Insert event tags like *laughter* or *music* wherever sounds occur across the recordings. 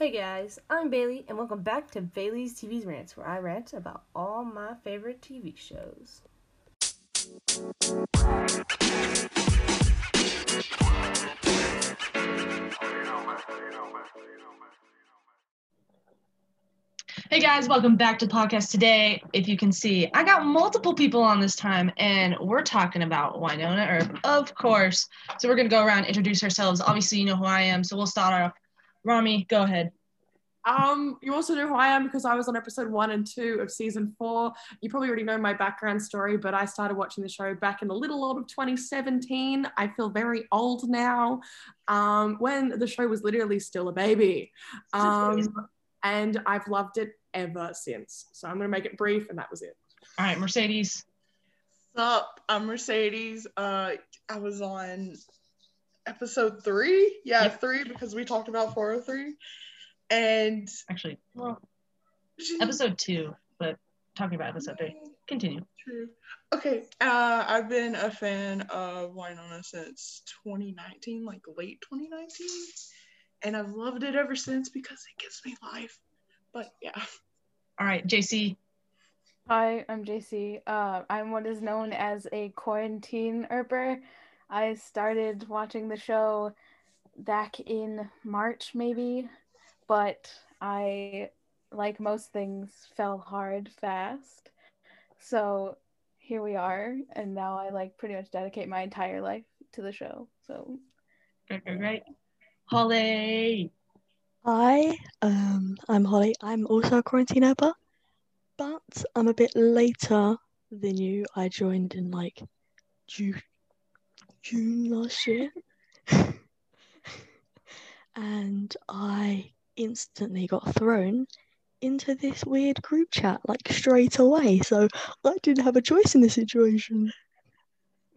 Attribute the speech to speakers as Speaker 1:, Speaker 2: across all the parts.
Speaker 1: Hey guys, I'm Bailey, and welcome back to Bailey's TV's Rants, where I rant about all my favorite TV shows.
Speaker 2: Hey guys, welcome back to the podcast today. If you can see, I got multiple people on this time, and we're talking about Winona Earp, of course. So we're gonna go around and introduce ourselves. Obviously, you know who I am, so we'll start off. Rami, go ahead.
Speaker 3: Um, you also know who I am because I was on episode one and two of season four. You probably already know my background story, but I started watching the show back in the little old of 2017. I feel very old now. Um, when the show was literally still
Speaker 2: *laughs*
Speaker 3: a baby. Um, and I've loved it ever since. So I'm gonna make it brief and that was it.
Speaker 2: All right, Mercedes.
Speaker 4: Sup, I'm Mercedes. Uh, I was on episode three. Yeah,
Speaker 2: Yep.
Speaker 4: three because we talked about 403. And
Speaker 2: Actually, well, episode two, but talking about episode three. Continue.
Speaker 4: True. Okay, uh, I've been a fan of Winona since 2019, like late 2019. And I've loved it ever since because it gives me life. But yeah.
Speaker 2: All right, JC.
Speaker 5: Hi, I'm JC. Uh, I'm what is known as a quarantine erper. I started watching the show back in March, maybe, but I, like most things, fell hard fast. So here we are, and now I like pretty much dedicate my entire life to the show. So *laughs*
Speaker 2: Great, great, great. Holly.
Speaker 6: Hi, um, I'm Holly. I'm also a quarantine helper, but I'm a bit later than you. I joined in like June, June last year, *laughs* and I instantly got thrown into this weird group chat like straight away. So I didn't have a choice in the situation.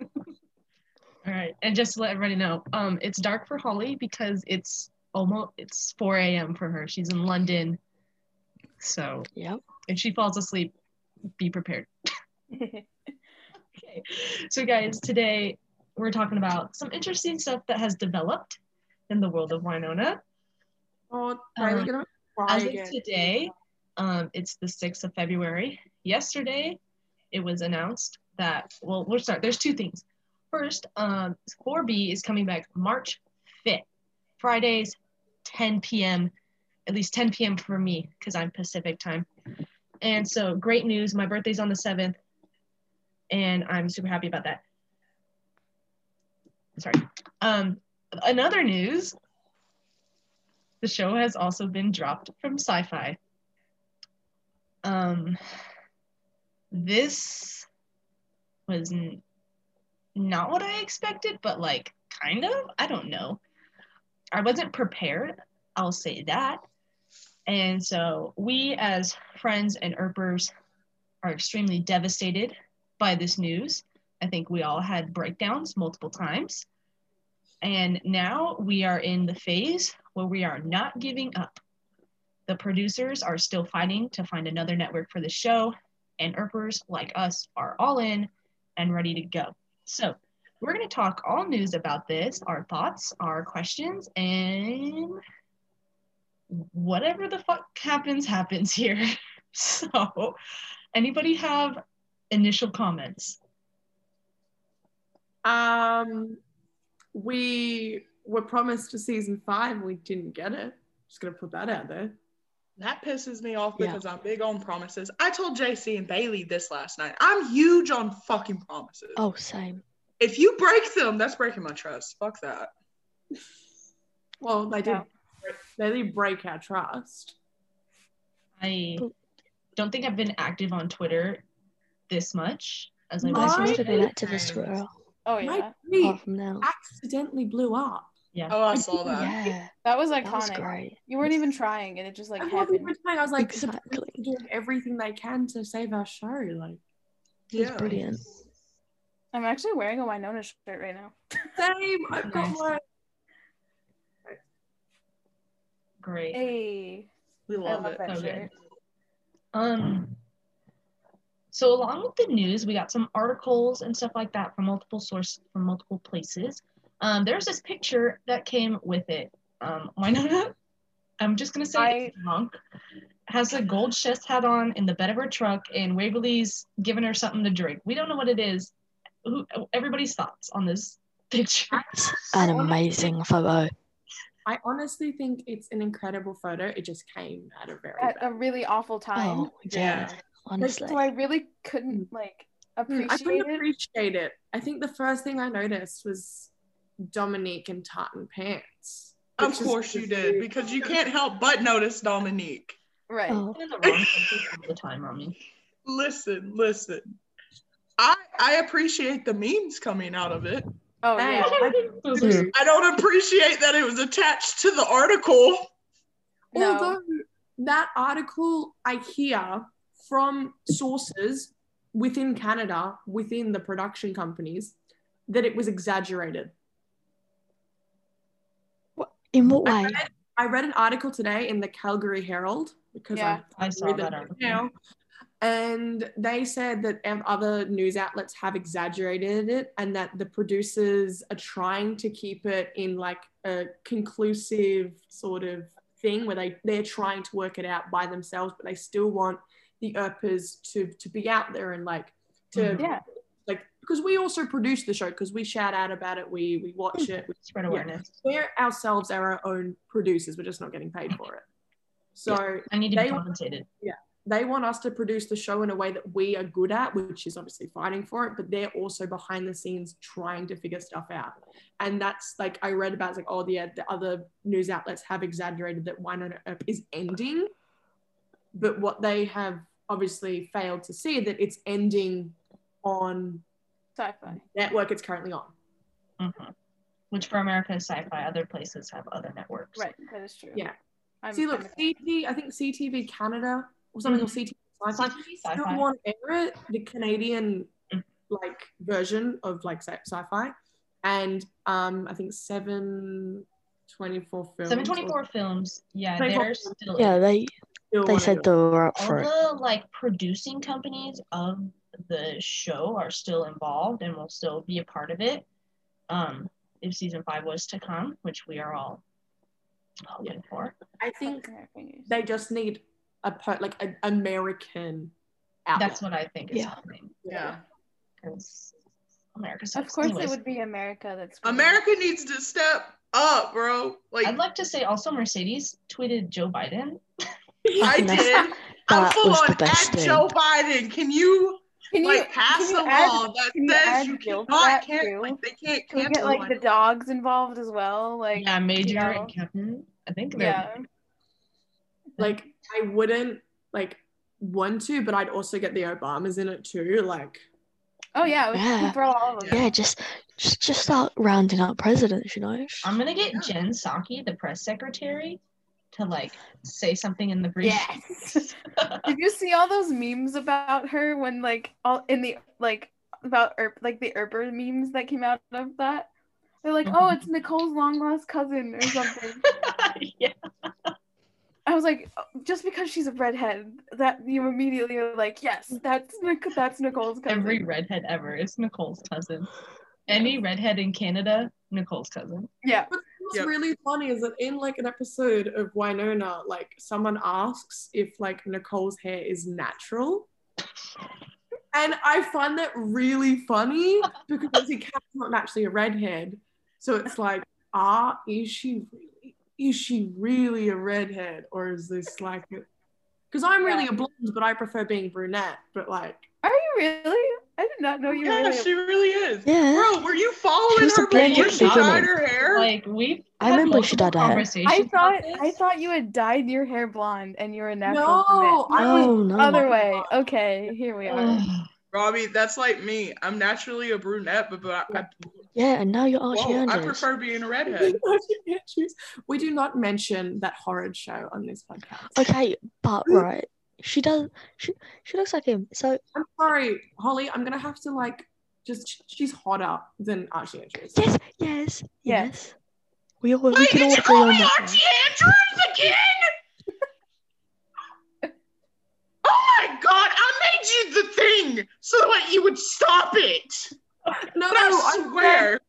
Speaker 2: All right, and just to let everybody know, um, it's dark for Holly because it's almost it's 4 a.m. for her. She's in London, so
Speaker 6: Yep.
Speaker 2: if she falls asleep, be prepared. Okay, so guys, today we're talking about some interesting stuff that has developed in the world of Winona.
Speaker 3: Oh, Riley,
Speaker 2: Um,
Speaker 3: gonna cry
Speaker 2: As of
Speaker 3: again.
Speaker 2: today, um, it's the 6th of February. Yesterday, it was announced that, well, we'll start. There's two things. First, um, 4B is coming back March 5th, Fridays, 10 p.m., at least 10 p.m. for me, because I'm Pacific time. And so, great news. My birthday's on the 7th, and I'm super happy about that. Sorry. Um, another news the show has also been dropped from sci-fi um this was n- not what i expected but like kind of i don't know i wasn't prepared i'll say that and so we as friends and erpers are extremely devastated by this news i think we all had breakdowns multiple times and now we are in the phase where we are not giving up. The producers are still fighting to find another network for the show, and ERPers like us are all in and ready to go. So, we're going to talk all news about this, our thoughts, our questions, and whatever the fuck happens, happens here. *laughs* so, anybody have initial comments?
Speaker 3: Um, we were promised a season five, and we didn't get it. Just gonna put that out there.
Speaker 4: That pisses me off
Speaker 6: Yeah.
Speaker 4: because I'm big on promises. I told JC and Bailey this last night. I'm huge on fucking promises.
Speaker 6: Oh, same.
Speaker 4: If you break them, that's breaking my trust. Fuck that.
Speaker 3: Well, they did.
Speaker 5: Yeah.
Speaker 3: They did break our trust.
Speaker 2: I
Speaker 6: But-
Speaker 2: don't think I've been active on Twitter this much as I
Speaker 6: I
Speaker 2: was.
Speaker 3: Why?
Speaker 6: must have been activist
Speaker 4: Nice.
Speaker 6: for a-
Speaker 5: oh
Speaker 3: My
Speaker 5: yeah,
Speaker 3: tweet
Speaker 6: apart from now.
Speaker 3: accidentally blew up.
Speaker 4: Oh, I saw that.
Speaker 6: Yeah,
Speaker 5: that was
Speaker 6: that was
Speaker 5: iconic.
Speaker 6: great.
Speaker 5: You weren't even trying, and it just like
Speaker 3: I wasn't
Speaker 5: happened.
Speaker 3: even trying. I was like, the
Speaker 6: Exactly.
Speaker 3: police are doing everything they can to save our show. Like,
Speaker 6: It's brilliant.
Speaker 5: I'm actually wearing a Winona shirt right now.
Speaker 3: same. I've got
Speaker 2: Nice.
Speaker 3: my
Speaker 2: Great.
Speaker 5: Hey.
Speaker 4: We love,
Speaker 5: love
Speaker 4: it.
Speaker 5: that
Speaker 2: So good.
Speaker 5: shirt.
Speaker 2: Um, so along with the news, we got some articles and stuff like that from multiple sources, from multiple places. Um, there's this picture that came with it. Um, Winona *laughs* I'm just gonna say
Speaker 5: I-
Speaker 2: it's Monk has a gold chest hat on in the bed of her truck, and Waverly's giving her something to drink. We don't know what it is. Who, everybody's thoughts on this *laughs* picture?
Speaker 6: It's an amazing photo.
Speaker 3: I honestly think it's an incredible photo. It just came out of very
Speaker 5: at
Speaker 3: bad.
Speaker 5: a really awful time.
Speaker 6: Oh, yeah.
Speaker 5: Like,
Speaker 6: Honestly.
Speaker 5: so I really couldn't like
Speaker 3: Mm,
Speaker 5: appreciate
Speaker 3: I couldn't
Speaker 5: it.
Speaker 3: appreciate it. I think the first thing I noticed was Dominique in tartan pants.
Speaker 4: Of
Speaker 3: which is
Speaker 4: course you did, because you can't help but notice Dominique.
Speaker 5: Right.
Speaker 6: Oh,
Speaker 2: I'm in the wrong place all the time, Rami.
Speaker 4: Listen, listen. I I appreciate the memes coming out of it.
Speaker 5: Oh
Speaker 3: Hey,
Speaker 5: yeah.
Speaker 2: Boobs.
Speaker 4: I don't appreciate that it was attached to the article.
Speaker 5: No.
Speaker 3: Although that article I hear from sources within Canada, within the production companies, that it was exaggerated.
Speaker 6: in what
Speaker 3: I
Speaker 6: way?
Speaker 3: read, I read an article today in the Calgary Herald because
Speaker 5: Yeah.
Speaker 2: *laughs*
Speaker 3: I,
Speaker 2: I saw
Speaker 3: read
Speaker 2: that
Speaker 3: them
Speaker 2: article.
Speaker 3: now, and they said that ev- other news outlets have exaggerated it, and that the producers are trying to keep it in like a conclusive sort of thing where they they're trying to work it out by themselves, but they still want the ERPers to to be out there and like to
Speaker 2: Mhm.
Speaker 5: Yeah.
Speaker 3: like because we also produce the show because we shout out about it, we we watch it, we
Speaker 2: Spread awareness.
Speaker 3: we're ourselves our own producers. We're just not getting paid for it. So
Speaker 2: I need to be
Speaker 3: They-
Speaker 2: compensated.
Speaker 3: they want us to produce the show in a way that we are good at, which is obviously fighting for it, but they're also behind the scenes trying to figure stuff out. And that's like I read about it's like, oh yeah, the other news outlets have exaggerated that Wine on Earth is ending. But what they have obviously failed to see that it's ending on
Speaker 5: Sci-fi.
Speaker 3: network it's currently on.
Speaker 2: Mhm. Which for America is sci-fi. Other places have other networks.
Speaker 5: Right. That is true.
Speaker 3: Yeah.
Speaker 5: I'm,
Speaker 3: See, look,
Speaker 5: I'm-
Speaker 3: CTV, I think CTV Canada or something,
Speaker 2: Mhm.
Speaker 3: or CTV
Speaker 2: Sci-fi.
Speaker 3: Sci-Fi,
Speaker 2: Sci-fi.
Speaker 3: don't want to air it, the Canadian
Speaker 2: Mm.
Speaker 3: like version of like sci- sci-fi, and um, I think seven twenty-four films.
Speaker 2: 724 films. Yeah,
Speaker 3: 24
Speaker 2: they're still
Speaker 6: Yeah, they they said they were up
Speaker 2: all
Speaker 6: for it.
Speaker 2: the like producing companies of the show are still involved and will still be a part of it um if season five was to come which we are all hoping for
Speaker 3: I think
Speaker 5: American news.
Speaker 3: they just need a per- like an American outlet. *laughs*
Speaker 2: that's what i think is
Speaker 6: Yeah.
Speaker 2: happening
Speaker 4: Yeah.
Speaker 2: because america
Speaker 5: Of
Speaker 2: sucks.
Speaker 5: course,
Speaker 2: Anyways,
Speaker 5: it would be America. That's really-
Speaker 4: America needs to step up, bro. Like
Speaker 2: i'd like to say also mercedes tweeted joe biden
Speaker 4: I
Speaker 6: Oh, that's-
Speaker 4: did. I'm
Speaker 6: That
Speaker 4: full
Speaker 6: was
Speaker 4: on
Speaker 6: the best
Speaker 4: at
Speaker 6: thing.
Speaker 4: Joe Biden. Can you
Speaker 5: Can you
Speaker 4: like pass
Speaker 5: can
Speaker 4: a
Speaker 5: you add-
Speaker 4: law that
Speaker 5: can you
Speaker 4: says
Speaker 5: add
Speaker 4: you
Speaker 5: guilt to
Speaker 4: cannot
Speaker 5: that
Speaker 4: can
Speaker 5: too?
Speaker 4: like they can't
Speaker 5: Can we
Speaker 4: cancel
Speaker 5: get like
Speaker 4: one.
Speaker 5: the dogs involved as well? Like
Speaker 2: yeah major
Speaker 5: know.
Speaker 2: and captain i think they're
Speaker 5: yeah.
Speaker 3: *laughs* like I wouldn't like want to, but I'd also get the Obamas in it too. Like
Speaker 5: Oh yeah, we
Speaker 6: Yeah.
Speaker 5: can throw all of them.
Speaker 6: Yeah, just just just start rounding up presidents, you know.
Speaker 2: i'm gonna get jen saki the press secretary to like say something in the brief
Speaker 5: Yes. Did you see all those memes about her when like all in the like about Erp like the Erper memes that came out of that? They're like, oh,
Speaker 2: Mhm.
Speaker 5: it's Nicole's long lost cousin or something.
Speaker 2: *laughs* yeah
Speaker 5: I was like, just because she's a redhead, that you immediately are like, yes, that's Nic- that's Nicole's cousin.
Speaker 2: Every redhead ever is Nicole's cousin. Any redhead in Canada, Nicole's cousin.
Speaker 5: yeah,
Speaker 3: What's
Speaker 4: Yep.
Speaker 3: really funny is that in like an episode of Winona, like someone asks if like Nicole's hair is natural. And I find that really funny because obviously Kat's not naturally a redhead. So it's like, ah, is she really is she really a redhead? Or is this like because I'm really a blonde, but I prefer being brunette. But like
Speaker 5: are you really? I did not know Oh, you
Speaker 4: Yeah,
Speaker 5: were. Really
Speaker 4: she really is.
Speaker 6: Yeah.
Speaker 4: Bro, were you following
Speaker 6: She was
Speaker 4: her
Speaker 6: a blended
Speaker 4: before she
Speaker 2: woman.
Speaker 4: dyed her hair?
Speaker 2: Like we.
Speaker 6: I remember she dyed her hair.
Speaker 5: I thought I thought you had dyed your hair blonde and you're a natural
Speaker 3: No,
Speaker 5: brunette.
Speaker 3: I was
Speaker 6: No, Oh, no.
Speaker 5: other way. Okay, here we are.
Speaker 4: Robbie, that's like me. I'm naturally a brunette, but, but I, I,
Speaker 6: Yeah, and now you're Archie
Speaker 4: whoa, I
Speaker 6: Anders.
Speaker 4: prefer being a redhead.
Speaker 3: *laughs* we do not mention that horrid show on this podcast.
Speaker 6: Okay, but right. She does she she looks like him. So
Speaker 3: I'm sorry, Holly. I'm gonna have to like just she's hotter than Archie Andrews.
Speaker 6: yes, yes,
Speaker 5: Yeah.
Speaker 6: yes. We all we
Speaker 4: Wait, did
Speaker 6: can all
Speaker 4: you
Speaker 6: agree
Speaker 4: call
Speaker 6: on
Speaker 4: me
Speaker 6: that. one.
Speaker 4: Archie Andrews again? oh my god, I made you the thing so that you would stop it.
Speaker 3: No,
Speaker 4: I
Speaker 3: I
Speaker 4: swear.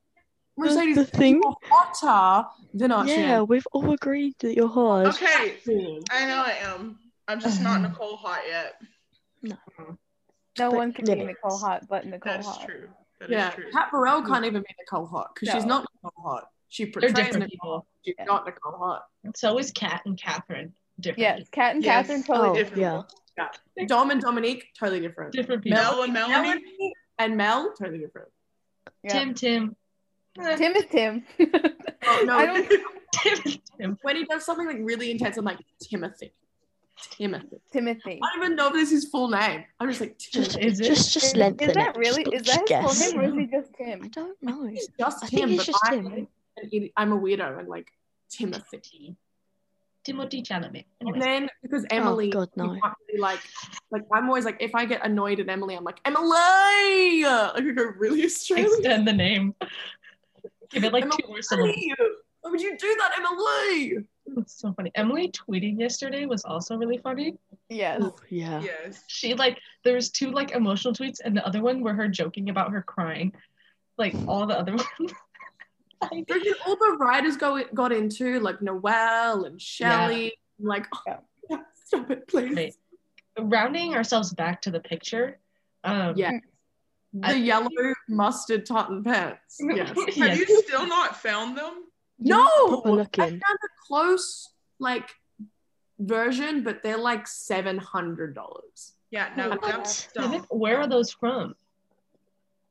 Speaker 3: Mercedes.
Speaker 6: The thing?
Speaker 3: you are hotter than Archie.
Speaker 6: yeah, we've all agreed that you're hard.
Speaker 4: Okay,
Speaker 2: Cool.
Speaker 4: I know I am. I'm just not Nicole hot yet.
Speaker 5: No
Speaker 6: But
Speaker 5: one can be
Speaker 6: limits.
Speaker 5: Nicole Hot but Nicole
Speaker 4: That is
Speaker 5: Hot.
Speaker 4: true. That is
Speaker 3: Yeah,
Speaker 4: true.
Speaker 3: Pat Burrell can't even be Nicole Hot because she's
Speaker 5: No.
Speaker 3: not Nicole Hot. She
Speaker 2: They're
Speaker 3: portrays
Speaker 2: different
Speaker 3: Nicole.
Speaker 2: people.
Speaker 3: She's
Speaker 5: Yeah.
Speaker 3: not Nicole Hot.
Speaker 2: So is Kat and Catherine different?
Speaker 5: Yes, Kat and
Speaker 4: Yes.
Speaker 5: Catherine totally
Speaker 6: Oh,
Speaker 5: different.
Speaker 4: different.
Speaker 6: yeah.
Speaker 3: Dom and Dominique totally different.
Speaker 2: Different people.
Speaker 4: Mel and Melanie.
Speaker 3: Melanie and Mel totally different.
Speaker 5: Yeah.
Speaker 2: Tim, Tim. Eh,
Speaker 5: Tim is Tim. *laughs*
Speaker 3: Oh, no.
Speaker 5: I don't
Speaker 2: *laughs* Tim, Tim.
Speaker 3: *laughs* When he does something like really intense, I'm like Timothy. Timothy.
Speaker 5: Timothy.
Speaker 3: I don't even know if this is his full name. I'm just like
Speaker 6: Just,
Speaker 3: Timothy.
Speaker 2: Is it-
Speaker 6: just,
Speaker 5: Is,
Speaker 6: just lengthen
Speaker 5: is that
Speaker 6: it.
Speaker 5: really?
Speaker 6: Just-
Speaker 5: Is that
Speaker 6: just
Speaker 5: his full
Speaker 6: guess.
Speaker 5: name or is he just Tim?
Speaker 6: I don't know.
Speaker 3: It's just
Speaker 6: I think
Speaker 3: Tim,
Speaker 6: it's
Speaker 3: but
Speaker 6: just
Speaker 3: I'm,
Speaker 6: Tim.
Speaker 3: an idi- I'm a weirdo and like Timothy.
Speaker 2: Timothy. Timothy Chalamet.
Speaker 3: And
Speaker 2: Anyway.
Speaker 3: then because Emily,
Speaker 6: Oh, God,
Speaker 3: you
Speaker 6: no.
Speaker 3: can't really, like, like I'm always like, if I get annoyed at Emily, I'm like Emily. Like I go really Australian.
Speaker 2: Extend the name. Give it like
Speaker 3: Emily.
Speaker 2: two more syllables.
Speaker 3: Emily, Why would you do that, Emily?
Speaker 2: It's so funny. Emily tweeting yesterday was also really funny.
Speaker 5: Yes.
Speaker 6: Oh, yeah.
Speaker 4: Yes.
Speaker 2: *laughs* She like there was two like emotional tweets and the other one were her joking about her crying. Like all the other *laughs* ones. Like,
Speaker 3: Like, you- all the writers go got into like Noel and Shelley. I'm like, oh,
Speaker 5: Yeah.
Speaker 3: yeah, stop it, please.
Speaker 2: Right. rounding ourselves back to the picture. Um, *laughs*
Speaker 3: Yeah. The
Speaker 2: I-
Speaker 3: yellow mustard tartan pants.
Speaker 6: *laughs*
Speaker 3: Yes.
Speaker 4: Have
Speaker 2: yes.
Speaker 4: you still not found them?
Speaker 6: You
Speaker 3: no,
Speaker 6: have to
Speaker 3: I found
Speaker 6: proper look in.
Speaker 3: a close like version, but they're like seven hundred dollars.
Speaker 4: Yeah. No.
Speaker 6: What?
Speaker 4: That's
Speaker 2: Seven-
Speaker 4: dumb.
Speaker 2: Where are those from?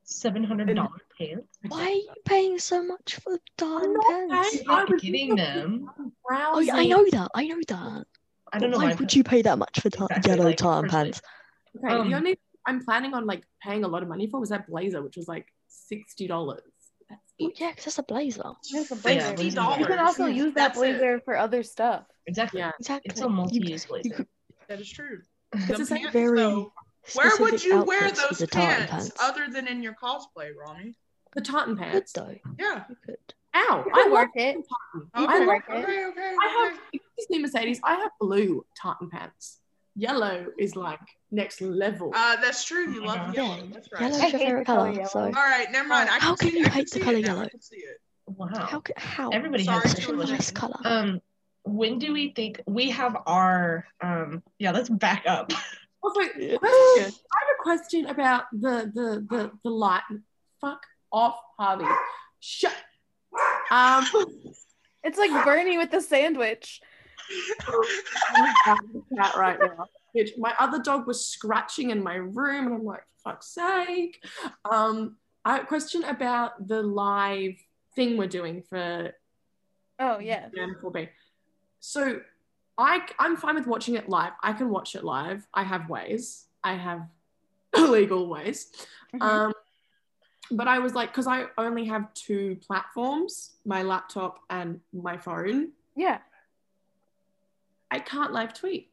Speaker 2: Seven hundred dollar pants.
Speaker 6: Why are you paying so much for darn
Speaker 3: not
Speaker 6: pants?
Speaker 3: paying- I
Speaker 2: I'm
Speaker 3: was
Speaker 2: getting them.
Speaker 6: Oh, yeah, I know that. I know that.
Speaker 2: I don't know
Speaker 6: why
Speaker 2: why.
Speaker 6: would you pay that much for tar-
Speaker 2: Exactly,
Speaker 6: yellow
Speaker 2: like,
Speaker 6: tartan
Speaker 2: personally.
Speaker 6: pants?
Speaker 3: Okay,
Speaker 2: Um,
Speaker 3: the only I'm planning on like paying a lot of money for was that blazer, which was like sixty dollars. That's
Speaker 6: Oh,
Speaker 3: it.
Speaker 6: yeah, because that's a blazer.
Speaker 5: Yes, a
Speaker 2: Yeah,
Speaker 5: blazer.
Speaker 4: Sixty
Speaker 2: blazer.
Speaker 5: You
Speaker 4: dollars.
Speaker 5: can also use that
Speaker 4: That's it.
Speaker 5: blazer for other stuff.
Speaker 2: Exactly.
Speaker 3: Yeah.
Speaker 6: Exactly.
Speaker 2: It's a multi-use
Speaker 6: you,
Speaker 2: blazer.
Speaker 6: you could
Speaker 4: That is true.
Speaker 3: It's the
Speaker 4: The
Speaker 3: same
Speaker 4: pants,
Speaker 6: very
Speaker 4: though, where would
Speaker 6: specific
Speaker 4: you wear
Speaker 6: outfits with
Speaker 4: those
Speaker 6: the tartan
Speaker 4: pants, Oh, other than in your cosplay, Rami?
Speaker 3: the tartan
Speaker 6: You could
Speaker 3: pants.
Speaker 6: though.
Speaker 4: Yeah.
Speaker 6: You could.
Speaker 3: Ow!
Speaker 5: You
Speaker 3: I
Speaker 5: can
Speaker 3: love
Speaker 5: work it.
Speaker 3: tartan.
Speaker 5: You
Speaker 4: Okay.
Speaker 5: can
Speaker 3: I love
Speaker 5: work it.
Speaker 4: okay. Okay.
Speaker 3: I have
Speaker 4: okay.
Speaker 3: excuse me, Mercedes. I have blue tartan pants. Yellow is like next level.
Speaker 4: Uh, that's true. You
Speaker 2: Oh my
Speaker 4: love
Speaker 2: God.
Speaker 4: yellow.
Speaker 6: Yeah,
Speaker 4: That's right.
Speaker 6: Yellow
Speaker 5: I
Speaker 6: is your
Speaker 5: hate
Speaker 6: favorite
Speaker 5: the color
Speaker 6: color,
Speaker 5: yellow.
Speaker 6: so
Speaker 4: All right. Never mind. I can
Speaker 6: How can
Speaker 4: see-
Speaker 6: you
Speaker 4: I
Speaker 6: hate the
Speaker 4: see
Speaker 6: color
Speaker 4: it now.
Speaker 6: yellow?
Speaker 4: I can see it.
Speaker 2: Wow.
Speaker 6: how c- how
Speaker 2: Everybody
Speaker 4: Sorry
Speaker 2: has
Speaker 4: to
Speaker 6: such
Speaker 2: their
Speaker 6: a
Speaker 4: interrupt.
Speaker 6: nice
Speaker 2: collection.
Speaker 6: color.
Speaker 2: Um, when do we think we have our um? Yeah, let's back up.
Speaker 3: Also,
Speaker 6: Yeah.
Speaker 3: question. I have a question about the the the the light. Fuck off, Harvey. Shut. Um.
Speaker 5: It's like Bernie with the sandwich.
Speaker 3: I'm having a cat right now. Bitch, my other dog was scratching in my room, and I'm like, fuck's sake. Um. I have a question about the live thing we're doing for
Speaker 5: Oh yeah.
Speaker 3: Jam 4B. So I I'm fine with watching it live. I can watch it live. I have ways. I have *clears throat* illegal ways.
Speaker 6: Mm-hmm.
Speaker 5: Mhm.
Speaker 3: Um, but I was like, because I only have two platforms, my laptop and my phone.
Speaker 5: yeah.
Speaker 3: I can't live tweet.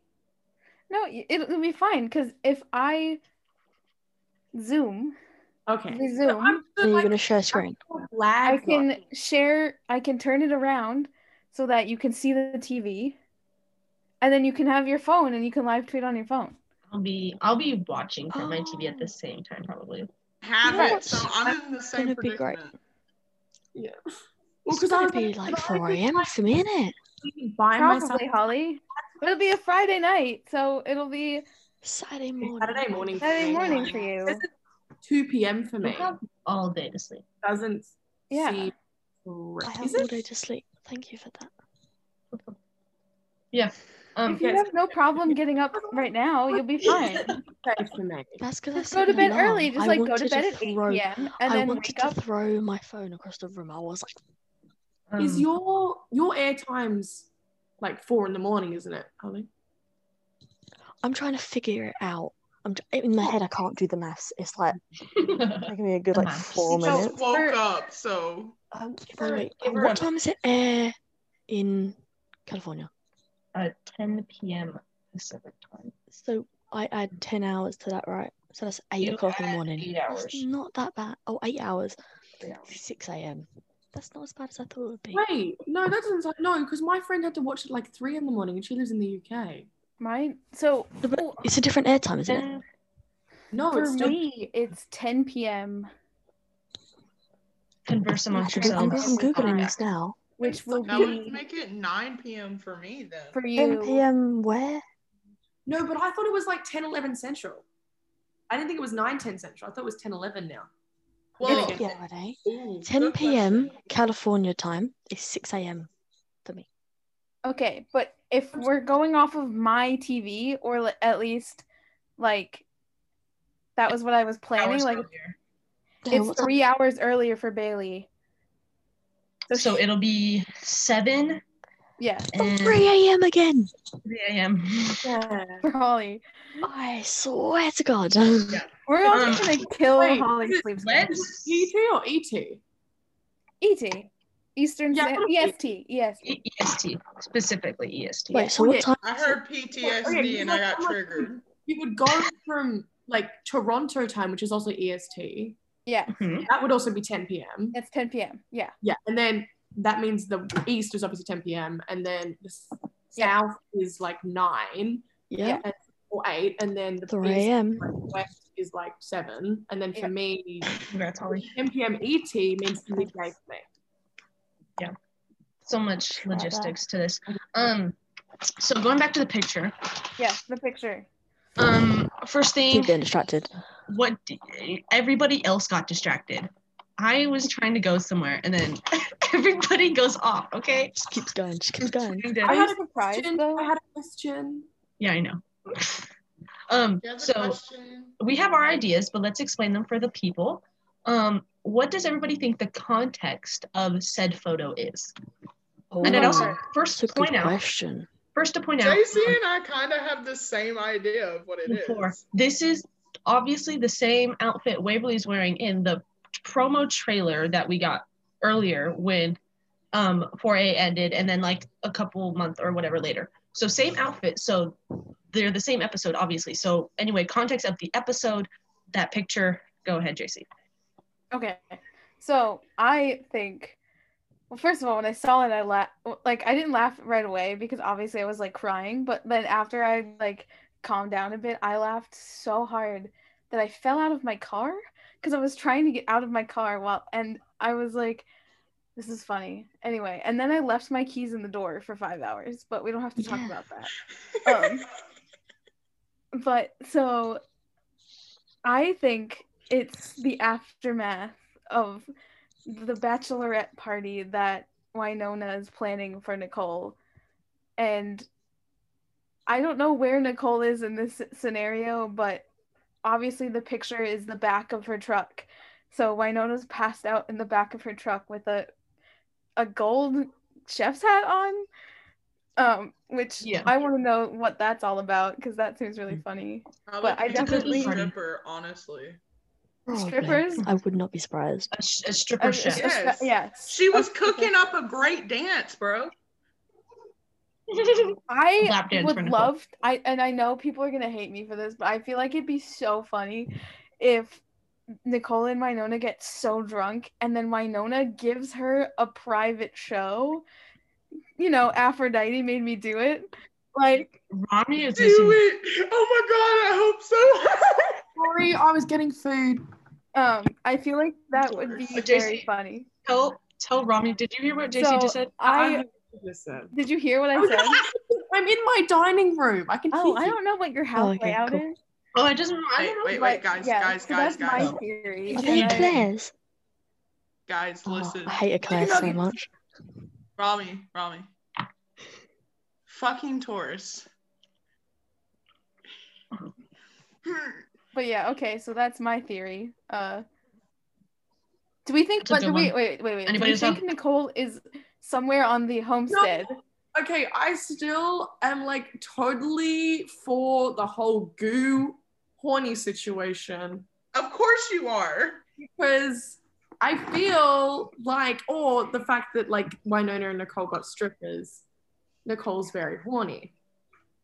Speaker 5: No, y- it'll be fine because if I zoom,
Speaker 3: Okay.
Speaker 5: we
Speaker 3: So I'm
Speaker 5: zoom,
Speaker 6: Are
Speaker 3: just
Speaker 6: you
Speaker 3: like,
Speaker 6: gonna share screen?
Speaker 3: lag
Speaker 5: I can share. I can turn it around so that you can see the TV, and then you can have your phone and you can live tweet on your phone.
Speaker 2: I'll be I'll be watching from my TV at
Speaker 6: Oh.
Speaker 2: the same time probably.
Speaker 4: Have
Speaker 6: know
Speaker 4: it.
Speaker 6: what's
Speaker 4: So I'm in the same
Speaker 6: gonna be great?
Speaker 4: predicament.
Speaker 3: Well,
Speaker 6: It's
Speaker 3: because I
Speaker 6: gonna
Speaker 3: was
Speaker 6: be
Speaker 3: like,
Speaker 6: like 4 a.m. for me, innit?
Speaker 3: tweet by myself
Speaker 5: Probably Holly. But it'll be a Friday night, so it'll be
Speaker 6: Saturday morning.
Speaker 3: Saturday morning.
Speaker 5: Saturday
Speaker 3: Yeah.
Speaker 5: morning for you.
Speaker 3: This is 2 p.m. for
Speaker 2: We
Speaker 3: me.
Speaker 2: have all day to sleep.
Speaker 3: Doesn't
Speaker 5: Yeah.
Speaker 3: seem
Speaker 6: I
Speaker 3: correct.
Speaker 6: have
Speaker 3: Is
Speaker 6: all day
Speaker 3: it?
Speaker 6: to sleep. Thank you for that.
Speaker 2: Yeah. Um.
Speaker 5: If you
Speaker 3: yes.
Speaker 5: have no problem getting up right now, you'll be fine.
Speaker 3: Okay for me.
Speaker 6: That's because
Speaker 5: Just go to bed early. Just like go to bed at 8 p.m. and
Speaker 6: I
Speaker 5: then
Speaker 6: wanted
Speaker 5: wake
Speaker 6: to
Speaker 5: up.
Speaker 6: throw my phone across the room. I was like,
Speaker 3: Is
Speaker 5: Hmm.
Speaker 2: um,
Speaker 3: your your air times like four in the morning, isn't it, Holly?
Speaker 6: I'm trying to figure it out. I'm j- in my head. I can't do the maths. It's like taking me a good
Speaker 2: The
Speaker 6: like
Speaker 2: maths.
Speaker 6: four
Speaker 4: You just
Speaker 6: minutes.
Speaker 4: woke
Speaker 5: Or-
Speaker 4: up, so
Speaker 6: Um,
Speaker 2: give
Speaker 6: by the
Speaker 2: her-
Speaker 6: way,
Speaker 2: give her
Speaker 6: what
Speaker 2: a-
Speaker 6: time is it air in California?
Speaker 2: *laughs* uh, 10 p.m. Pacific time.
Speaker 6: So I add ten hours to that, right? So that's eight
Speaker 2: You
Speaker 6: o'clock in the
Speaker 2: add
Speaker 6: morning.
Speaker 2: eight
Speaker 6: That's
Speaker 2: hours.
Speaker 6: not that bad. Oh, eight hours.
Speaker 2: Three hours.
Speaker 6: Six a.m. That's not as bad as I thought it would be.
Speaker 3: Wait, no, that doesn't sound no, because my friend had to watch it like three in the morning and she lives in the UK.
Speaker 5: Mine. So
Speaker 6: No, but It's a different air time, isn't it?
Speaker 2: And
Speaker 3: No,
Speaker 5: for
Speaker 3: it's still
Speaker 5: me, it's 10 p.m.
Speaker 2: converse amongst
Speaker 6: I'm, I'm,
Speaker 2: yourselves.
Speaker 6: I'm googling
Speaker 2: Uh,
Speaker 6: this now.
Speaker 5: which will
Speaker 4: That would
Speaker 5: be
Speaker 4: make it 9 p.m. for me then.
Speaker 5: for
Speaker 6: 10
Speaker 5: you.
Speaker 6: p.m. Where?
Speaker 3: No, but I thought it was like 10, 11 central. I didn't think it was 9, 10 central. I thought it was 10, 11 now.
Speaker 4: well,
Speaker 6: yeah, Renee.
Speaker 4: ooh,
Speaker 6: 10
Speaker 4: good
Speaker 6: p.m.
Speaker 4: question.
Speaker 6: California time is 6 a.m.
Speaker 5: Okay, but if we're going off of my TV, or l- at least like that was what I was planning,
Speaker 2: hours
Speaker 5: like
Speaker 2: earlier.
Speaker 6: No,
Speaker 5: it's
Speaker 6: what's up?
Speaker 5: three hours earlier for Bailey.
Speaker 2: Uh, So it'll be 7
Speaker 5: Yeah, *laughs*
Speaker 6: But
Speaker 2: and
Speaker 6: 3 a.m. again.
Speaker 2: 3 a.m.
Speaker 3: Yeah.
Speaker 5: for Holly.
Speaker 6: I swear to God.
Speaker 5: We're also
Speaker 2: Um,
Speaker 5: gonna kill
Speaker 3: wait,
Speaker 5: Holly
Speaker 3: is it
Speaker 5: sleep schedule.
Speaker 2: Let's
Speaker 3: ET E or ET?
Speaker 5: ET. E Eastern
Speaker 3: Yeah,
Speaker 5: Sa-
Speaker 3: what if
Speaker 5: EST. Yes.
Speaker 2: E- EST, specifically E EST.
Speaker 6: *laughs* Wait, so what
Speaker 3: okay.
Speaker 6: time?
Speaker 4: I heard PTSD
Speaker 3: Okay,
Speaker 4: and
Speaker 3: like-
Speaker 4: I got
Speaker 3: I'm like-
Speaker 4: triggered.
Speaker 3: You would go from like Toronto time, which is also EST.
Speaker 5: Yeah.
Speaker 2: Mhm.
Speaker 3: That would also be 10 p.m.
Speaker 5: It's 10 p.m. Yeah.
Speaker 3: Yeah. And then that means the East is obviously 10 p.m. And then the s-
Speaker 5: Yeah.
Speaker 3: South is like 9
Speaker 6: Yeah,
Speaker 3: or 8. And then the
Speaker 6: 3
Speaker 3: East
Speaker 6: a.m.
Speaker 3: like, West is like 7. And then for
Speaker 5: Yeah.
Speaker 3: me,
Speaker 2: Congrats, Holly.
Speaker 3: 10 p.m. ET E means midday for me.
Speaker 2: So much
Speaker 6: Try that.
Speaker 2: logistics to this. Um, so going back to the picture.
Speaker 5: Yeah. The picture.
Speaker 2: Um, first
Speaker 6: Keep
Speaker 2: thing,
Speaker 6: getting distracted.
Speaker 2: what d- everybody else got distracted. I was trying to go somewhere, and then *laughs* everybody goes off. Okay.
Speaker 6: Just keeps going, just keeps going.
Speaker 2: Trying to-
Speaker 5: Are
Speaker 3: I had
Speaker 5: you
Speaker 3: a
Speaker 5: surprised
Speaker 3: Question,
Speaker 5: though?
Speaker 3: I had a question.
Speaker 2: Yeah, I know. um,
Speaker 4: Do you have a
Speaker 2: so
Speaker 4: question?
Speaker 2: we have our ideas, but let's explain them for the people. Um, what does everybody think the context of said photo is? And I'd also first
Speaker 6: Oh, That's a
Speaker 2: point
Speaker 6: good
Speaker 2: out,
Speaker 6: question.
Speaker 2: first to point out,
Speaker 4: JC and I kind of have the same idea of what it is.
Speaker 2: before. This is obviously the same outfit Waverly's wearing in the promo trailer that we got earlier when um 4A ended and then like a couple month or whatever later. So same outfit. So they're the same episode, obviously. So anyway, context of the episode, that picture. Go ahead, JC.
Speaker 5: Okay. So I think, well, first of all, when I saw it, I laughed. Like, I didn't laugh right away because obviously I was like crying. But then after I like calmed down a bit, I laughed so hard that I fell out of my car because I was trying to get out of my car while, and I was like, this is funny. Anyway, and then I left my keys in the door for five hours, but we don't have to talk
Speaker 6: Yeah.
Speaker 5: about that. Um, but so I think it's the aftermath of the bachelorette party that Winona is planning for Nicole. And I don't know where Nicole is in this scenario, but obviously the picture is the back of her truck. So Winona's passed out in the back of her truck with a a gold chef's hat on. Um, which
Speaker 2: Yeah.
Speaker 5: I want to know what that's all about because that seems
Speaker 4: Mm.
Speaker 5: really funny.
Speaker 4: Probably
Speaker 5: but I
Speaker 4: because of the
Speaker 5: definitely-
Speaker 4: stripper, honestly.
Speaker 6: Probably.
Speaker 5: Strippers?
Speaker 6: Oh, I would not be surprised.
Speaker 2: A, sh- a stripper
Speaker 5: Uh,
Speaker 2: chef.
Speaker 5: uh,
Speaker 4: Yes.
Speaker 5: yeah.
Speaker 4: She was
Speaker 5: Okay.
Speaker 4: cooking up a great dance, bro.
Speaker 2: *laughs*
Speaker 5: I
Speaker 2: Lap dance for
Speaker 5: would
Speaker 2: Nicole.
Speaker 5: love I and I know people are gonna hate me for this, but I feel like it'd be so funny
Speaker 2: Mm.
Speaker 5: if Nicole and Winona get so drunk and then Winona gives her a private show. You know, Aphrodite made me do it. Like
Speaker 2: Romney is
Speaker 4: Do
Speaker 2: missing.
Speaker 4: it! Oh my god, I hope so. *laughs*
Speaker 3: Sorry, I was getting food.
Speaker 5: um I feel like that would be
Speaker 2: But JC,
Speaker 5: very funny.
Speaker 2: Tell tell Romney. Did you hear what JC
Speaker 5: So
Speaker 2: just said?
Speaker 5: I
Speaker 3: Listen.
Speaker 5: did you hear what I
Speaker 2: Oh,
Speaker 3: Okay.
Speaker 5: said?
Speaker 2: *laughs*
Speaker 3: I'm in my dining room. I can
Speaker 5: Oh,
Speaker 3: hear
Speaker 5: I
Speaker 3: you.
Speaker 5: don't know what your house
Speaker 6: okay,
Speaker 5: layout
Speaker 6: cool.
Speaker 5: is.
Speaker 2: Oh, I just I
Speaker 4: Wait,
Speaker 2: don't know.
Speaker 4: wait,
Speaker 5: but
Speaker 4: wait, guys,
Speaker 5: yeah,
Speaker 4: guys,
Speaker 5: so
Speaker 4: guys,
Speaker 5: that's
Speaker 4: guys,
Speaker 5: my theory.
Speaker 6: Are
Speaker 5: and
Speaker 6: they
Speaker 5: I-
Speaker 6: Claire's?
Speaker 4: guys.
Speaker 6: Oh,
Speaker 4: Listen,
Speaker 6: I hate a Claire so much.
Speaker 4: Rami, Rami, fucking Taurus. Hmm.
Speaker 5: But yeah, okay, so that's my theory. Uh do we think
Speaker 2: That's a
Speaker 5: but do
Speaker 2: good
Speaker 5: we,
Speaker 2: one.
Speaker 5: wait, wait, wait, wait. Do
Speaker 2: Anybody
Speaker 5: we
Speaker 2: else
Speaker 5: think
Speaker 2: have-
Speaker 5: Nicole is somewhere on the homestead?
Speaker 3: okay, I still am like totally for the whole goo horny situation
Speaker 4: Of course you are.
Speaker 3: because I feel like, or the fact that like Winona and Nicole got strippers, Nicole's very horny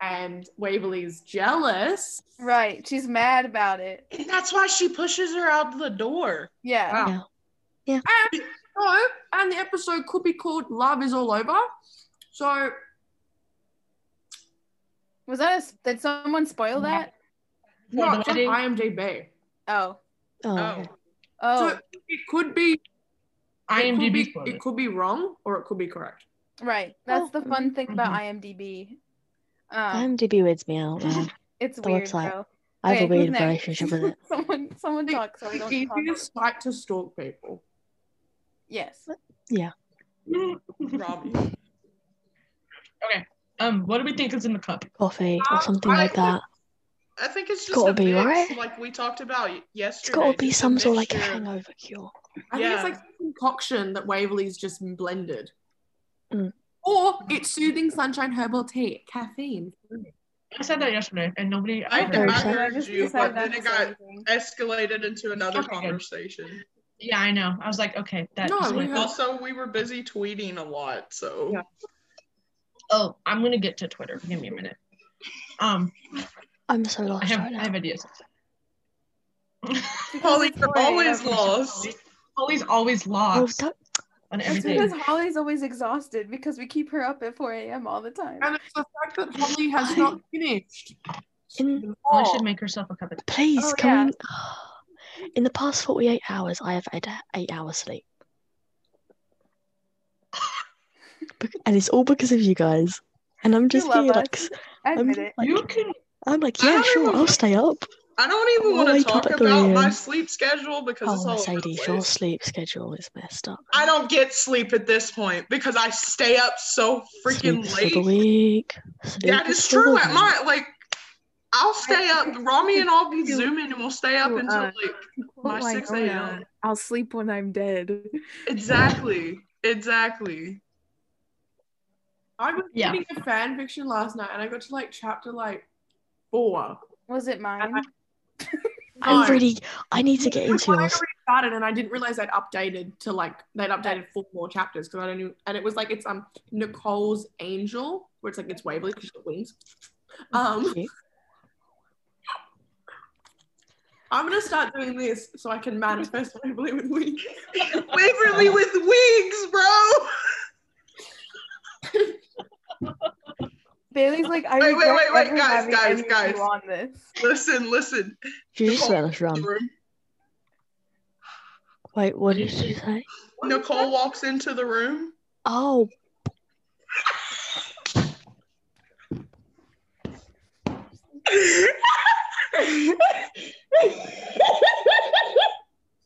Speaker 3: and Waverly's jealous.
Speaker 5: Right. She's mad about it.
Speaker 4: And that's why she pushes her out the door.
Speaker 5: Yeah.
Speaker 3: Wow. And so, and the episode could be called Love is All Over. So,
Speaker 5: Was that a, s- did someone spoil that?
Speaker 2: For the
Speaker 3: not just
Speaker 2: wedding.
Speaker 3: IMDb.
Speaker 5: Oh.
Speaker 6: Oh,
Speaker 4: Oh,
Speaker 6: okay.
Speaker 5: Oh.
Speaker 3: So it could be It could
Speaker 2: IMDb
Speaker 3: be-
Speaker 2: quoted.
Speaker 3: it could be wrong or it could be correct.
Speaker 5: Right. That's
Speaker 6: Oh.
Speaker 5: the fun thing
Speaker 2: Mm-hmm.
Speaker 5: about IMDb. Um,
Speaker 6: IMDb weirds
Speaker 2: *laughs*
Speaker 6: me out. Man.
Speaker 5: it's
Speaker 6: the
Speaker 5: weird,
Speaker 6: website.
Speaker 5: bro.
Speaker 6: I
Speaker 5: Okay,
Speaker 6: have a
Speaker 5: who's
Speaker 6: weird
Speaker 5: next? *laughs*
Speaker 6: relationship with it.
Speaker 5: someone, someone
Speaker 3: The-
Speaker 5: talk so we
Speaker 3: The
Speaker 5: don't talk.
Speaker 3: easiest site to stalk people.
Speaker 5: Yes.
Speaker 4: Robbie.
Speaker 2: *laughs* um, what do we think is in the cup?
Speaker 6: Coffee or
Speaker 4: Um,
Speaker 6: something
Speaker 4: I
Speaker 6: like
Speaker 4: would-
Speaker 6: that.
Speaker 4: I think it's just
Speaker 6: gotta
Speaker 4: a
Speaker 6: be,
Speaker 4: mix,
Speaker 6: right?
Speaker 4: like we talked about y-
Speaker 6: It's
Speaker 4: yesterday.
Speaker 6: got to be
Speaker 4: just a
Speaker 6: some sort of like a
Speaker 4: mixture of-
Speaker 6: hangover cure.
Speaker 3: I
Speaker 4: Yeah.
Speaker 3: think it's like a concoction that Waverley's just blended.
Speaker 6: Mm.
Speaker 3: Or it's soothing sunshine herbal tea, caffeine.
Speaker 2: I said that yesterday, and nobody.
Speaker 4: I
Speaker 2: heard
Speaker 4: think
Speaker 2: it.
Speaker 4: I
Speaker 6: Sorry,
Speaker 4: heard you, but
Speaker 5: decided not
Speaker 4: then
Speaker 5: to
Speaker 4: it
Speaker 5: say
Speaker 4: got
Speaker 5: anything.
Speaker 4: escalated into another
Speaker 2: Okay, good.
Speaker 4: conversation.
Speaker 2: Yeah, I know. I was like, okay, that.
Speaker 3: No,
Speaker 2: is
Speaker 3: we
Speaker 2: what-
Speaker 3: heard-
Speaker 4: Also, we were busy tweeting a lot, so
Speaker 3: Yeah.
Speaker 2: oh, I'm gonna get to Twitter. Give me a minute. Um,
Speaker 6: I'm so
Speaker 2: I
Speaker 6: lost
Speaker 2: have
Speaker 6: right
Speaker 2: I
Speaker 6: now.
Speaker 2: have ideas.
Speaker 5: Because
Speaker 4: Holly,
Speaker 5: it's
Speaker 4: you're
Speaker 5: Holly,
Speaker 4: always
Speaker 2: *laughs*
Speaker 5: yeah.
Speaker 4: lost.
Speaker 2: Always, always
Speaker 6: Oh,
Speaker 2: lost
Speaker 6: that-
Speaker 2: on
Speaker 5: That's
Speaker 2: everything.
Speaker 5: because Holly's always exhausted because we keep her up at 4 a.m. all the time.
Speaker 3: And it's the fact that Holly has
Speaker 6: I- *laughs*
Speaker 3: not finished.
Speaker 6: in,
Speaker 2: Holly
Speaker 3: Oh.
Speaker 2: should make herself a cup of tea.
Speaker 6: please,
Speaker 5: Oh,
Speaker 6: can we? *gasps* In the past 48 hours, I have had eight
Speaker 5: *laughs*
Speaker 6: hours sleep. Bec- and it's all because of you guys. And I'm just
Speaker 5: you love
Speaker 6: here, like,
Speaker 5: us.
Speaker 6: s- I'm
Speaker 5: Admit
Speaker 6: just
Speaker 5: it.
Speaker 6: like,
Speaker 2: you can.
Speaker 6: I'm like,
Speaker 4: I
Speaker 6: yeah,
Speaker 4: don't
Speaker 6: sure,
Speaker 4: even-
Speaker 6: I'll stay up.
Speaker 4: I don't even
Speaker 6: I'll
Speaker 4: want to
Speaker 6: wake up
Speaker 4: talk
Speaker 6: at 3
Speaker 4: about my
Speaker 6: a.m.
Speaker 4: sleep schedule because
Speaker 6: Oh,
Speaker 4: it's all over
Speaker 6: Mercedes,
Speaker 4: the
Speaker 6: your
Speaker 4: place.
Speaker 6: sleep schedule is messed up.
Speaker 4: I don't get sleep at this point because I stay up so freaking
Speaker 6: Sleeps for the
Speaker 4: late.
Speaker 6: week.
Speaker 4: That
Speaker 6: sleeps
Speaker 4: is
Speaker 6: for the
Speaker 4: true. At
Speaker 6: week.
Speaker 4: my like, I'll stay up. Rami and I'll be
Speaker 5: Do-
Speaker 4: zooming, and we'll stay up
Speaker 5: do,
Speaker 4: until
Speaker 5: uh,
Speaker 4: like my
Speaker 5: Like,
Speaker 4: 6
Speaker 5: oh, yeah,
Speaker 4: a.m.
Speaker 5: I'll sleep when I'm dead.
Speaker 4: Exactly. Exactly.
Speaker 3: I was
Speaker 2: Yeah.
Speaker 3: reading a fan fiction last night and I got to like chapter like four.
Speaker 5: Was it mine?
Speaker 6: I'm
Speaker 3: No.
Speaker 6: really, I need to get
Speaker 3: It was
Speaker 6: into
Speaker 3: when I
Speaker 6: yours.
Speaker 3: restarted and I didn't realize I'd updated to like they'd updated four more chapters because I don't know and it was like it's um Nicole's Angel where it's like it's Waverly because she's got wings. Um,
Speaker 6: Cute.
Speaker 3: I'm gonna start doing this so I can manifest Waverly with wings.
Speaker 4: Waverly with wigs, bro.
Speaker 5: *laughs* Bailey's like, I
Speaker 4: Wait, wait,
Speaker 5: regret
Speaker 4: wait, wait,
Speaker 5: ever
Speaker 4: guys,
Speaker 5: having
Speaker 4: guys,
Speaker 5: any of you
Speaker 4: guys.
Speaker 5: on this.
Speaker 4: Listen, listen.
Speaker 6: You just let us run. Wait, what did you say?
Speaker 4: Nicole walks into the room.
Speaker 6: Oh,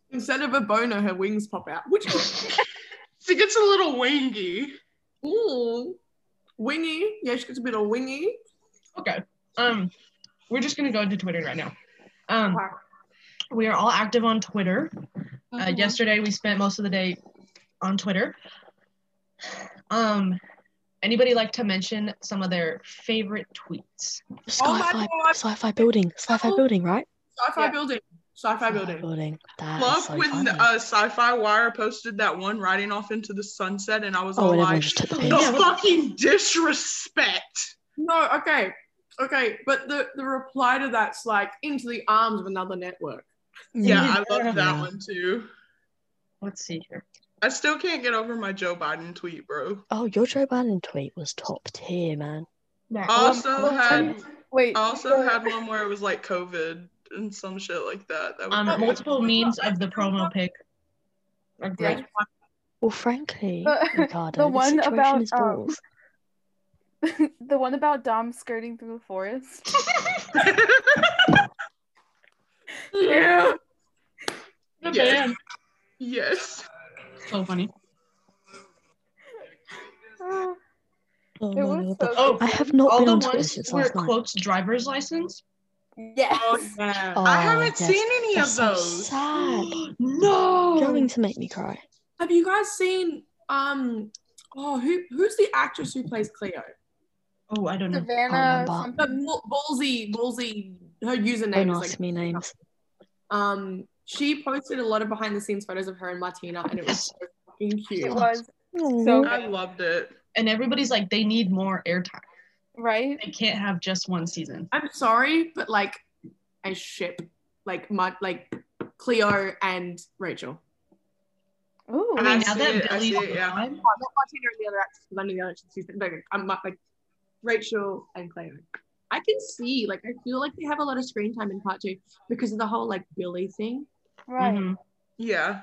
Speaker 3: Instead of a boner, her wings pop out, which is
Speaker 4: She gets a little wingy.
Speaker 3: ooh, wingy. Yeah, she gets a bit of wingy.
Speaker 2: Okay. Um, we're just gonna go into Twitter right now. Um,
Speaker 3: Alright.
Speaker 2: we are all active on Twitter. Uh, yesterday we spent most of the day on Twitter. Um, anybody like to mention some of their favorite tweets?
Speaker 4: Oh
Speaker 6: sci-fi,
Speaker 3: God.
Speaker 6: sci-fi building, sci-fi building, right?
Speaker 3: Sci-fi
Speaker 5: Yeah.
Speaker 3: building. Sci-fi building.
Speaker 6: building. That is
Speaker 4: Love
Speaker 6: so
Speaker 4: when
Speaker 6: funny.
Speaker 4: uh, Sci-Fi Wire posted that one riding off into the sunset, and I was
Speaker 6: oh,
Speaker 4: all
Speaker 6: and everyone
Speaker 4: like, *laughs*
Speaker 6: just took the
Speaker 4: "The
Speaker 6: piss.
Speaker 2: Yeah.
Speaker 4: fucking disrespect."
Speaker 3: No, okay, okay, but the the reply to that's like into the arms of another network.
Speaker 4: Yeah, I love that
Speaker 6: Yeah.
Speaker 4: one too.
Speaker 2: Let's see here.
Speaker 4: I still can't get over my Joe Biden tweet, bro.
Speaker 6: Oh, your Joe Biden tweet was top tier, man.
Speaker 4: Also had
Speaker 5: Wait.
Speaker 4: also had one where it was like COVID and some shit like that. That was
Speaker 2: Um,
Speaker 4: great.
Speaker 2: multiple memes of the promo pic. Are great.
Speaker 6: Well,
Speaker 5: *laughs*
Speaker 6: frankly,
Speaker 5: The-
Speaker 6: Ricardo,
Speaker 5: the
Speaker 6: the,
Speaker 5: one
Speaker 6: situation
Speaker 5: about,
Speaker 6: is
Speaker 5: um,
Speaker 6: balls.
Speaker 5: the one about Dom skirting through the forest.
Speaker 4: *laughs*
Speaker 3: Yeah.
Speaker 2: Good
Speaker 4: Yes.
Speaker 2: man.
Speaker 4: *laughs* yes.
Speaker 2: So funny.
Speaker 5: Oh,
Speaker 6: Oh,
Speaker 5: it
Speaker 6: my
Speaker 5: was
Speaker 6: lord.
Speaker 5: so
Speaker 2: Oh,
Speaker 6: I
Speaker 5: good.
Speaker 6: have not
Speaker 2: All
Speaker 6: been
Speaker 2: the
Speaker 6: on Twitter
Speaker 2: ones
Speaker 6: since
Speaker 2: where
Speaker 6: last
Speaker 2: it
Speaker 6: night.
Speaker 2: quotes driver's license.
Speaker 5: *laughs* Yes.
Speaker 3: Oh yeah.
Speaker 6: oh,
Speaker 4: I haven't
Speaker 6: yes.
Speaker 4: seen any
Speaker 6: They're
Speaker 4: of
Speaker 6: so
Speaker 4: those. *gasps*
Speaker 6: sad.
Speaker 2: *gasps* no.
Speaker 6: Going to make me cry.
Speaker 3: Have you guys seen um oh who who's the actress who plays Cleo?
Speaker 2: Oh, I don't know.
Speaker 5: Savannah.
Speaker 6: remember.
Speaker 3: The
Speaker 5: something.
Speaker 3: ball- ballsy ballsy her username
Speaker 6: Don't
Speaker 3: is
Speaker 6: ask
Speaker 3: like
Speaker 6: me names.
Speaker 3: um she posted a lot of behind the scenes photos of her and Martina and it was so fucking
Speaker 5: It
Speaker 3: cute.
Speaker 5: was
Speaker 6: Oh,
Speaker 5: so
Speaker 4: I loved it.
Speaker 2: And everybody's like, they need more airtime.
Speaker 5: right.
Speaker 2: They can't have just one season.
Speaker 3: I'm sorry, but like a ship. Like my like Cleo and Rachel.
Speaker 5: Ooh.
Speaker 2: I
Speaker 4: I
Speaker 2: mean,
Speaker 4: see
Speaker 2: now that
Speaker 4: it, I
Speaker 2: Billy's
Speaker 4: see it, yeah.
Speaker 2: gone,
Speaker 3: Oh, not Martina and the other actress, because I knew the other actress. who's- no, no, I'm not like Rachel and Cleo. I can see, like, I feel like they have a lot of
Speaker 4: mm-hmm.
Speaker 3: screen time in part two because of the whole like Billy thing.
Speaker 5: right.
Speaker 2: mhm.
Speaker 4: Yeah.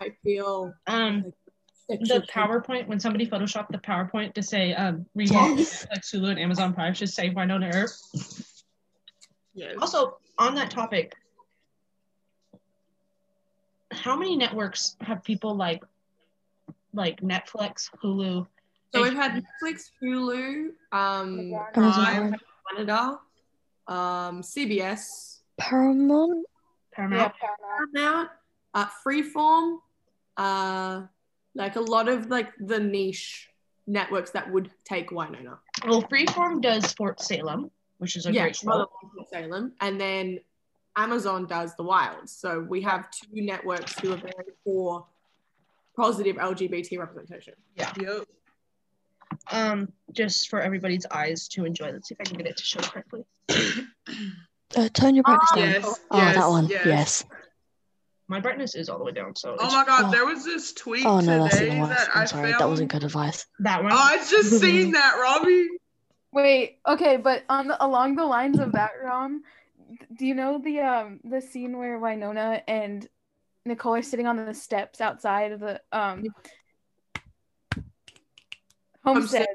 Speaker 3: I feel
Speaker 2: mm-hmm. Um,
Speaker 3: sexual
Speaker 2: the PowerPoint when somebody photoshopped the PowerPoint to say um, read
Speaker 3: Yes.
Speaker 2: like Sulu and Amazon Prime should say Winona Earp.
Speaker 4: Yes.
Speaker 2: Also, on that topic, how many networks have people like, like Netflix, Hulu?
Speaker 3: So we've had Netflix, Hulu, um,
Speaker 5: Amazon
Speaker 3: Prime,
Speaker 6: Prime.
Speaker 3: Canada, um, CBS,
Speaker 6: Paramount.
Speaker 5: Yeah,
Speaker 2: Paramount.
Speaker 5: Paramount.
Speaker 3: Paramount, uh, Freeform, uh, like a lot of like the niche networks that would take Winona.
Speaker 2: Well, Freeform does Fort Salem, which is a
Speaker 3: yeah,
Speaker 2: great
Speaker 3: Mother
Speaker 2: show.
Speaker 3: Lawrence and Salem, and then Amazon does the wild. So we have two networks who are very for positive LGBT representation.
Speaker 4: Yep.
Speaker 2: Um, just for everybody's eyes to enjoy. Let's see if I can get it to show correctly.
Speaker 6: Uh, turn your brightness down.
Speaker 4: Ah, Yes.
Speaker 6: oh,
Speaker 4: yes,
Speaker 6: that one.
Speaker 4: Yes.
Speaker 6: Yes.
Speaker 2: My brightness is all the way down, so
Speaker 4: Oh
Speaker 2: it's-
Speaker 4: my God,
Speaker 6: Oh.
Speaker 4: there was this tweet
Speaker 6: Oh no, that's
Speaker 4: today
Speaker 6: even worse.
Speaker 4: that
Speaker 6: I'm
Speaker 4: I
Speaker 6: sorry.
Speaker 4: found.
Speaker 6: That wasn't good advice.
Speaker 2: that one.
Speaker 4: Oh, I just seen that, Robbie.
Speaker 5: Wait, okay, but on the, along the lines of that, Rom, do you know the um the scene where Winona and Nicole are sitting on the steps outside of the um homestead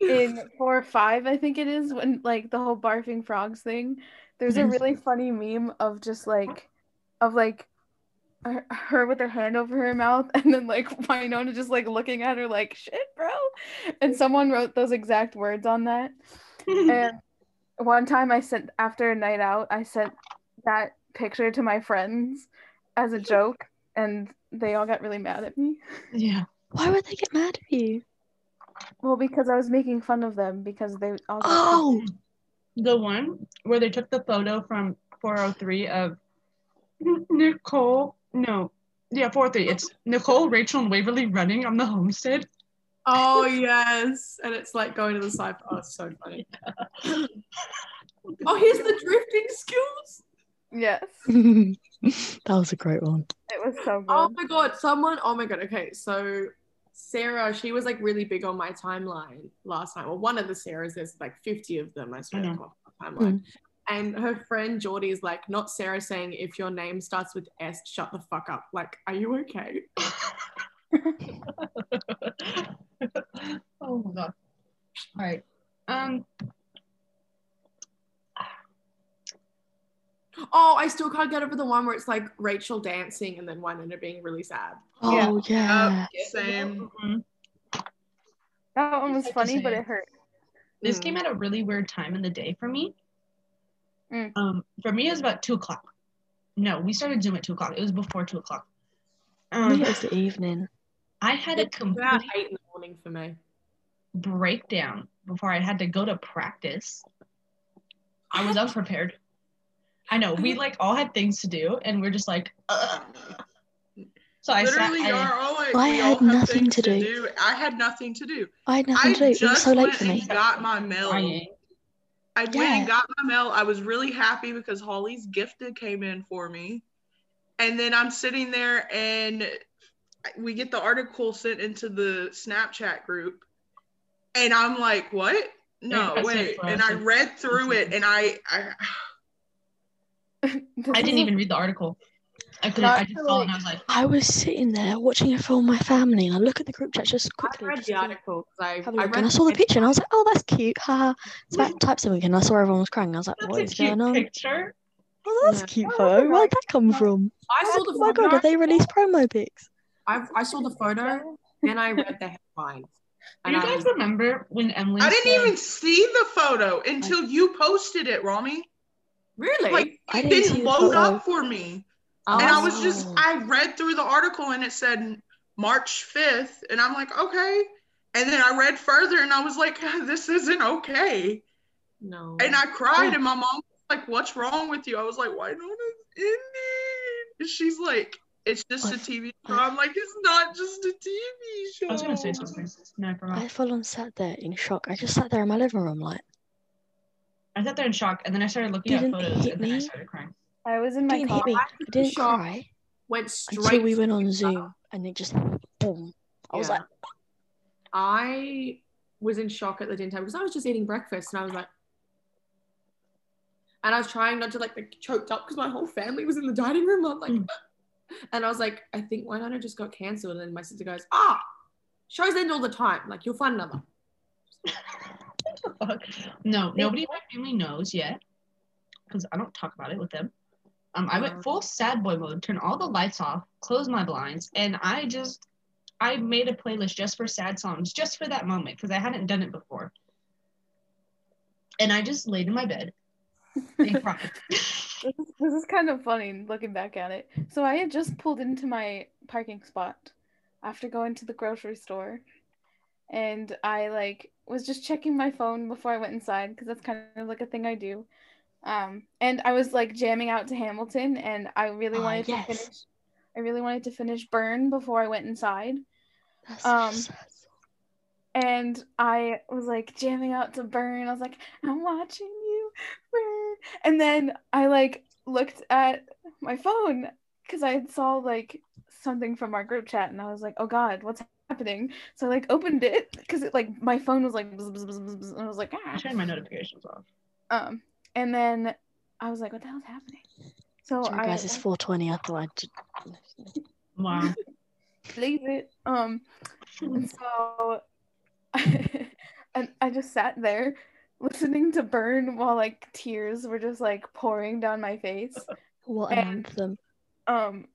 Speaker 5: in four or five, I think it is, when like the whole barfing frogs thing. There's a
Speaker 2: Mhm.
Speaker 5: really funny meme of just like of like her- her with her hand over her mouth *laughs* and then like Winona just like looking at her like shit bro and someone wrote those exact words on that and one time I sent after a night out, I sent that picture to my friends as a joke, and they all got really mad at me.
Speaker 2: *laughs* yeah.
Speaker 6: Why would they get mad at you?
Speaker 5: Well, because I was making fun of them because they all. Got
Speaker 6: Oh,
Speaker 2: The one where they took the photo from 403 of N- Nicole. No. Yeah, 403. It's Nicole, Rachel, and Waverly running on the homestead. *laughs*
Speaker 3: *laughs* Oh yes, and it's like going to the side. Oh, it's so funny. Oh, here's the drifting skills.
Speaker 5: Yes, it
Speaker 6: *laughs* that was a great one.
Speaker 5: was so good.
Speaker 3: Oh my god, someone. Oh my god. Okay, so Sarah, she was like really big on my timeline last night. Well, one of the Sarahs, there's like 50 of them. I swear
Speaker 2: I know.
Speaker 6: Mm-hmm.
Speaker 3: on my timeline. And her friend Geordie is like, not Sarah saying if your name starts with S, shut the fuck up. Like, are you okay?
Speaker 2: oh my god. All right. Um,
Speaker 3: Oh, I still can't get over the one where it's like Rachel dancing and then one ended up being really sad.
Speaker 2: Yeah.
Speaker 6: Oh *laughs* yeah.
Speaker 4: Yep. Same.
Speaker 2: mhm.
Speaker 5: that one was
Speaker 2: Like I
Speaker 5: funny, but
Speaker 2: said.
Speaker 5: it hurt.
Speaker 2: this
Speaker 3: Mm.
Speaker 2: came at a really weird time in the day for me.
Speaker 5: Mm.
Speaker 2: Um, for me, it was about two o'clock. No, we started Zoom at two o'clock. It was before two o'clock. Um,
Speaker 6: It was the evening.
Speaker 2: I had a
Speaker 3: About
Speaker 2: complete
Speaker 3: eight in the morning for me.
Speaker 2: breakdown before I had to go to practice. I was unprepared. I know we like all had things to do, and we're just like, Ugh.
Speaker 4: Mm.
Speaker 2: so I sat.
Speaker 4: Literally,
Speaker 2: I-
Speaker 4: you are all like,
Speaker 6: I
Speaker 4: we
Speaker 6: had
Speaker 4: all have
Speaker 6: nothing
Speaker 4: things
Speaker 6: to do.
Speaker 4: I had nothing to do.
Speaker 6: I had nothing
Speaker 4: I
Speaker 6: to do. It was
Speaker 4: just
Speaker 6: so late
Speaker 4: went
Speaker 6: for me.
Speaker 4: and got my mail. I
Speaker 2: crying.
Speaker 4: went
Speaker 6: Yeah.
Speaker 4: and got my mail. I was really happy because Holly's gifted came in for me. And then I'm sitting there and we get the article sent into the Snapchat group. And I'm like, what? No,
Speaker 2: It was sent
Speaker 4: wait.
Speaker 2: for
Speaker 4: And
Speaker 2: us.
Speaker 4: I read through it and I, I
Speaker 5: This
Speaker 2: I
Speaker 5: is
Speaker 2: didn't
Speaker 5: a-
Speaker 2: even read the article. I couldn't.
Speaker 5: Not
Speaker 2: I just
Speaker 5: to,
Speaker 2: saw it
Speaker 5: like-
Speaker 2: and I was like,
Speaker 6: I was sitting there watching it film with my family, and I look at the group chat just
Speaker 3: I
Speaker 6: quickly.
Speaker 3: read
Speaker 6: just
Speaker 3: the
Speaker 6: to
Speaker 3: article because I,
Speaker 6: Have a
Speaker 3: I
Speaker 6: look, and
Speaker 3: read
Speaker 6: I saw the picture, and I was like, "Oh, that's cute!" Haha. It's about to type something, and I saw everyone was crying. I was like,
Speaker 2: "That's
Speaker 6: "What
Speaker 2: a
Speaker 6: is
Speaker 2: cute
Speaker 6: going on?"
Speaker 2: picture."
Speaker 6: Oh, that's
Speaker 3: Yeah.
Speaker 6: a cute
Speaker 5: Oh,
Speaker 6: photo.
Speaker 5: that's
Speaker 6: Where'd
Speaker 5: right.
Speaker 6: that come from?
Speaker 3: I saw the
Speaker 6: oh my god,
Speaker 3: photo.
Speaker 6: have they released promo pics?
Speaker 3: I, I saw the photo, then I read the headline.
Speaker 2: Do
Speaker 3: And
Speaker 2: you
Speaker 3: I
Speaker 2: guys
Speaker 3: was,
Speaker 2: remember when Emily?
Speaker 4: I didn't
Speaker 2: said-
Speaker 4: even see the photo until you posted it, Rami.
Speaker 3: really?
Speaker 4: Like,
Speaker 6: I
Speaker 4: it
Speaker 6: didn't see
Speaker 4: didn't
Speaker 6: the
Speaker 4: load
Speaker 6: photo.
Speaker 4: up for me.
Speaker 3: Oh,
Speaker 4: and I
Speaker 6: Oh.
Speaker 4: was just I read through the article and it said March 5th and I'm like okay and then I read further and I was like *laughs* this isn't okay
Speaker 3: no.
Speaker 4: and I cried and my mom was like what's wrong with you I was like why don't it ending and she's like it's just a
Speaker 6: I've-
Speaker 4: TV show I'm like it's not just a TV show
Speaker 2: I was gonna say something.
Speaker 4: Oh,
Speaker 2: No, I forgot.
Speaker 6: I full on sat there in shock. I just sat there in my living room, like,
Speaker 2: I sat there in shock, and then I started looking at
Speaker 6: Didn't
Speaker 2: photos,
Speaker 6: hit
Speaker 2: and then I
Speaker 6: me.
Speaker 2: started crying.
Speaker 5: *laughs* I was in my
Speaker 6: didn't hit
Speaker 5: car.
Speaker 6: me. I
Speaker 3: was
Speaker 6: didn't
Speaker 3: shocked.
Speaker 6: cry
Speaker 3: Went
Speaker 6: until
Speaker 3: straight.
Speaker 6: we went on Zoom, and it just boom. I was
Speaker 3: Yeah.
Speaker 6: like,
Speaker 3: I was in shock at the dinner table because I was just eating breakfast and I was like,
Speaker 6: Hmm.
Speaker 3: and I was trying not to like get choked up because my whole family was in the dining room. I'm like,
Speaker 2: Mm.
Speaker 3: *gasps* And I was like, I think Winona just got cancelled. And my sister goes, ah, shows end all the time. Like, you'll find another.
Speaker 2: Fuck. No, nobody in my family knows yet because I don't talk about it with them. Um, I
Speaker 5: Oh.
Speaker 2: went full sad boy mode, turned all the lights off, closed my blinds, and I just I made a playlist just for sad songs, just for that moment because I hadn't done it before. And I just laid in my
Speaker 5: *laughs*
Speaker 2: bed and cried. *laughs*
Speaker 5: This is, this is kind of funny looking back at it. So I had just pulled into my parking spot after going to the grocery store, and I like was just checking my phone before I went inside because that's kind of like a thing I do. Um, and I was like jamming out to Hamilton, and I really
Speaker 6: Ah,
Speaker 5: wanted
Speaker 6: yes.
Speaker 5: to finish. I really wanted to finish Burn before I went inside.
Speaker 6: That's
Speaker 5: Um,
Speaker 6: so sad.
Speaker 5: and I was like jamming out to Burn. I was like, I'm watching you burn. And then I like looked at my phone because I saw like something from our group chat and I was like, oh God, what's happening? So I like opened it because it like my phone was like, bzz, bzz, bzz, bzz, bzz, and I was like,
Speaker 2: I
Speaker 5: ah.
Speaker 2: turned my notifications off.
Speaker 5: Um, and then I was like, what the hell's happening? So
Speaker 6: Sorry,
Speaker 5: I
Speaker 6: guys, it's 420. I thought I'd. just-
Speaker 5: *laughs*
Speaker 2: Wow.
Speaker 5: leave it. Um, and so, *laughs* and I just sat there listening to Burn while like tears were just like pouring down
Speaker 2: *laughs*
Speaker 5: my face.
Speaker 6: What an
Speaker 5: And-
Speaker 6: anthem.
Speaker 5: Um,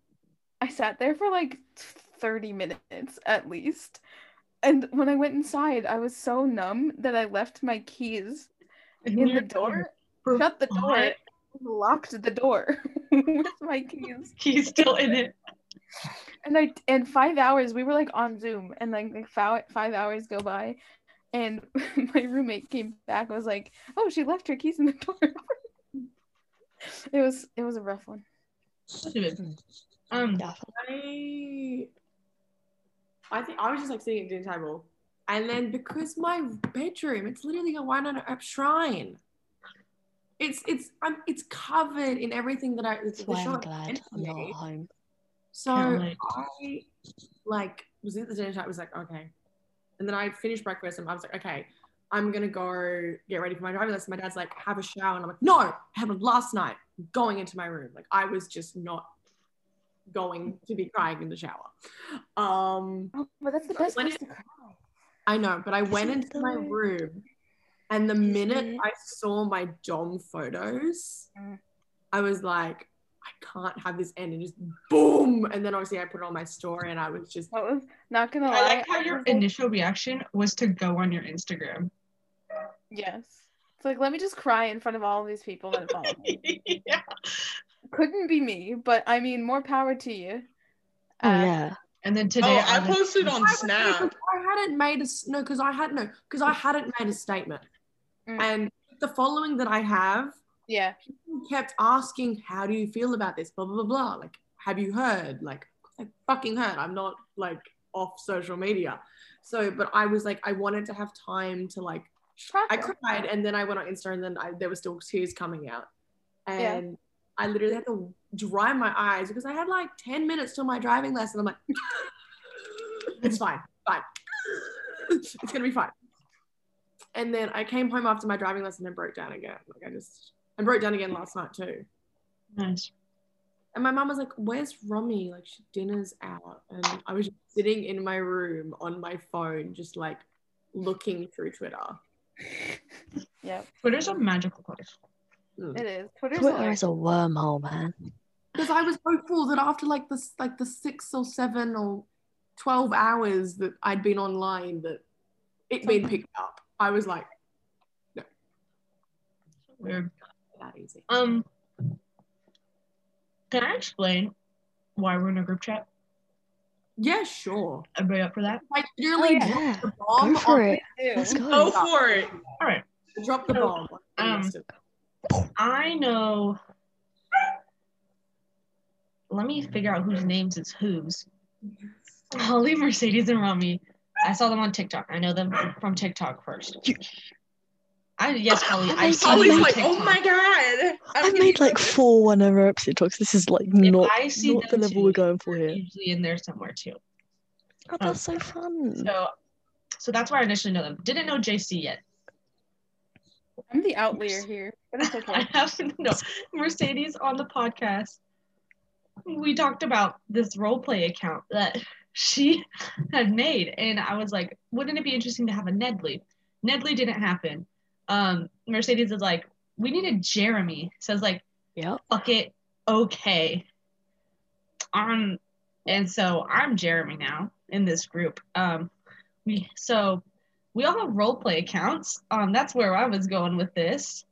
Speaker 5: I sat there for like 30 minutes at least. And when I went inside, I was so numb that I left my keys in the door,
Speaker 2: For
Speaker 5: shut the door,
Speaker 2: what?
Speaker 5: and locked the door *laughs* with my keys.
Speaker 2: He's still in it.
Speaker 5: and I and five hours we were like on Zoom and like, like five five hours go by, and *laughs* my roommate came back and was like, "Oh, she left her keys in the door." *laughs* it was it was a rough one.
Speaker 2: Must have been. Um,
Speaker 6: Yeah,
Speaker 3: I, I think I was just like sitting at dinner table, and then because my bedroom, it's literally a Winona Earp shrine. It's it's I'm it's covered in everything that I.
Speaker 6: that's why I'm glad I'm not at home.
Speaker 3: So
Speaker 2: Can't relate.
Speaker 3: I like was at the dinner table. I was like, okay, and then I finished breakfast, and I was like, okay, I'm gonna go get ready for my driving lesson. My dad's like, have a shower, and I'm like, no, it happened last night. I'm going into my room, like I was just not going to be crying in the shower. Um,
Speaker 5: Oh, but that's the
Speaker 3: But
Speaker 5: best
Speaker 3: when
Speaker 5: place
Speaker 3: it-
Speaker 5: to cry.
Speaker 3: I know, but I went
Speaker 6: Isn't
Speaker 3: into my
Speaker 6: there-
Speaker 3: room, and the
Speaker 6: Isn't
Speaker 3: minute
Speaker 6: it-
Speaker 3: I saw my Dom photos,
Speaker 5: Mm.
Speaker 3: I was like, I can't have this end, and just boom, and then obviously I put it on my story, and I was just
Speaker 5: That was not gonna lie.
Speaker 2: I like how
Speaker 5: I
Speaker 2: your
Speaker 5: was like,
Speaker 2: initial reaction was to go on your
Speaker 5: *laughs*
Speaker 2: Instagram.
Speaker 5: yes. It's like let me just cry in front of all of these people that follow
Speaker 3: *laughs*
Speaker 5: me.
Speaker 2: yeah.
Speaker 5: Couldn't be me, but I mean, more power to you.
Speaker 6: Oh,
Speaker 5: Uh,
Speaker 6: yeah.
Speaker 2: And then today
Speaker 4: Oh, I
Speaker 2: was-
Speaker 4: posted on Snap.
Speaker 3: I hadn't made a s- no because I had no because I hadn't made a statement,
Speaker 5: Mm.
Speaker 3: and the following that I have
Speaker 5: yeah.
Speaker 3: people kept asking, "How do you feel about this?" Blah blah blah blah. Like, have you heard? Like, I fucking heard. I'm not like off social media, so but I was like, I wanted to have time to like. I
Speaker 5: Proper.
Speaker 3: cried, and then I went on Insta, and then I, there were still tears coming out,
Speaker 5: Yeah.
Speaker 3: and I literally had to dry my eyes because I had like ten minutes till my driving lesson. I'm like, *laughs* it's fine, fine, *laughs* it's gonna be fine. And then I came home after my driving lesson and broke down again. Like I just, I broke down again last night too.
Speaker 2: Nice.
Speaker 3: And my mom was like, "Where's Romy? Like, she dinner's out." And I was just sitting in my room on my phone, just like looking through Twitter.
Speaker 5: Yep.
Speaker 2: Twitter's a magical place.
Speaker 5: It
Speaker 3: Because
Speaker 5: is. Twitter's
Speaker 6: Twitter
Speaker 5: hilarious.
Speaker 6: is a wormhole, man.
Speaker 3: I was hopeful that after like the like the six or seven or twelve hours that I'd been online, that it being picked up. I was like,
Speaker 2: Weird.
Speaker 3: that easy.
Speaker 2: Um, can I explain why we're in a group chat?
Speaker 3: Yeah, sure.
Speaker 2: Everybody up for that?
Speaker 3: Like literally,
Speaker 5: yeah.
Speaker 6: Yeah.
Speaker 3: drop the
Speaker 6: Go
Speaker 3: bomb.
Speaker 6: for
Speaker 3: on-
Speaker 6: it.
Speaker 5: Ew.
Speaker 6: Let's go.
Speaker 4: Go for it.
Speaker 2: All right.
Speaker 3: Drop the bomb.
Speaker 2: Um, I know. Let me figure out whose names is whose. Holly, Mercedes, and Rami. I saw them on TikTok. I know them from TikTok first. I yes, Holly.
Speaker 6: That
Speaker 2: I
Speaker 6: makes
Speaker 2: saw
Speaker 6: sense.
Speaker 2: them
Speaker 4: Holly's
Speaker 2: on
Speaker 4: like,
Speaker 2: TikTok.
Speaker 4: oh my god.
Speaker 6: I've made like four one hour episode talks. This is like
Speaker 2: If
Speaker 6: not,
Speaker 2: I see
Speaker 6: not the
Speaker 2: them
Speaker 6: level
Speaker 2: too,
Speaker 6: we're going for
Speaker 2: they're
Speaker 6: here.
Speaker 2: Usually in there somewhere too.
Speaker 6: Oh, that's so fun.
Speaker 2: So, so that's where I initially know them. Didn't know JC yet.
Speaker 5: *laughs*
Speaker 2: *laughs*
Speaker 5: I'm the *laughs* outlier here, but it's okay.
Speaker 2: I have no Mercedes on the podcast. we talked about this role play account that *laughs* she had made, and I was like, wouldn't it be interesting to have a Nedley? Nedley didn't happen. Um, Mercedes is like, we need a Jeremy. Says like,
Speaker 6: Yep.
Speaker 2: fuck it, okay. Um, and so I'm Jeremy now in this group. Um, we so we all have role play accounts. Um, that's where I was going with this.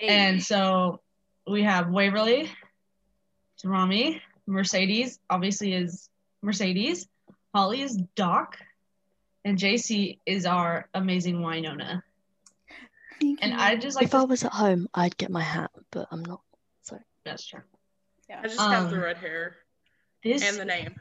Speaker 2: And so we have Waverly, Rami, Mercedes, obviously is Mercedes, Holly is Doc, and JC is our amazing Winona. And I just like
Speaker 6: if I
Speaker 2: to,
Speaker 6: was at home, I'd get my hat, but I'm not.
Speaker 2: that's true.
Speaker 4: I just have the
Speaker 2: Um,
Speaker 4: red hair
Speaker 2: This
Speaker 4: and the name.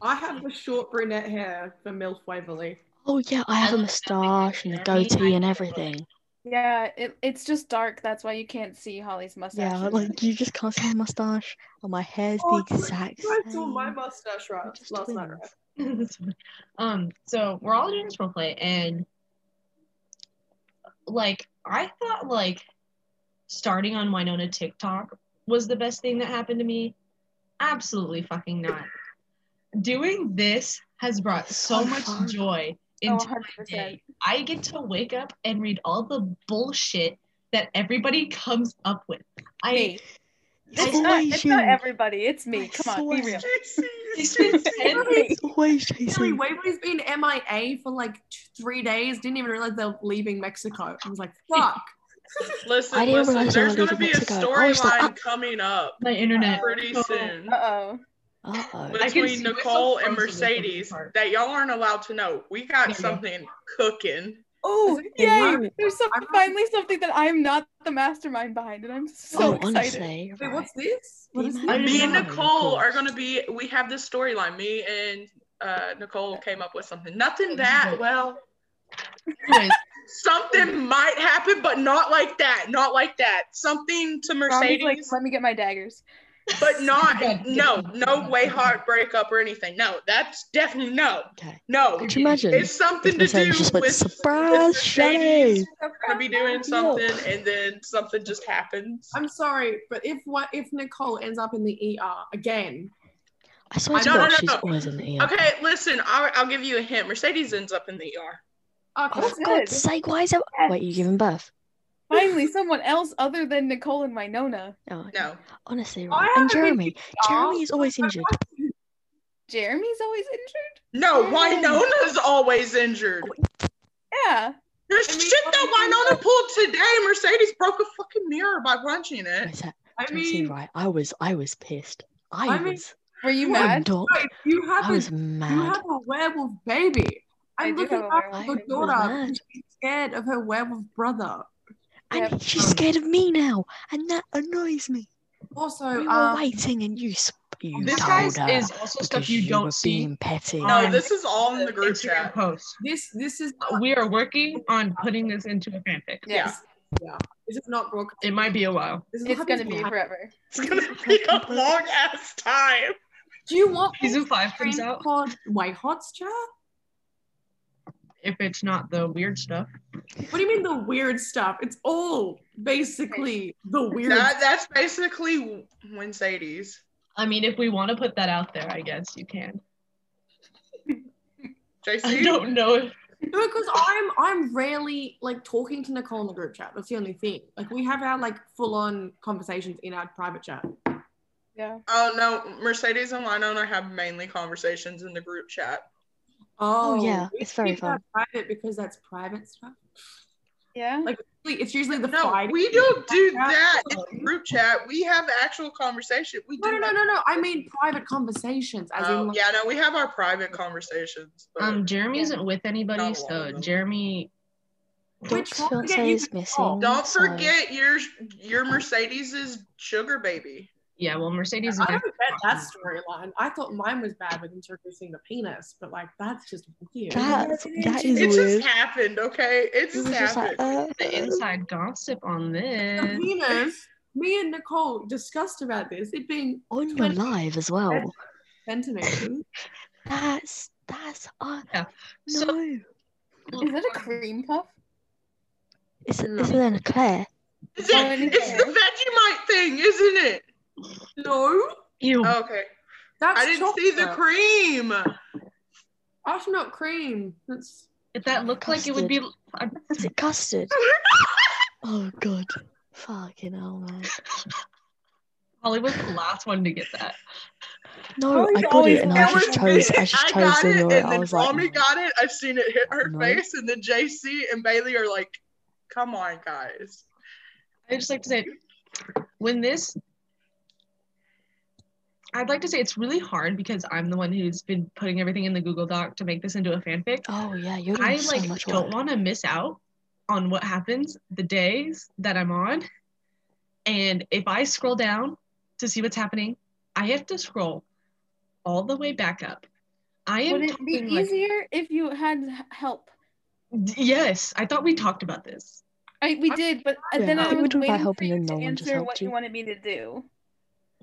Speaker 3: I have the short brunette hair for MILF Waverly.
Speaker 6: Oh yeah, I have a
Speaker 2: I-
Speaker 6: moustache and a
Speaker 2: I mean,
Speaker 6: goatee
Speaker 2: I-
Speaker 6: and everything.
Speaker 5: yeah, it, it's just dark. That's why you can't see Holly's mustache.
Speaker 6: Yeah, like you just can't see my moustache, and my hair's
Speaker 3: Oh,
Speaker 6: the exact
Speaker 3: You guys saw
Speaker 6: same.
Speaker 3: my mustache right
Speaker 6: We're just
Speaker 3: last night,
Speaker 6: twins.
Speaker 3: right?
Speaker 2: That's funny. *laughs* um, so we're all doing this role play, and like I thought, like starting on Winona TikTok was the best thing that happened to me. Absolutely fucking not. Doing this has brought so
Speaker 6: So
Speaker 2: much
Speaker 6: fun.
Speaker 2: joy
Speaker 5: Oh,
Speaker 2: into
Speaker 5: 100%.
Speaker 2: day. I get to wake up and read all the bullshit that everybody comes up with. I
Speaker 5: Me.
Speaker 6: It's
Speaker 5: It's,
Speaker 2: I-
Speaker 5: not,
Speaker 6: always
Speaker 5: it's
Speaker 6: you.
Speaker 5: not everybody. It's me.
Speaker 6: I
Speaker 5: Come on, be
Speaker 6: swear.
Speaker 5: real.
Speaker 2: *laughs* I spent
Speaker 4: *laughs*
Speaker 2: 10
Speaker 6: It's *laughs* always
Speaker 3: Really,
Speaker 6: JC.
Speaker 3: Waverly's been MIA for like t- three days. Didn't even realize they were leaving Mexico. I was like, fuck.
Speaker 4: Listen,
Speaker 6: I didn't
Speaker 4: listen,
Speaker 6: realize I
Speaker 4: there's
Speaker 6: was
Speaker 4: going to
Speaker 6: leaving
Speaker 4: be a
Speaker 6: Mexico. I was like, "Ah."
Speaker 4: storyline coming up
Speaker 2: my internet.
Speaker 4: pretty soon
Speaker 5: Uh-oh.
Speaker 6: Uh oh.
Speaker 2: I can
Speaker 4: between
Speaker 2: see myself
Speaker 4: Nicole
Speaker 2: frozen
Speaker 4: and
Speaker 2: with this
Speaker 4: Mercedes
Speaker 2: part.
Speaker 4: that y'all aren't allowed to know. We
Speaker 2: There
Speaker 4: got
Speaker 2: you go.
Speaker 4: something cooking.
Speaker 5: Oh,
Speaker 6: Yay.
Speaker 5: yay! There's some,
Speaker 3: I'm-
Speaker 5: finally something that I'm not the mastermind behind, and I'm so
Speaker 6: oh,
Speaker 5: excited.
Speaker 6: honestly,
Speaker 3: Wait,
Speaker 6: right.
Speaker 3: what's this? What
Speaker 6: The
Speaker 3: is
Speaker 6: amount
Speaker 2: I
Speaker 3: this?
Speaker 2: didn't
Speaker 4: Me and
Speaker 2: know, of
Speaker 4: Nicole are
Speaker 6: course.
Speaker 4: going to be, we have this storyline. Me and uh, Nicole came up with something. Nothing that, well,
Speaker 2: Anyways,
Speaker 4: something might happen, but not like that. Not like that. Something to
Speaker 5: Rami's like,
Speaker 4: Mercedes,
Speaker 5: let me get my daggers.
Speaker 2: *laughs*
Speaker 4: but
Speaker 2: Yeah,
Speaker 4: not, no,
Speaker 2: yeah.
Speaker 4: no way hard breakup or anything. No, that's definitely no.
Speaker 6: Okay.
Speaker 4: No.
Speaker 6: Could you imagine?
Speaker 4: It's something to
Speaker 6: Mercedes
Speaker 4: do
Speaker 6: just went,
Speaker 4: with
Speaker 6: "Surprise,
Speaker 4: with
Speaker 6: Shelley!"
Speaker 4: gonna be doing something, and then something just happens.
Speaker 3: I'm sorry, but if what if Nicole ends up in the ER again?
Speaker 6: I swear
Speaker 4: I-
Speaker 6: to
Speaker 4: no, no,
Speaker 6: God,
Speaker 4: no,
Speaker 6: she's
Speaker 4: no.
Speaker 6: always in the ER.
Speaker 4: Okay, listen, I'll, I'll give you a hint. Mercedes ends up in the ER.
Speaker 3: Okay.
Speaker 6: Oh, for God's sake, why is it? Wait, you giving birth?
Speaker 5: Finally, someone else other than Nicole and Winona.
Speaker 6: Oh, okay.
Speaker 4: No,
Speaker 3: I
Speaker 6: Honestly, right. And
Speaker 3: haven't been
Speaker 6: Jeremy. Jeremy is always injured.
Speaker 5: Jeremy's always injured?
Speaker 4: no,
Speaker 6: Mm.
Speaker 4: Winona's always injured.
Speaker 5: Yeah.
Speaker 4: There's
Speaker 3: I mean,
Speaker 4: shit that Winona pulled today. Mercedes broke a fucking mirror by punching
Speaker 6: Wait,
Speaker 4: it.
Speaker 6: is that
Speaker 3: I
Speaker 6: JC
Speaker 3: mean,
Speaker 6: right? I was, I was pissed. I,
Speaker 3: I mean,
Speaker 6: was,
Speaker 5: Were you
Speaker 3: What?
Speaker 5: mad?
Speaker 6: not,
Speaker 3: wait, you
Speaker 6: I
Speaker 3: have a
Speaker 6: was
Speaker 3: You
Speaker 6: mad.
Speaker 3: have a werewolf baby.
Speaker 5: I
Speaker 3: I'm
Speaker 5: do
Speaker 3: looking
Speaker 5: have a
Speaker 3: after
Speaker 5: werewolf
Speaker 3: the
Speaker 5: baby.
Speaker 3: daughter.
Speaker 6: Mad.
Speaker 3: because She's scared of her werewolf brother.
Speaker 6: And
Speaker 5: Yep.
Speaker 6: she's scared of me now, and that annoys me.
Speaker 3: Also,
Speaker 6: We were
Speaker 3: um,
Speaker 6: waiting, and you, sp- you
Speaker 2: this
Speaker 6: told
Speaker 2: guys
Speaker 6: her
Speaker 2: is also stuff
Speaker 6: because
Speaker 2: you
Speaker 6: were
Speaker 2: don't see.
Speaker 6: being petty.
Speaker 4: No,
Speaker 2: Um,
Speaker 4: this is all in the group
Speaker 2: Instagram
Speaker 4: chat.
Speaker 2: post.
Speaker 3: this this is
Speaker 2: We are working on putting this into a fanfic.
Speaker 5: Yes.
Speaker 3: this is not broadcast.
Speaker 2: It might be a while.
Speaker 3: This is
Speaker 5: It's
Speaker 3: not-
Speaker 5: going to be
Speaker 6: Yeah.
Speaker 5: forever.
Speaker 4: It's gonna be a long ass time.
Speaker 3: Do you want
Speaker 2: Season five comes out.
Speaker 3: called White Hotster?
Speaker 2: If it's not the weird stuff,
Speaker 3: What do you mean the weird stuff? It's all basically the weird.
Speaker 4: That, that's basically Wednesdays.
Speaker 2: I mean, if we want to put that out there, I guess you can. I
Speaker 4: JC,
Speaker 2: don't know. If,
Speaker 3: No, because I'm I'm rarely like talking to Nicole in the group chat. That's the only thing. Like we have our like full on conversations in our private chat.
Speaker 5: Yeah.
Speaker 4: oh no, Mercedes and Winona have mainly conversations in the group chat.
Speaker 3: Oh,
Speaker 6: yeah,
Speaker 3: we
Speaker 6: it's very
Speaker 3: keep that Private because that's private stuff.
Speaker 5: Yeah.
Speaker 3: Like usually- it's usually the
Speaker 4: No,
Speaker 3: Friday.
Speaker 4: we don't do
Speaker 3: Yeah.
Speaker 4: that in the group chat. We have actual conversation. We
Speaker 3: No,
Speaker 4: do.
Speaker 3: no, no,
Speaker 4: have-
Speaker 3: no, no. I mean private conversations, as
Speaker 4: Oh,
Speaker 3: in like,
Speaker 4: yeah, no, we have our private conversations. But
Speaker 2: um, Jeremy
Speaker 5: Yeah.
Speaker 2: isn't with anybody,
Speaker 4: Not
Speaker 2: so
Speaker 4: one of them.
Speaker 2: Jeremy.
Speaker 3: which
Speaker 6: Doc's
Speaker 3: one did
Speaker 6: fiance
Speaker 3: you
Speaker 6: is
Speaker 3: get
Speaker 6: missing.
Speaker 3: involved?
Speaker 4: don't
Speaker 6: so-
Speaker 4: forget your your Mercedes's sugar baby.
Speaker 2: Yeah, well, Mercedes is.
Speaker 3: I don't
Speaker 2: next.
Speaker 3: bet that storyline. I thought mine was bad with introducing the penis, but like that's just weird.
Speaker 6: That, that is
Speaker 4: It
Speaker 6: weird.
Speaker 4: just happened, okay? It
Speaker 6: It
Speaker 4: just
Speaker 6: was just like,
Speaker 4: happened.
Speaker 6: uh,
Speaker 2: The inside gossip on
Speaker 3: the
Speaker 2: this.
Speaker 3: penis. Me and Nicole discussed about this. It being
Speaker 6: on your
Speaker 3: 20
Speaker 6: live as well.
Speaker 4: *laughs*
Speaker 3: centimeters.
Speaker 6: That's that's uh,
Speaker 2: Yeah.
Speaker 6: no.
Speaker 2: So-
Speaker 5: Is that a cream puff?
Speaker 6: it's
Speaker 2: No.
Speaker 6: it's an eclair.
Speaker 4: It's, it,
Speaker 5: Oh, and
Speaker 4: it's the Vegemite thing, isn't it?
Speaker 3: No,
Speaker 6: Ew.
Speaker 4: Okay.
Speaker 3: Oh, That's
Speaker 4: I didn't see the
Speaker 3: chocolate.
Speaker 4: cream.
Speaker 3: That's not cream. That's
Speaker 2: If that looked like it would be, uh, I-
Speaker 6: Is it custard? oh god. Fucking hell, man.
Speaker 2: Holly was the last one to get that.
Speaker 6: No,
Speaker 3: Oh,
Speaker 6: I
Speaker 3: you
Speaker 6: got
Speaker 3: always
Speaker 6: it, and
Speaker 3: know
Speaker 6: I just
Speaker 4: was
Speaker 6: chose.
Speaker 4: me. *laughs*
Speaker 6: I just chose
Speaker 4: got
Speaker 6: the
Speaker 4: it,
Speaker 6: lure.
Speaker 4: and
Speaker 6: I
Speaker 4: then
Speaker 6: was like, "Mm,
Speaker 4: Romy got it. I've seen it hit her
Speaker 6: No.
Speaker 4: face, and then JC and Bailey are like, "Come on, guys."
Speaker 2: I just like to say, when this, I'd like to say it's really hard because I'm the one who's been putting everything in the Google Doc to make this into a fanfic.
Speaker 6: oh yeah, you're doing
Speaker 2: I
Speaker 6: so
Speaker 2: like
Speaker 6: much
Speaker 2: don't
Speaker 6: work.
Speaker 2: want to miss out on what happens the days that I'm on. And if I scroll down to see what's happening, I have to scroll all the way back up. I am
Speaker 5: Would it be
Speaker 2: talking like-
Speaker 5: easier if you had h- help?
Speaker 2: yes, I thought we talked about this.
Speaker 5: I, we
Speaker 4: I'm-
Speaker 5: did, but and then
Speaker 6: Yeah,
Speaker 5: I was
Speaker 6: we talked about
Speaker 5: waiting
Speaker 6: help
Speaker 5: for
Speaker 6: and
Speaker 5: you
Speaker 6: then
Speaker 5: to
Speaker 6: no one just
Speaker 5: answer
Speaker 6: helped
Speaker 5: what
Speaker 6: you.
Speaker 5: you wanted me to do.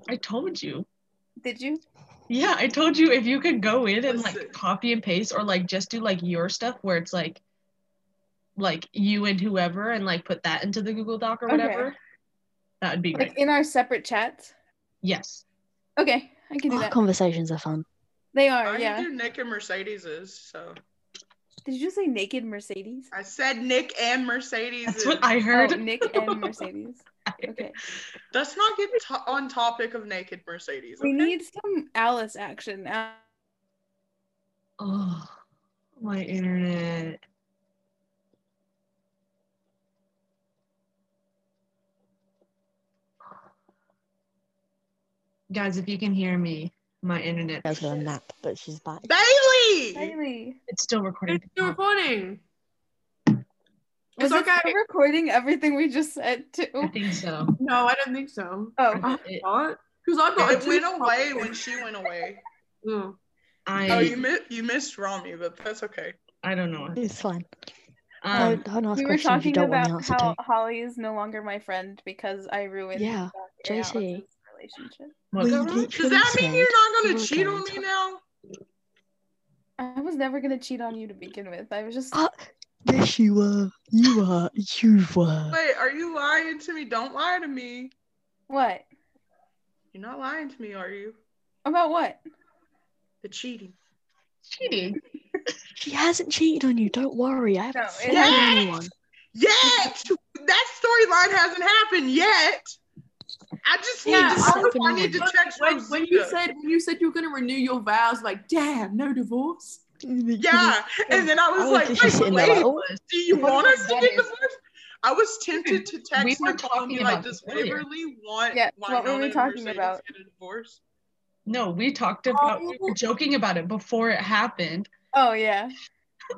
Speaker 2: I told you.
Speaker 5: Did you?
Speaker 2: Yeah, I told you if you could go in and like
Speaker 4: Listen.
Speaker 2: copy and paste or like just do like your stuff where it's like like you and whoever and like put that into the Google Doc or
Speaker 5: Okay.
Speaker 2: whatever, that would be great.
Speaker 5: Like in our separate chats?
Speaker 2: yes.
Speaker 5: Okay, I can do
Speaker 6: Our
Speaker 5: that.
Speaker 6: Oh, conversations are fun.
Speaker 5: They
Speaker 4: I
Speaker 5: are,
Speaker 4: yeah.
Speaker 5: Oh, yeah.
Speaker 4: do Nick and Mercedes's. So
Speaker 5: Did you say naked Mercedes?
Speaker 4: I said Nick and Mercedes.
Speaker 2: That's what I
Speaker 5: Oh,
Speaker 2: heard.
Speaker 5: Nick
Speaker 3: *laughs*
Speaker 5: and Mercedes.
Speaker 2: *laughs*
Speaker 5: Okay.
Speaker 4: Let's not get to- on topic of naked Mercedes.
Speaker 5: We
Speaker 4: okay?
Speaker 5: need some Alice action. Al-
Speaker 2: Oh, my internet. Guys, if you can hear me, my internet.
Speaker 6: Girl's
Speaker 2: *laughs*
Speaker 6: got a nap, but she's back.
Speaker 4: Bailey.
Speaker 5: Bailey.
Speaker 2: It's still recording.
Speaker 3: it's still recording.
Speaker 5: Was
Speaker 3: It's
Speaker 5: it
Speaker 3: okay.
Speaker 5: still recording everything we just said
Speaker 2: I
Speaker 5: too?
Speaker 2: think so.
Speaker 3: No, I don't think so.
Speaker 5: *laughs* Oh.
Speaker 2: Uh, It-
Speaker 3: Because I've got a
Speaker 4: It went
Speaker 3: two-
Speaker 4: away when she went away.
Speaker 3: Mm.
Speaker 2: I,
Speaker 4: Oh, you mi- you missed Rami, but that's okay.
Speaker 2: I don't know.
Speaker 6: It's fine. Oh,
Speaker 2: Um,
Speaker 6: don't, don't ask
Speaker 5: we were
Speaker 6: questions
Speaker 5: talking
Speaker 6: you don't want the
Speaker 5: about
Speaker 6: answer
Speaker 5: how
Speaker 6: to.
Speaker 5: Holly is no longer my friend because I ruined
Speaker 6: Yeah,
Speaker 5: Doc and
Speaker 6: JC.
Speaker 5: Alex's relationship.
Speaker 2: what
Speaker 6: we
Speaker 2: got wrong?
Speaker 4: Does
Speaker 6: literally
Speaker 4: that mean
Speaker 6: said
Speaker 4: you're not
Speaker 6: we
Speaker 4: gonna
Speaker 6: were
Speaker 4: cheat
Speaker 6: going
Speaker 4: on
Speaker 6: to-
Speaker 4: me now?
Speaker 5: I was never gonna cheat on you to begin with. I was just
Speaker 6: Ah, yes, you were. You were. You were.
Speaker 4: Wait, are you lying to me? Don't lie to me.
Speaker 5: what
Speaker 4: You're not lying to me, are you?
Speaker 5: about what?
Speaker 4: The cheating.
Speaker 2: Cheating.
Speaker 6: She hasn't cheated on you. Don't worry. I haven't
Speaker 5: No,
Speaker 6: said
Speaker 5: it-
Speaker 6: it to
Speaker 4: Yes!
Speaker 6: anyone.
Speaker 4: Yet that storyline hasn't happened yet. I just need
Speaker 3: Yeah,
Speaker 4: to.
Speaker 3: I
Speaker 4: know.
Speaker 6: was
Speaker 4: I need to
Speaker 6: annoyed.
Speaker 4: text
Speaker 3: When, when you
Speaker 4: Rosita.
Speaker 3: said when you said you were gonna renew your vows, like damn, no divorce.
Speaker 4: Yeah, and then I was
Speaker 6: I was
Speaker 4: like,
Speaker 6: just
Speaker 4: "Wait,
Speaker 6: sitting there
Speaker 4: wait,
Speaker 6: like, oh.
Speaker 4: do you
Speaker 2: What
Speaker 4: want
Speaker 2: about
Speaker 4: us to
Speaker 2: that
Speaker 4: get
Speaker 2: is-
Speaker 4: divorced?" I was tempted to text
Speaker 2: We were
Speaker 4: Nicole and
Speaker 2: talking
Speaker 4: be like,
Speaker 2: about
Speaker 4: "Does
Speaker 2: this earlier.
Speaker 4: Waverly want
Speaker 5: Yeah,
Speaker 4: Winona
Speaker 5: what were we
Speaker 4: and
Speaker 5: talking
Speaker 4: Mercedes
Speaker 5: about?
Speaker 4: get a divorce?"
Speaker 2: No, we talked about, we were joking about it before it happened.
Speaker 5: Oh yeah,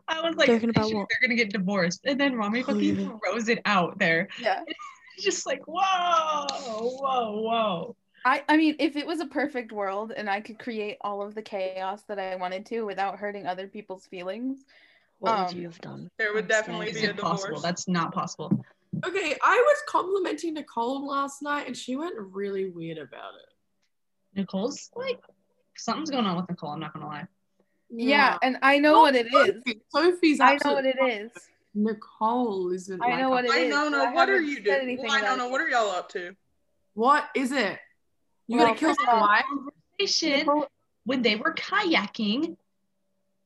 Speaker 2: I was like,
Speaker 6: Joking about
Speaker 2: "They should-
Speaker 6: what?
Speaker 2: they're going to get divorced. And then Rami
Speaker 6: Oh,
Speaker 2: fucking
Speaker 6: yeah.
Speaker 2: throws it out there.
Speaker 5: yeah.
Speaker 2: It's just like, whoa, whoa, whoa.
Speaker 5: I I mean, if it was a perfect world and I could create all of the chaos that I wanted to without hurting other people's feelings,
Speaker 6: What would
Speaker 5: Um,
Speaker 6: you have done?
Speaker 4: There would
Speaker 6: I'm
Speaker 4: definitely
Speaker 2: Is
Speaker 4: be a
Speaker 6: scared.
Speaker 2: it possible?
Speaker 4: divorce.
Speaker 2: That's not possible.
Speaker 3: Okay, I was complimenting Nicole last night, and she went really weird about it.
Speaker 2: Nicole's like, something's going on with Nicole. I'm not going to lie.
Speaker 5: yeah. And I know what it is.
Speaker 3: Sophie- Sophie's.
Speaker 5: I know what
Speaker 3: absolutely-
Speaker 5: it is.
Speaker 3: Nicole isn't.
Speaker 5: I
Speaker 3: like
Speaker 5: know
Speaker 3: a-
Speaker 5: what it is. but
Speaker 4: Winona,
Speaker 5: I
Speaker 4: what are
Speaker 5: haven't
Speaker 4: you
Speaker 5: said
Speaker 4: doing?
Speaker 5: anything about
Speaker 4: Winona,
Speaker 5: it.
Speaker 4: what are y'all up to?
Speaker 3: What is it? You
Speaker 5: Well,
Speaker 3: gonna kill
Speaker 5: first of all,
Speaker 3: someone?
Speaker 2: Conversation
Speaker 5: Nicole-
Speaker 2: when they were kayaking.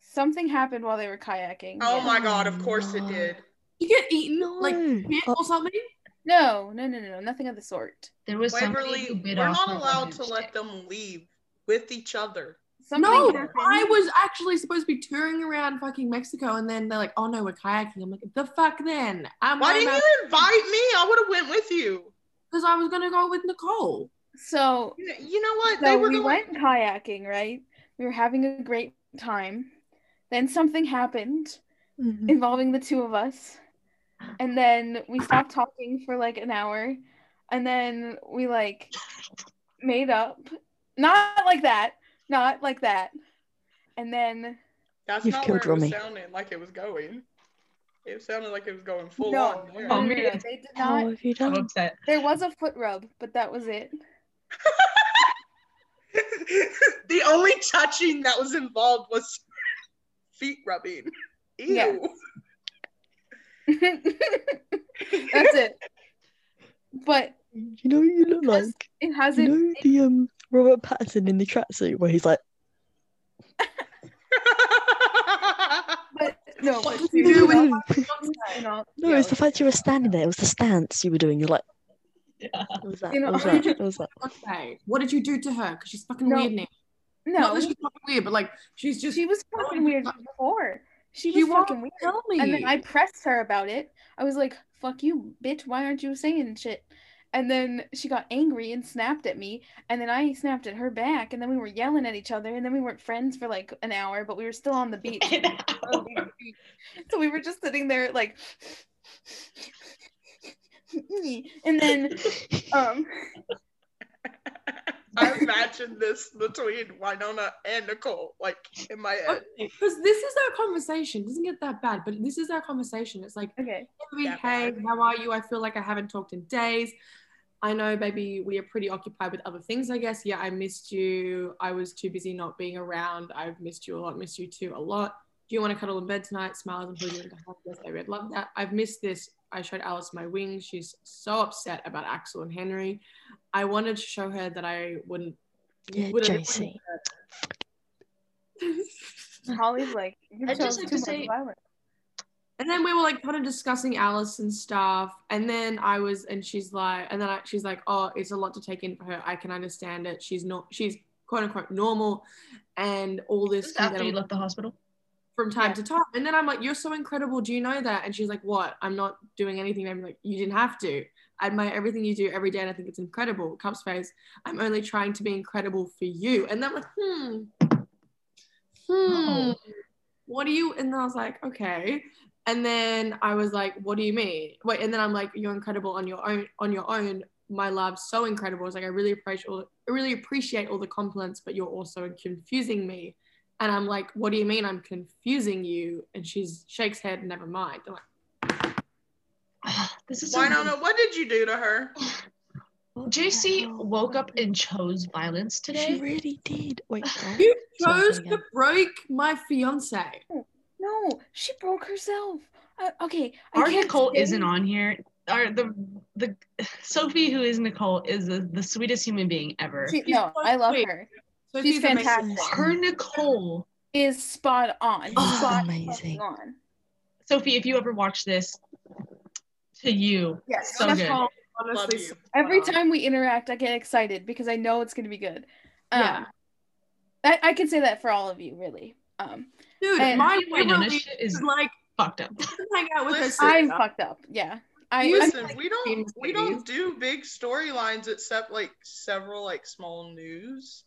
Speaker 5: Something happened while they were kayaking.
Speaker 4: Oh
Speaker 5: yeah.
Speaker 4: my God! Of course it
Speaker 6: no.
Speaker 4: did.
Speaker 3: You get eaten like
Speaker 6: No.
Speaker 3: shit
Speaker 6: Oh,
Speaker 3: or something?
Speaker 5: No, no, no, no, no, nothing of the sort.
Speaker 2: There was somebody who
Speaker 4: Waverly, we're
Speaker 2: bit off
Speaker 4: not
Speaker 2: her
Speaker 4: allowed
Speaker 2: orange
Speaker 4: to let
Speaker 2: stick.
Speaker 4: them leave with each other.
Speaker 5: Something
Speaker 3: no,
Speaker 5: happened.
Speaker 3: I was actually supposed to be touring around fucking Mexico, and then they're like, "Oh no, we're kayaking." I'm like, "The fuck then?" I'm
Speaker 4: Why didn't you invite me? I would have went with you.
Speaker 3: Because I was gonna go with Nicole.
Speaker 5: So,
Speaker 4: You know, you know what?
Speaker 5: so
Speaker 4: they were
Speaker 5: we
Speaker 4: going.
Speaker 5: went kayaking, right? We were having a great time. Then something happened
Speaker 1: Mm-hmm.
Speaker 2: Mm-hmm.
Speaker 6: mhm.
Speaker 5: involving the two of us. And then we stopped talking for like an hour. And then we like made up. Not like that. Not like that. And then
Speaker 4: That's
Speaker 6: You've
Speaker 4: not
Speaker 6: killed
Speaker 4: where it was
Speaker 6: Romy.
Speaker 4: sounding like it was going. It sounded like it was going full
Speaker 5: no,
Speaker 4: on. There.
Speaker 5: Oh, no, no, no, no,
Speaker 2: man.
Speaker 5: they did
Speaker 6: How
Speaker 5: not.
Speaker 6: have you
Speaker 2: I'm
Speaker 6: done?
Speaker 2: upset.
Speaker 5: There was a foot rub, but that was it.
Speaker 4: *laughs*
Speaker 5: *laughs*
Speaker 4: the only touching that was involved was *laughs* feet rubbing. Ew.
Speaker 5: Yeah. *laughs* That's it. But
Speaker 6: You know what you look
Speaker 5: Because
Speaker 6: like?
Speaker 5: it
Speaker 6: You
Speaker 5: hasn't.
Speaker 6: know the um Robert Pattinson in the tracksuit where he's like,
Speaker 5: But no,
Speaker 3: What
Speaker 5: but
Speaker 3: did you do
Speaker 5: seriously,
Speaker 3: when-
Speaker 6: "Mm-hmm."
Speaker 5: in all-
Speaker 6: No, it's the fact you were standing there. It was the stance you were doing. You're like,
Speaker 2: Yeah.
Speaker 6: it was that.
Speaker 5: You know,
Speaker 6: it was
Speaker 5: I
Speaker 6: that.
Speaker 3: just-
Speaker 6: It was that.
Speaker 3: Okay, what did you do to her? Because she's fucking
Speaker 5: No.
Speaker 3: weird now. Not
Speaker 5: no,
Speaker 3: that she's fucking weird, but like she's just.
Speaker 5: she was fucking weird before. She was
Speaker 3: You won't
Speaker 5: fucking weird.
Speaker 3: tell me.
Speaker 5: And then I pressed her about it. I was like, fuck you, bitch, why aren't you saying shit? And then she got angry and snapped at me. And then I snapped at her back. And then we were yelling at each other. And then we weren't friends for like an hour, but we were still on the
Speaker 2: *laughs*
Speaker 5: beach. *laughs* so we were just sitting there like. *laughs* and then um,
Speaker 4: *laughs* I imagine this between Winona and Nicole, like in my head.
Speaker 3: Because this is our conversation. It doesn't get that bad, but this is our conversation. It's like,
Speaker 5: okay.
Speaker 3: hey,
Speaker 4: Yeah,
Speaker 3: hey,
Speaker 4: man.
Speaker 3: how are you? I feel like I haven't talked in days. I know, baby, we are pretty occupied with other things, I guess. Yeah, I missed you. I was too busy not being around. I've missed you a lot, missed you too a lot. Do you want to cuddle in bed tonight? Smiles and put you into hug. Yes, I would love that. I've missed this. I showed Alice my wings. She's so upset about Axel and Henry. I wanted to show her that I wouldn't.
Speaker 6: Yeah,
Speaker 3: wouldn't- *laughs*
Speaker 6: JC.
Speaker 5: Holly's like, you
Speaker 2: I
Speaker 5: chose
Speaker 2: just like
Speaker 5: too
Speaker 2: to
Speaker 5: much
Speaker 2: say-
Speaker 5: violence.
Speaker 3: And then we were like kind of discussing Alice and stuff. And then I was, and she's like, and then I, she's like, oh, it's a lot to take in for her. I can understand it. She's not, she's quote unquote normal, and all this
Speaker 2: Just after you
Speaker 3: that'll-
Speaker 2: left the hospital. *sighs*
Speaker 3: from time
Speaker 5: Yeah.
Speaker 3: to time. And then I'm like, you're so incredible. Do you know that? And she's like, what? I'm not doing anything. I'm like, you didn't have to. I admire everything you do every day, and I think it's incredible. Cups face. I'm only trying to be incredible for you. And then I'm like, hmm, hmm,
Speaker 2: Oh.
Speaker 3: what do you? And then I was like, okay. And then I was like, what do you mean? Wait. And then I'm like, you're incredible on your own. On your own, my love, so incredible. It's like I really appreciate all. I really appreciate all the compliments, but you're also confusing me. And I'm like, what do you mean I'm confusing you? And she's shakes head, never mind. I'm like,
Speaker 2: this is so
Speaker 4: Winona, what did you do to her?
Speaker 6: What the
Speaker 2: JC
Speaker 6: hell?
Speaker 2: woke up and chose violence
Speaker 6: She
Speaker 2: today.
Speaker 6: really did. Wait,
Speaker 3: *laughs*
Speaker 6: what?
Speaker 3: you
Speaker 6: Sorry, say
Speaker 3: chose
Speaker 6: again.
Speaker 3: to break my fiance.
Speaker 5: No, she broke herself. Uh, okay, I
Speaker 2: Our
Speaker 5: can't
Speaker 2: Nicole
Speaker 5: say-
Speaker 2: isn't on here. Our the the Sophie who is Nicole is the, the sweetest human being ever.
Speaker 5: She, no, I love
Speaker 3: Wait.
Speaker 5: her.
Speaker 3: So
Speaker 5: She's fantastic.
Speaker 2: Her Nicole.
Speaker 5: Is spot on.
Speaker 6: Oh,
Speaker 5: spot
Speaker 6: amazing.
Speaker 5: fucking on.
Speaker 2: Sophie, if you ever watch this, to you.
Speaker 5: Yes,
Speaker 2: So
Speaker 5: that's
Speaker 2: good.
Speaker 5: all.
Speaker 4: Love
Speaker 3: Honestly,
Speaker 4: you.
Speaker 5: Every time we interact, I get excited because I know it's gonna be good. Um,
Speaker 3: Yeah.
Speaker 5: I, I can say that for all of you, really. Um,
Speaker 3: dude,
Speaker 5: And-
Speaker 3: my
Speaker 2: Winona
Speaker 3: literally
Speaker 2: shit is
Speaker 3: is like
Speaker 2: fucked up.
Speaker 3: hang
Speaker 2: *laughs*
Speaker 3: out with her.
Speaker 4: Listen,
Speaker 5: I'm
Speaker 3: sister.
Speaker 5: fucked up. Yeah, I.
Speaker 3: You
Speaker 5: I'm-
Speaker 4: Listen, we don't
Speaker 3: James
Speaker 4: we don't do big storylines except like several like small news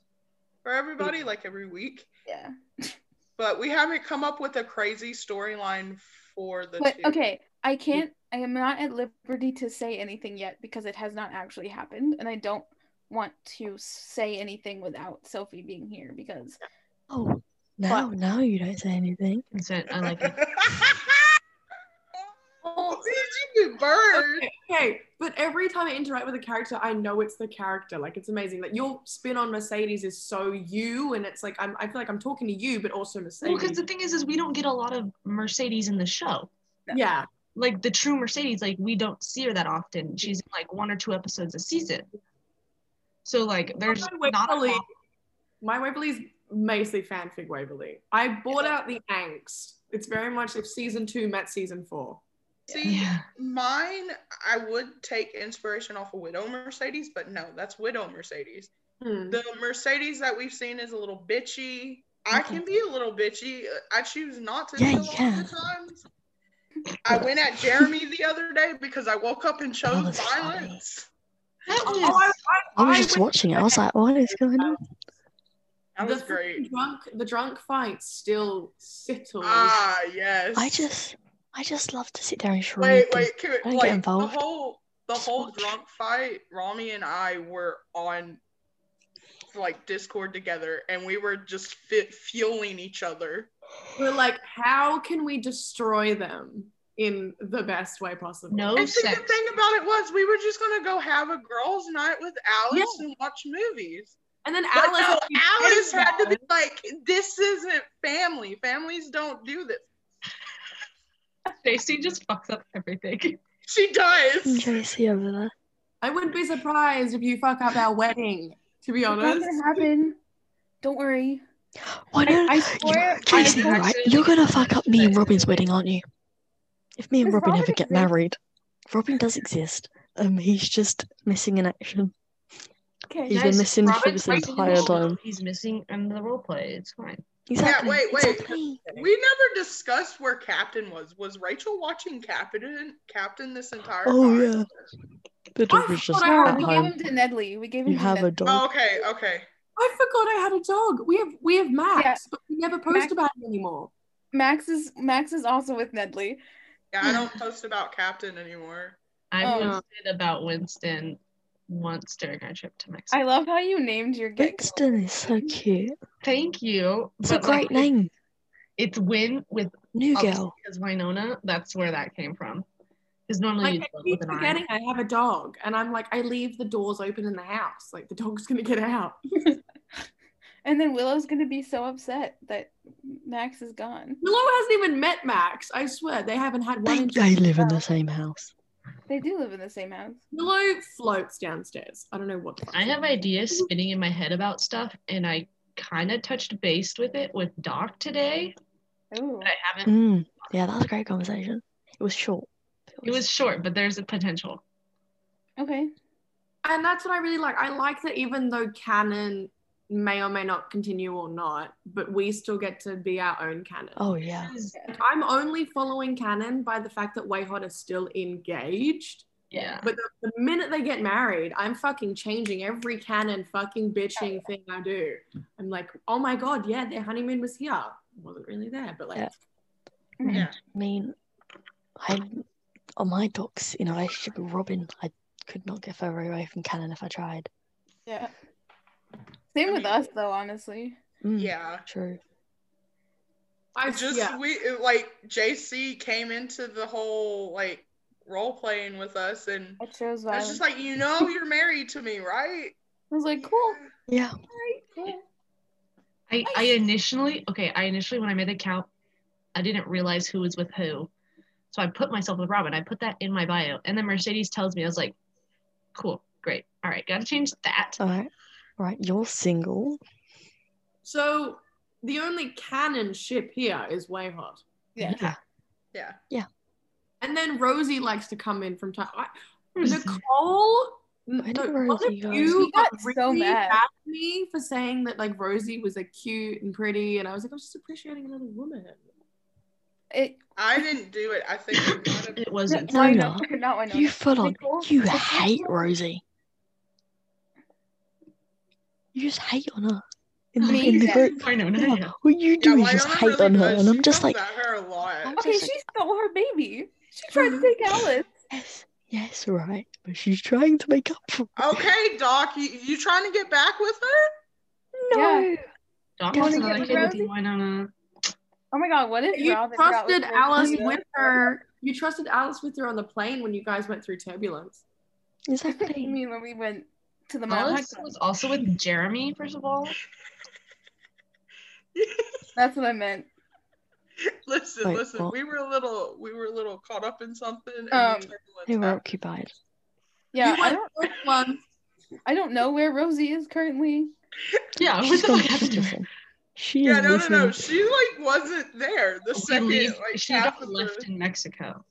Speaker 4: for everybody like every week.
Speaker 5: yeah.
Speaker 4: But we haven't come up with a crazy storyline for the
Speaker 5: But
Speaker 4: two.
Speaker 5: okay, I can't. I am not at liberty to say anything yet because it has not actually happened, and I don't want to say anything without Sophie being here because
Speaker 6: Oh, now, now you don't say anything.
Speaker 2: Consent. I
Speaker 4: *laughs*
Speaker 2: like it.
Speaker 5: *laughs*
Speaker 4: Oh, did you get burned?
Speaker 3: Okay, okay, but every time I interact with a character, I know it's the character. Like it's amazing. Like your spin on Mercedes is so you, and it's like I'm, I feel like I'm talking to you, but also
Speaker 2: Well,
Speaker 3: Mercedes.
Speaker 2: because the thing is, is we don't get a lot of Mercedes in the show.
Speaker 3: yeah,
Speaker 2: Like the true Mercedes, like we don't see her that often. She's in like one or two episodes a season. So like,
Speaker 5: Oh,
Speaker 2: there's
Speaker 3: my
Speaker 2: not a
Speaker 3: Waverly,
Speaker 2: lot.
Speaker 3: my Waverly's mostly fanfic Waverly. I bought out the angst. It's very much if season two met season four.
Speaker 4: See,
Speaker 2: Yeah.
Speaker 4: mine I would take inspiration off of Widow Mercedes, but no, that's Widow Mercedes.
Speaker 3: Hmm.
Speaker 4: The Mercedes that we've seen is a little bitchy. I can be a little bitchy. I choose not to
Speaker 6: Yeah,
Speaker 4: be a lot
Speaker 6: yeah.
Speaker 4: of the times. I went at Jeremy the other day because I woke up and chose
Speaker 6: was funny.
Speaker 4: violence.
Speaker 2: That
Speaker 3: Oh,
Speaker 2: was.
Speaker 6: I was
Speaker 3: I
Speaker 6: just
Speaker 3: went-
Speaker 6: watching it.
Speaker 3: *laughs*
Speaker 6: I was like, what is going on?
Speaker 4: That was
Speaker 3: the
Speaker 4: great.
Speaker 3: Drunk, the drunk fight still settles.
Speaker 4: Ah, yes.
Speaker 6: I just, I just love to sit there and shred.
Speaker 4: wait,
Speaker 6: them.
Speaker 4: wait. Can,
Speaker 6: I didn't get
Speaker 4: like the
Speaker 6: involved.
Speaker 4: whole the
Speaker 6: Just
Speaker 4: whole
Speaker 6: watch.
Speaker 4: drunk fight. Rami and I were on like Discord together, and we were just fit, fueling each other.
Speaker 3: We're like, how can we destroy them in the best way possible?
Speaker 2: No.
Speaker 4: And see, the
Speaker 2: sex.
Speaker 4: thing about it was, we were just gonna go have a girls' night with Alice and watch movies.
Speaker 3: And then
Speaker 4: But
Speaker 3: Alice,
Speaker 4: no,
Speaker 3: had to be
Speaker 4: Alice
Speaker 3: very
Speaker 4: had to be
Speaker 3: loud.
Speaker 4: like, "This isn't family. Families don't do this."
Speaker 2: Stacy just fucks up everything.
Speaker 4: She does.
Speaker 6: JC over there.
Speaker 3: I wouldn't be surprised if you fuck up our wedding. to be
Speaker 5: It's not
Speaker 3: honest.
Speaker 4: *laughs*
Speaker 5: gonna happen. Don't worry.
Speaker 6: Why
Speaker 5: I,
Speaker 6: not?
Speaker 5: I swear. I
Speaker 6: Tracy,
Speaker 5: swear-
Speaker 6: right?
Speaker 2: actually-
Speaker 6: You're gonna fuck up me and Robin's wedding, aren't you? If me and
Speaker 5: Does
Speaker 6: Robin
Speaker 5: Robin
Speaker 6: ever get
Speaker 5: exist?
Speaker 6: married, Robin does exist. Um, he's just missing in action.
Speaker 5: Okay.
Speaker 6: He's been
Speaker 2: Guys,
Speaker 6: missing for
Speaker 2: Robin's
Speaker 6: this
Speaker 2: missing in the
Speaker 6: entire
Speaker 2: roleplay.
Speaker 6: time.
Speaker 2: He's missing in the role play. It's fine.
Speaker 6: Exactly.
Speaker 4: wait, wait.
Speaker 6: Exactly.
Speaker 4: We never discussed where Captain was. Was Rachel watching Captain Captain this entire
Speaker 6: Oh,
Speaker 4: time?
Speaker 6: yeah. The dog is just
Speaker 3: I-
Speaker 5: No,
Speaker 6: at
Speaker 5: we gave
Speaker 6: home.
Speaker 5: him to Nedley. We gave him
Speaker 6: You
Speaker 5: to
Speaker 6: have a
Speaker 5: Nedley.
Speaker 6: dog.
Speaker 4: Oh, okay, okay.
Speaker 3: I forgot I had a dog. We have we have Max,
Speaker 5: Yeah.
Speaker 3: but we never post
Speaker 5: Max-
Speaker 3: about him anymore.
Speaker 5: Max is Max is also with Nedley.
Speaker 4: Yeah, I don't post about Captain anymore.
Speaker 2: I
Speaker 5: Oh.
Speaker 2: posted about Winston once during our trip to Mexico.
Speaker 5: I love how you named your get
Speaker 6: Winston is so cute.
Speaker 2: Thank you.
Speaker 6: It's a
Speaker 2: but, like, oh,
Speaker 6: great name.
Speaker 2: It's Win with
Speaker 6: New
Speaker 2: obviously
Speaker 6: girl.
Speaker 2: because Winona. That's where that came from. Because normally
Speaker 3: Like
Speaker 2: you
Speaker 3: I
Speaker 2: spell it
Speaker 3: keep
Speaker 2: with an I.
Speaker 3: forgetting I have a dog, and I'm like I leave the doors open in the house. Like the dog's gonna get out.
Speaker 5: and then Willow's gonna be so upset that Max is gone.
Speaker 3: Willow hasn't even met Max. I swear they haven't had one.
Speaker 6: They,
Speaker 3: in-
Speaker 6: they live in the same house.
Speaker 5: They do live in the same house.
Speaker 3: Willow floats downstairs. I don't know what. the fuck.
Speaker 2: I have ideas spinning in my head about stuff, and I kind of touched base with it with Doc today.
Speaker 5: Ooh.
Speaker 2: But I haven't.
Speaker 6: Mm, yeah, that was a great conversation. It was short.
Speaker 2: It was short, but there's a potential.
Speaker 5: Okay.
Speaker 3: and that's what I really like. I like that even though canon may or may not continue or not, but we still get to be our own canon.
Speaker 6: Oh yeah.
Speaker 3: Like, I'm only following canon by the fact that Wayhot is still engaged.
Speaker 2: Yeah.
Speaker 3: But the, the minute they get married, I'm fucking changing every canon fucking bitching thing I do. I'm like, oh my god, yeah, their honeymoon was here. Wasn't really there, but like,
Speaker 6: Yeah.
Speaker 4: Yeah.
Speaker 6: I mean, I on my docs in a relationship with Robin, I could not get further away from canon if I tried.
Speaker 5: Yeah. Same with us though, honestly.
Speaker 6: Mm,
Speaker 4: Yeah.
Speaker 6: True.
Speaker 3: I
Speaker 4: It's just
Speaker 3: yeah.
Speaker 4: we it, like JC came into the whole like role playing with us and
Speaker 5: It shows
Speaker 4: I
Speaker 5: violence.
Speaker 4: was just like, you know you're married to
Speaker 2: *laughs*
Speaker 4: me, right?
Speaker 5: I was like, cool.
Speaker 6: Yeah.
Speaker 2: I, I initially, okay, I initially, when I made the count, I didn't realize who was with who. So I put myself with Robin. I put that in my bio. And then Mercedes tells me, I was like, cool, great. All right, got to change that.
Speaker 6: All right. All right. You're single.
Speaker 3: So the only canon ship here is Wayhot.
Speaker 5: Yeah.
Speaker 4: Yeah.
Speaker 3: And then Rosie likes to come in from time. I,
Speaker 2: Hmm.
Speaker 3: Nicole,
Speaker 6: Why
Speaker 3: n-
Speaker 6: did
Speaker 3: no, one of
Speaker 6: Rosie go?
Speaker 3: you
Speaker 5: She got
Speaker 3: got
Speaker 5: so
Speaker 3: really
Speaker 5: mad.
Speaker 3: mad at me for saying that like Rosie was like cute and pretty, and I was like, I was just appreciating another woman.
Speaker 5: It,
Speaker 4: I didn't do it. I think it might
Speaker 6: *laughs*
Speaker 4: have-
Speaker 2: It wasn't.
Speaker 6: No,
Speaker 5: Wynonna-
Speaker 6: not.
Speaker 5: not Winona.
Speaker 6: You full on.
Speaker 5: Nicole-
Speaker 6: You
Speaker 5: Nicole-
Speaker 6: hate Rosie. You just hate on her in the,
Speaker 5: Me?
Speaker 6: in the
Speaker 5: Yeah.
Speaker 6: group.
Speaker 2: *laughs* I know, no, yeah.
Speaker 6: What you do
Speaker 4: yeah,
Speaker 6: is just
Speaker 4: Winona
Speaker 6: hate
Speaker 4: really
Speaker 6: on her,
Speaker 4: does.
Speaker 6: and
Speaker 4: She
Speaker 6: I'm just
Speaker 4: comes
Speaker 6: like,
Speaker 4: at her a lot.
Speaker 6: I'm
Speaker 5: Okay,
Speaker 6: just
Speaker 5: she
Speaker 6: like,
Speaker 5: stole her baby. She tried to take Alice.
Speaker 6: yes, yes, right. But she's trying to make up for it.
Speaker 4: Okay, Doc, you, you trying to get back with her? *laughs*
Speaker 6: No.
Speaker 5: Yeah.
Speaker 2: Doc
Speaker 6: You
Speaker 2: was
Speaker 6: wanna
Speaker 2: another
Speaker 6: get
Speaker 2: kid with
Speaker 5: Rosie?
Speaker 2: you, Winona.
Speaker 5: Oh my god, what if
Speaker 3: You
Speaker 5: Robin got
Speaker 3: trusted
Speaker 5: with *laughs*
Speaker 3: Alice
Speaker 5: Rosie?
Speaker 3: with her. You trusted Alice with her on the plane when you guys went through turbulence.
Speaker 5: I
Speaker 4: *laughs*
Speaker 6: Exactly.
Speaker 5: mean, when we went to the Mount
Speaker 2: Alice
Speaker 5: High Club.
Speaker 2: was also with Jeremy, first of all.
Speaker 5: That's what I meant.
Speaker 4: listen,
Speaker 6: Wait,
Speaker 4: listen.
Speaker 6: what?
Speaker 4: We were a little we were a little caught up in something. And
Speaker 2: Oh,
Speaker 5: Um,
Speaker 4: we turned what's
Speaker 6: They were
Speaker 4: happening.
Speaker 6: occupied.
Speaker 5: Yeah,
Speaker 3: you
Speaker 5: I
Speaker 3: went
Speaker 5: don't,
Speaker 3: first one.
Speaker 5: I don't know where Rosie is currently.
Speaker 2: Yeah, what
Speaker 6: She's
Speaker 2: the *laughs*
Speaker 6: gone.
Speaker 2: fuck
Speaker 6: She's
Speaker 2: happened to her?
Speaker 6: missing. She
Speaker 4: yeah,
Speaker 6: is
Speaker 4: no, no,
Speaker 6: missing.
Speaker 4: no. She like wasn't there. The
Speaker 2: She,
Speaker 4: second
Speaker 2: leave,
Speaker 4: like
Speaker 2: she
Speaker 4: half
Speaker 2: got
Speaker 4: of
Speaker 2: left
Speaker 4: the,
Speaker 2: in Mexico.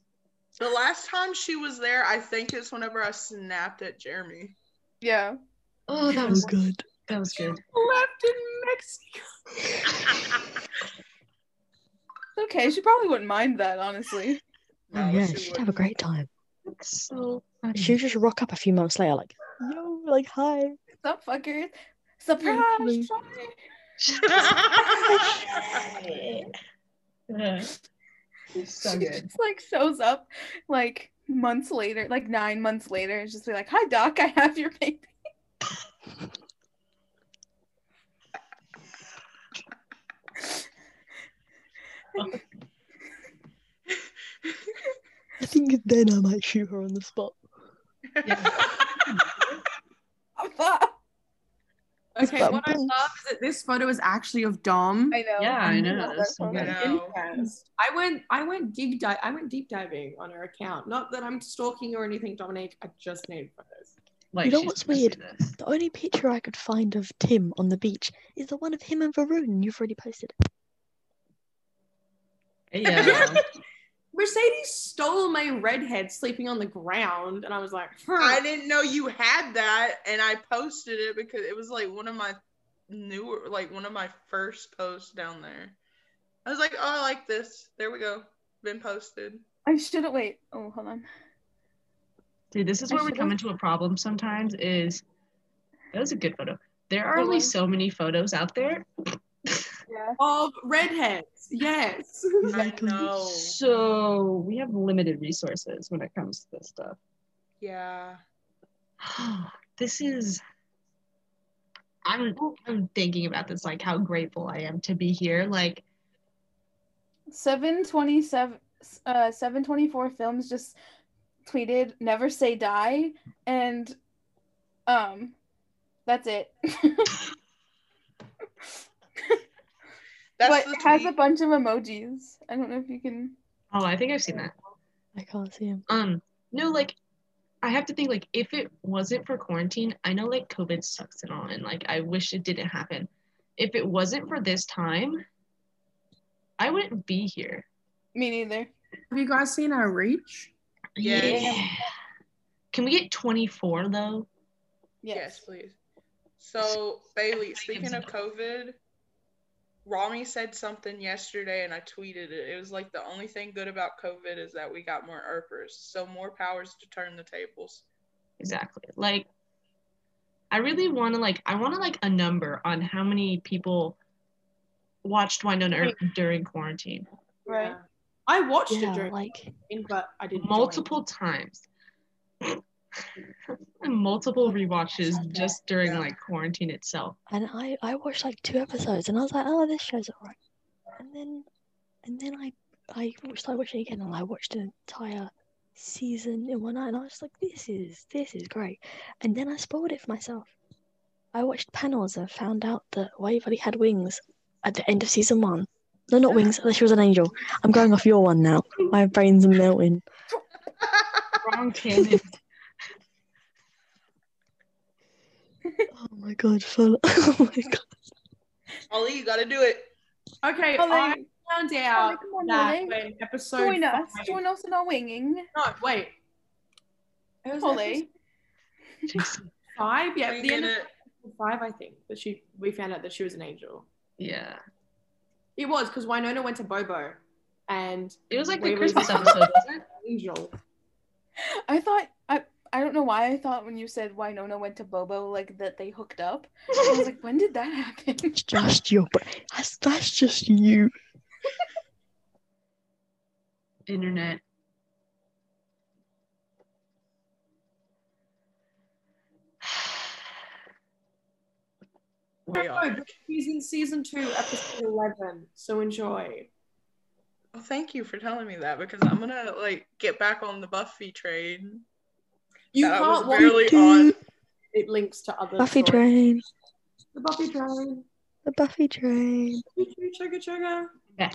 Speaker 4: the last time she was there, I think it's whenever I snapped at Jeremy.
Speaker 5: Yeah.
Speaker 2: Oh, that
Speaker 6: Oh,
Speaker 2: was
Speaker 6: good.
Speaker 2: that was good.
Speaker 3: Left in Mexico.
Speaker 5: It's okay. She probably wouldn't mind that, honestly.
Speaker 6: Oh,
Speaker 4: No,
Speaker 6: yeah,
Speaker 4: she
Speaker 6: she'd have a
Speaker 4: wouldn't.
Speaker 6: great time.
Speaker 2: Hmm. That's so funny.
Speaker 6: She'll just rock up a few months later, like, yo, like, hi.
Speaker 5: Some fuckers. Surprise!
Speaker 6: Literally.
Speaker 5: try.
Speaker 2: Yeah. so
Speaker 5: she
Speaker 2: good.
Speaker 5: just like shows up like months later, like nine months later, and just be like, "Hi, Doc, I have your baby." *laughs*
Speaker 4: *laughs*
Speaker 6: *laughs* I think then I might shoot her on the spot.
Speaker 5: *laughs* I
Speaker 3: Okay,
Speaker 6: Bum,
Speaker 3: what I
Speaker 6: bum.
Speaker 3: love is that this photo is actually of Dom. I,
Speaker 5: know.
Speaker 2: Yeah, I know, that's so
Speaker 4: good. I know.
Speaker 3: went, I went deep dive, I went deep diving on her account. Not that I'm stalking or anything, Dominique. I just need photos.
Speaker 2: Like
Speaker 6: You know
Speaker 2: she's
Speaker 6: what's
Speaker 2: supposed to do this.
Speaker 6: The only picture I could find of Tim on the beach is the one of him and Varun you've already posted.
Speaker 2: Yeah. *laughs*
Speaker 3: Mercedes stole my redhead sleeping on the ground, and I was like, huh.
Speaker 4: I didn't know you had that, and I posted it because it was like one of my newer, like one of my first posts down there. I was like, oh, I like this. There we go. Been posted.
Speaker 5: I shouldn't wait. Oh, hold on.
Speaker 2: Dude, this is
Speaker 5: I
Speaker 2: where we come into
Speaker 5: should've-
Speaker 2: a problem sometimes is that was a good photo. There are
Speaker 5: It
Speaker 2: only
Speaker 5: was.
Speaker 2: so many photos out there.
Speaker 5: Yeah.
Speaker 3: of redheads. Yes.
Speaker 4: I
Speaker 2: Oh.
Speaker 4: know.
Speaker 2: So we have limited resources when it comes to this stuff.
Speaker 4: Yeah.
Speaker 2: *gasps* this is I'm I'm thinking about this like how grateful I am to be here. Like
Speaker 5: Seven twenty seven. Uh, 724 films just tweeted never say die and um that's it *laughs*
Speaker 4: That's
Speaker 5: but
Speaker 4: the
Speaker 5: it has a
Speaker 4: tweet.
Speaker 5: bunch of emojis i don't know if you can
Speaker 2: oh I think I've seen that.
Speaker 6: I can't see him.
Speaker 2: Um no like I have to think like if it wasn't for quarantine, I know like COVID sucks and all and like I wish it didn't happen. If it wasn't for this time, I wouldn't be here.
Speaker 5: me neither
Speaker 3: Have you guys seen our reach?
Speaker 4: Yes.
Speaker 2: Can we get 24 though?
Speaker 5: yes,
Speaker 4: yes, please. So Bailey, speaking of COVID, Rami said something yesterday, and I tweeted it. It was like the only thing good about COVID is that we got more ERPers, so more powers to turn the tables.
Speaker 2: Exactly. Like I really want to like I want to like a number on how many people watched Winona Earp during quarantine.
Speaker 5: right
Speaker 3: Yeah. I watched
Speaker 6: Yeah,
Speaker 3: it during
Speaker 6: like
Speaker 3: quarantine, but I didn't.
Speaker 2: multiple times *laughs* multiple rewatches just during like quarantine itself
Speaker 6: and I I watched like two episodes and I was like, oh, this show's alright. And then and then I I watched- started watching it again and I watched an entire season in one night and I was like, this is this is great. And then I spoiled it for myself. I watched panels and found out that Waverly had wings at the end of season one. No, not *laughs* wings. That she was an angel. I'm going off your one now. My brain's melting.
Speaker 2: wrong *laughs* canon
Speaker 6: Oh my god, full. *laughs* Oh my god.
Speaker 4: Ollie, you got to do it.
Speaker 3: watching. Okay,
Speaker 5: Oh,
Speaker 3: I
Speaker 5: like-
Speaker 3: found out
Speaker 5: come on,
Speaker 3: that
Speaker 5: Ollie.
Speaker 3: when episode
Speaker 5: join us
Speaker 3: five-
Speaker 5: join us in our winging eh?
Speaker 3: No, wait. It was
Speaker 5: Holly.
Speaker 2: Jason.
Speaker 3: episode five. Yeah,
Speaker 4: We
Speaker 3: the
Speaker 4: did
Speaker 3: end of
Speaker 4: it.
Speaker 3: episode five, I think that she we found out that she was an angel.
Speaker 2: yeah
Speaker 3: It was because Winona went to Bobo, and
Speaker 2: it was like
Speaker 3: Wait,
Speaker 2: the
Speaker 3: wait.
Speaker 2: christmas episode wasn't it
Speaker 3: angel.
Speaker 5: i thought i i don't know why i thought when you said winona went to bobo like that they hooked up i was like when did that happen
Speaker 6: It's just your brain. That's, that's just you.
Speaker 2: internet *sighs*
Speaker 4: Way off.
Speaker 3: No, but she's in season two, episode eleven. So enjoy.
Speaker 4: Well, thank you for telling me that because I'm gonna like get back on the Buffy train.
Speaker 3: You
Speaker 4: that I
Speaker 3: can't
Speaker 4: was
Speaker 3: watch
Speaker 4: barely on.
Speaker 3: it links to other
Speaker 6: Buffy
Speaker 3: stories.
Speaker 6: train.
Speaker 3: The Buffy train.
Speaker 6: The Buffy train.
Speaker 3: Chugga chugga.
Speaker 2: Yeah.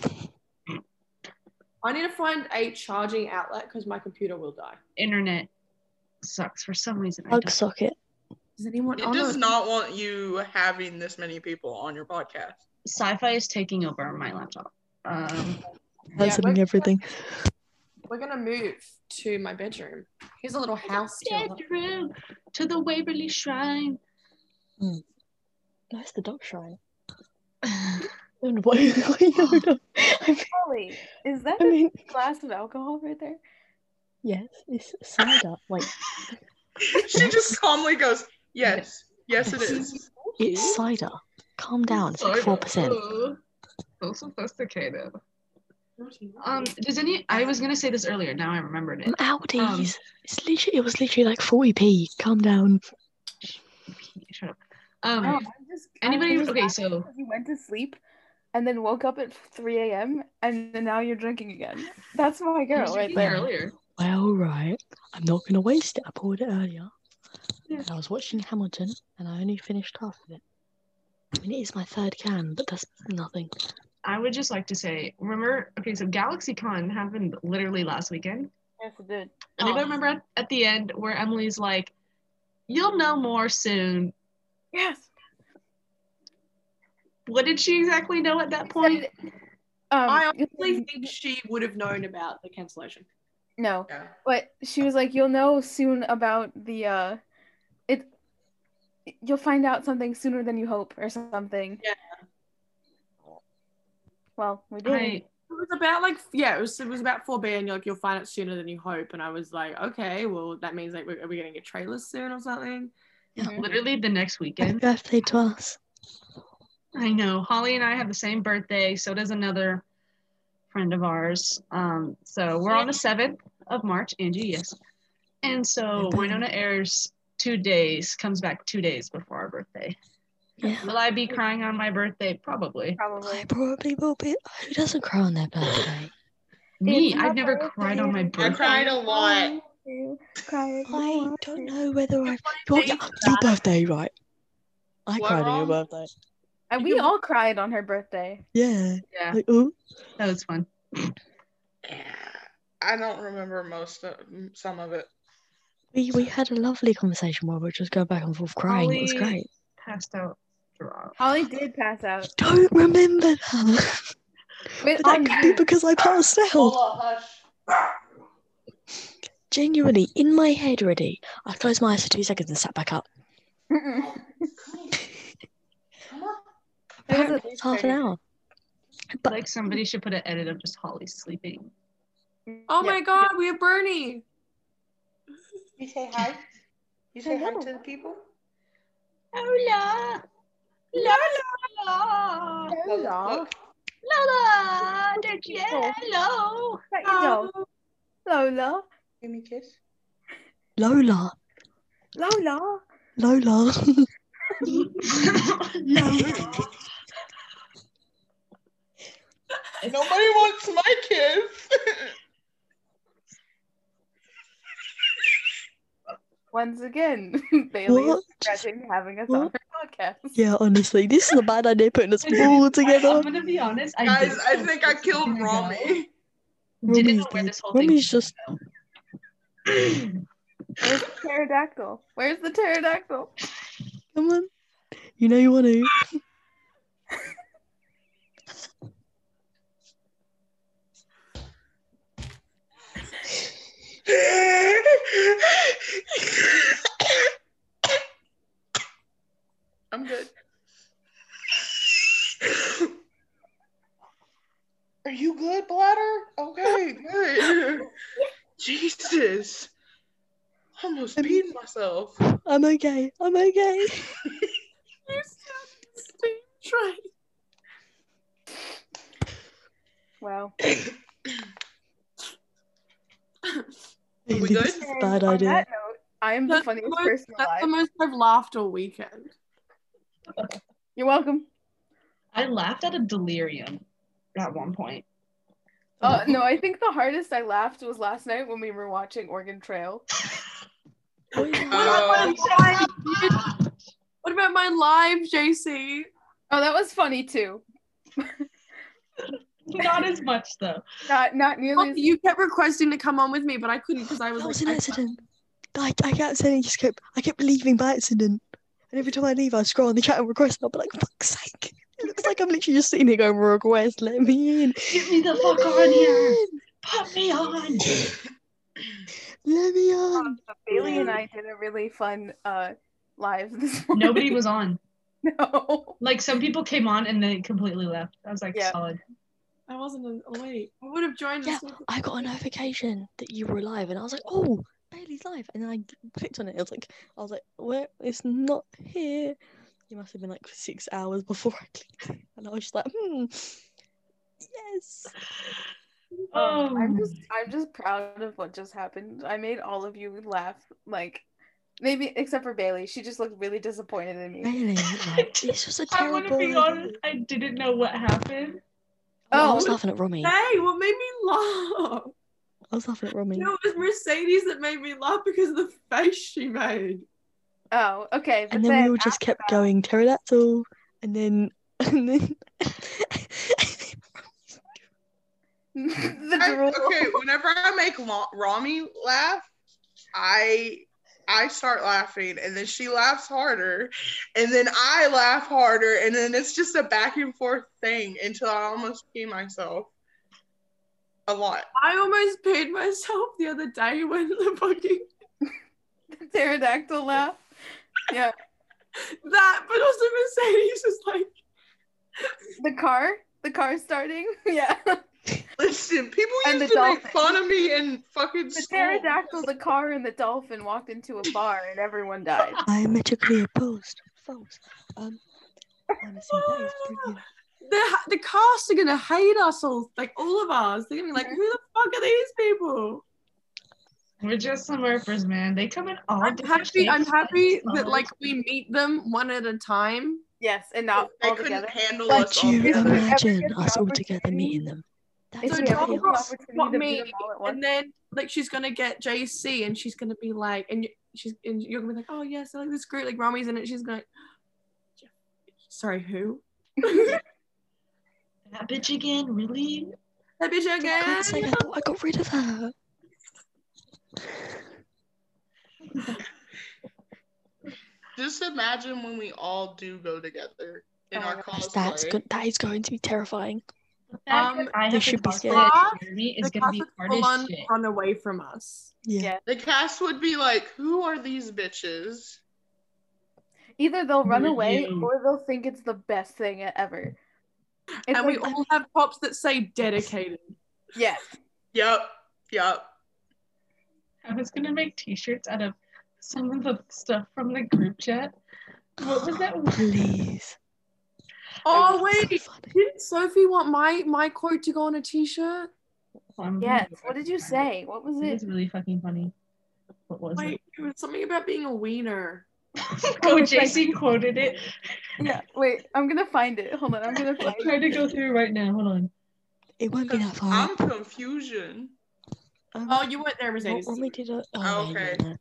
Speaker 3: I need to find a charging outlet because my computer will die.
Speaker 2: internet sucks for some reason I
Speaker 6: Plug
Speaker 2: don't.
Speaker 6: socket.
Speaker 3: Does anyone?
Speaker 4: It
Speaker 3: oh, no,
Speaker 4: does not want you having this many people on your podcast. *laughs*
Speaker 2: sci-fi is taking over my laptop um
Speaker 6: Canceling
Speaker 3: we're-
Speaker 6: everything.
Speaker 3: We're gonna move to my bedroom. Here's a little house. Still.
Speaker 2: bedroom to the waverly shrine *laughs*
Speaker 6: No, it's the dog shrine. And what? *laughs* I mean,
Speaker 5: Holly, is that
Speaker 6: I
Speaker 5: a
Speaker 6: mean,
Speaker 5: glass of alcohol right there?
Speaker 6: yes, it's cider. Like
Speaker 4: she just calmly goes, "Yes, yes, it
Speaker 3: *laughs*
Speaker 4: is."
Speaker 6: it's cider. Calm down. It's like
Speaker 2: Sorry.
Speaker 6: four percent.
Speaker 2: Ugh. so sophisticated Um, does any? I was gonna say this earlier. Now I remembered
Speaker 6: *laughs*
Speaker 2: it.
Speaker 6: Um, Aldi's. it's literally. It was literally like forty p. Calm down.
Speaker 2: Shut up.
Speaker 5: No,
Speaker 2: Um,
Speaker 5: I'm just Oh, I'm
Speaker 2: anybody?
Speaker 5: just
Speaker 2: Okay,
Speaker 5: asking
Speaker 2: so
Speaker 5: 'cause you went to sleep and then woke up at 3 a.m. and then now you're drinking again. That's my
Speaker 2: I was
Speaker 5: girl right
Speaker 2: thinking
Speaker 5: there.
Speaker 2: earlier.
Speaker 6: Well, right. I'm not gonna waste it. I poured it earlier.
Speaker 2: Yeah.
Speaker 6: And I was watching Hamilton, and I only finished half of it. I mean, it is my third can, but that's nothing.
Speaker 2: I would just like to say, remember? Okay, so GalaxyCon happened literally last weekend.
Speaker 5: Yes, it did.
Speaker 2: And if I remember at, at the end where Emily's like, You'll know more soon.
Speaker 5: Yes.
Speaker 2: What did she exactly know at that point?
Speaker 5: Um,
Speaker 3: I honestly think she would have known about the cancellation.
Speaker 5: no,
Speaker 4: Yeah.
Speaker 5: but she was like, "You'll know soon about the uh, it. You'll find out something sooner than you hope, or something."
Speaker 3: Yeah.
Speaker 5: Well, we did.
Speaker 2: I,
Speaker 3: It was about like yeah, it was it was about 4B and you're like you'll find it sooner than you hope. And I was like, okay, well that means like we're, are we gonna get trailers soon or something?
Speaker 5: Mm-hmm.
Speaker 2: literally the next
Speaker 6: Happy
Speaker 2: weekend.
Speaker 6: birthday to us.
Speaker 2: I know. Holly and I have the same birthday. So does another friend of ours. Um, so we're on the 7th of March. Angie, yes. And so Winona airs two days, comes back two days before our birthday.
Speaker 6: Yeah.
Speaker 2: Will I be crying on my birthday? Probably.
Speaker 5: Probably.
Speaker 6: I probably will be. Who doesn't cry on their birthday?
Speaker 2: Me,
Speaker 5: It's
Speaker 2: I've
Speaker 5: my
Speaker 2: never
Speaker 5: birthday.
Speaker 2: cried on my
Speaker 4: I
Speaker 2: birthday.
Speaker 4: cried a lot.
Speaker 6: I don't know whether I. Your,
Speaker 4: Your
Speaker 6: your birthday, right? I
Speaker 4: What
Speaker 6: cried on your
Speaker 4: wrong?
Speaker 6: birthday.
Speaker 5: And we all cried on her birthday.
Speaker 6: Yeah.
Speaker 2: Yeah,
Speaker 6: Like, oh,
Speaker 2: that was fun.
Speaker 4: I don't remember most of some of it.
Speaker 6: we, we had a lovely conversation where we were just going back and forth crying. It was
Speaker 2: Holly-
Speaker 6: great.
Speaker 2: Passed out. drunk.
Speaker 5: Holly did pass out. um,
Speaker 6: Don't remember that.
Speaker 5: With,
Speaker 6: *laughs* But that
Speaker 5: on
Speaker 6: could be
Speaker 5: you.
Speaker 6: because I passed out.
Speaker 4: Hola, hush. *laughs*
Speaker 6: Genuinely, in my head already. I closed my eyes for two seconds and sat back up.
Speaker 5: *laughs* Mm-mm.
Speaker 4: Come on.
Speaker 5: It was at
Speaker 6: Apparently, it's
Speaker 5: least
Speaker 6: half an
Speaker 5: 30.
Speaker 6: hour. But
Speaker 2: Like somebody should put an edit of just Holly sleeping. *laughs*
Speaker 3: Oh
Speaker 5: Yeah.
Speaker 3: my god, we have Bernie.
Speaker 4: You say hi. You say hi to the people.
Speaker 2: Lola! Lola!
Speaker 4: Look, look.
Speaker 2: Lola! They're yellow!
Speaker 5: Oh. Let
Speaker 3: Um,
Speaker 5: your dog.
Speaker 3: Oh,
Speaker 5: Lola.
Speaker 4: Give me a kiss.
Speaker 6: Lola,
Speaker 5: Lola.
Speaker 6: Lola,
Speaker 2: Lola!
Speaker 4: Nobody wants my kiss.
Speaker 5: Once again, *laughs* Bailey
Speaker 6: *laughs* What?
Speaker 5: is regretting having us on
Speaker 6: What?
Speaker 5: her podcast.
Speaker 6: yeah, honestly, this is a bad idea putting us all together.
Speaker 2: I'm gonna be honest. I
Speaker 4: Guys,
Speaker 2: didn't
Speaker 4: I
Speaker 2: know
Speaker 4: think
Speaker 2: this
Speaker 4: I
Speaker 2: was
Speaker 4: killed
Speaker 2: gonna
Speaker 4: Rami.
Speaker 2: go. Didn't know
Speaker 6: Romy's
Speaker 2: where
Speaker 6: dead.
Speaker 2: this whole
Speaker 6: Romy's just
Speaker 2: thing.
Speaker 5: Where's the pterodactyl? Where's the pterodactyl?
Speaker 6: come on. You know you want to.
Speaker 4: I'm good. Are you good, bladder? Okay, good. Jesus. Almost
Speaker 6: I'm-
Speaker 4: beat *laughs* myself.
Speaker 6: I'm okay.
Speaker 4: *laughs*
Speaker 6: I'm okay.
Speaker 3: You sound steam train.
Speaker 5: Wow.
Speaker 4: we
Speaker 6: Bailey, This
Speaker 4: good?
Speaker 6: is a bad
Speaker 5: And on
Speaker 6: idea.
Speaker 5: that note, I am the
Speaker 3: That's the
Speaker 5: funniest
Speaker 3: most-
Speaker 5: person
Speaker 3: That's the
Speaker 5: alive.
Speaker 3: most I've laughed all weekend.
Speaker 5: You're welcome.
Speaker 6: *laughs*
Speaker 2: I laughed at a delirium at one point.
Speaker 5: Oh no, I think the hardest I laughed was last night when we were watching Oregon Trail.
Speaker 6: Oh, yeah.
Speaker 3: *laughs* What about
Speaker 4: Uh,
Speaker 3: my live? dude? What about my live, JC?
Speaker 5: Oh, that was funny too.
Speaker 2: *laughs* Not as much though.
Speaker 5: Not not nearly as
Speaker 3: Oh, You kept requesting to come on with me, but I couldn't because I was
Speaker 6: That
Speaker 3: like,
Speaker 6: was an
Speaker 3: I-
Speaker 6: accident. I, I kept saying, I just kept, I kept leaving by accident. And every time I leave, I scroll on the chat and request. And I'll be like, fuck's sake. It looks like I'm literally just sitting here going, request, let me in.
Speaker 2: Get me the fuck
Speaker 6: Let me
Speaker 2: on here.
Speaker 6: in.
Speaker 2: Put me on.
Speaker 6: Let me on.
Speaker 5: Bailey and I did a really fun uh live this morning. *laughs*
Speaker 2: Nobody was on.
Speaker 5: no.
Speaker 2: Like some people came on and then completely left. I was like,
Speaker 5: Yeah.
Speaker 2: solid.
Speaker 3: I wasn't oh, awake. I would have joined.
Speaker 6: Yeah.
Speaker 3: us with-
Speaker 6: I got a notification that you were alive, and I was like, "Oh, Bailey's live!" And then I clicked on it. It was like, I was like, "Where? It's not here." You must have been like six hours before I clicked, it. and I was just like, "Hmm, yes."
Speaker 3: Um,
Speaker 2: Oh,
Speaker 5: Um, I'm just I'm just proud of what just happened. I made all of you laugh like maybe except for Bailey. She just looked really disappointed in me.
Speaker 6: Really? Like, *laughs* this was a
Speaker 2: I want
Speaker 6: terrible.
Speaker 2: to be
Speaker 6: idea.
Speaker 2: honest. I didn't know what happened.
Speaker 6: I
Speaker 5: Oh.
Speaker 6: was laughing at Romy. I
Speaker 3: Hey, what made me laugh?
Speaker 6: was laughing at Romy.
Speaker 3: No, it was Mercedes that made me laugh because of the face she made.
Speaker 5: Oh, okay. But
Speaker 6: And then we all
Speaker 5: *laughs*
Speaker 6: just kept going pterodactyl, and then *laughs* and then.
Speaker 5: the
Speaker 6: *laughs*
Speaker 4: I-
Speaker 5: drool.
Speaker 4: okay, whenever I make Lo- Rami laugh, I I start laughing and then she laughs harder and then I laugh harder and then it's just a back and forth thing until I almost pee myself a lot. *laughs*
Speaker 3: I almost peed myself the other day when the fucking
Speaker 5: *laughs* Pterodactyl laugh. Yeah.
Speaker 3: that, but also Mercedes was like,
Speaker 5: The car? The car starting? *laughs* Yeah.
Speaker 4: Listen, people
Speaker 5: And
Speaker 4: used
Speaker 5: the
Speaker 4: to
Speaker 5: dolphin.
Speaker 4: make fun of me in fucking
Speaker 5: The
Speaker 4: school.
Speaker 5: pterodactyl, the car, and the dolphin walked into a bar and everyone died.
Speaker 6: Diametrically opposed. False. Um, honestly, that is brilliant.
Speaker 3: the the cast are gonna hate us all, like all of us. They're gonna be like, who the fuck are these people?
Speaker 2: We're just some murphers, man. They come in all
Speaker 3: I'm
Speaker 2: different
Speaker 3: happy. I'm
Speaker 2: shapes,
Speaker 3: happy
Speaker 2: sizes,
Speaker 3: that like we meet them one at a time.
Speaker 5: Yes, and not
Speaker 4: They
Speaker 5: all
Speaker 4: couldn't
Speaker 5: together.
Speaker 4: handle
Speaker 5: But
Speaker 4: us
Speaker 6: Could
Speaker 4: all
Speaker 6: you
Speaker 5: If we
Speaker 4: together.
Speaker 5: ever get
Speaker 6: imagine
Speaker 5: the
Speaker 6: us all together
Speaker 5: opportunity-
Speaker 6: meeting them?
Speaker 5: If
Speaker 6: That's
Speaker 3: So
Speaker 5: we ever get the
Speaker 3: Dolphins
Speaker 6: chaos.
Speaker 5: opportunity
Speaker 3: got
Speaker 5: to meet
Speaker 3: me,
Speaker 5: them all at once.
Speaker 3: and then like she's gonna get JC, and she's gonna be like, and you- she's and you're gonna be like, oh yes, I like this group, like Rami's in it. She's gonna, yeah. sorry, who? that
Speaker 2: That bitch again, really?
Speaker 3: bitch
Speaker 6: For God's sake,
Speaker 3: again.
Speaker 6: I thought "Oh, I got rid of her.
Speaker 4: Just imagine when we all do go together in
Speaker 5: Oh my
Speaker 4: our
Speaker 6: Gosh,
Speaker 4: cosplay.
Speaker 6: that's good. That is going to be terrifying.
Speaker 2: The fact
Speaker 3: Um,
Speaker 2: that I
Speaker 6: they
Speaker 2: have
Speaker 6: should be
Speaker 2: to
Speaker 6: scared.
Speaker 2: talk to Jeremy is
Speaker 3: The
Speaker 2: gonna be
Speaker 3: cast
Speaker 2: hard
Speaker 3: full
Speaker 2: as
Speaker 3: on
Speaker 2: shit.
Speaker 3: run away from us.
Speaker 6: Yeah.
Speaker 5: Yeah.
Speaker 4: The cast would be like, "Who are these bitches?"
Speaker 5: Either they'll run
Speaker 2: Would
Speaker 5: away
Speaker 2: you-
Speaker 5: or they'll think it's the best thing ever. It's
Speaker 3: and we
Speaker 5: like-
Speaker 3: all have pops that say dedicated.
Speaker 5: *laughs* yeah.
Speaker 4: Yep, yep.
Speaker 2: I was gonna make t-shirts out of some of the stuff from the group chat. What was that? one?
Speaker 6: Please.
Speaker 3: Oh
Speaker 6: So
Speaker 3: wait,
Speaker 6: funny.
Speaker 3: didn't Sophie want my my quote to go on a t-shirt?
Speaker 2: I'm gonna
Speaker 5: Yes.
Speaker 2: go back
Speaker 5: What did you
Speaker 2: and find it.
Speaker 5: say? What was
Speaker 2: It was
Speaker 5: it?
Speaker 2: really fucking funny. What was
Speaker 3: Wait, it was something about being a wiener.
Speaker 6: *laughs*
Speaker 2: it?
Speaker 5: Oh,
Speaker 2: Go,
Speaker 5: it's like-
Speaker 2: Jason quoted it.
Speaker 5: Yeah. Wait, I'm gonna find it. Hold on, I'm gonna find
Speaker 2: I'm
Speaker 5: it.
Speaker 2: trying to go through right now. Hold on.
Speaker 6: It won't be that far.
Speaker 4: I'm confusion.
Speaker 6: Um,
Speaker 3: Oh, you weren't there,
Speaker 6: what
Speaker 3: Mercedes.
Speaker 6: when we did a,
Speaker 4: Oh,
Speaker 6: oh, yeah,
Speaker 4: okay.
Speaker 6: yeah, no.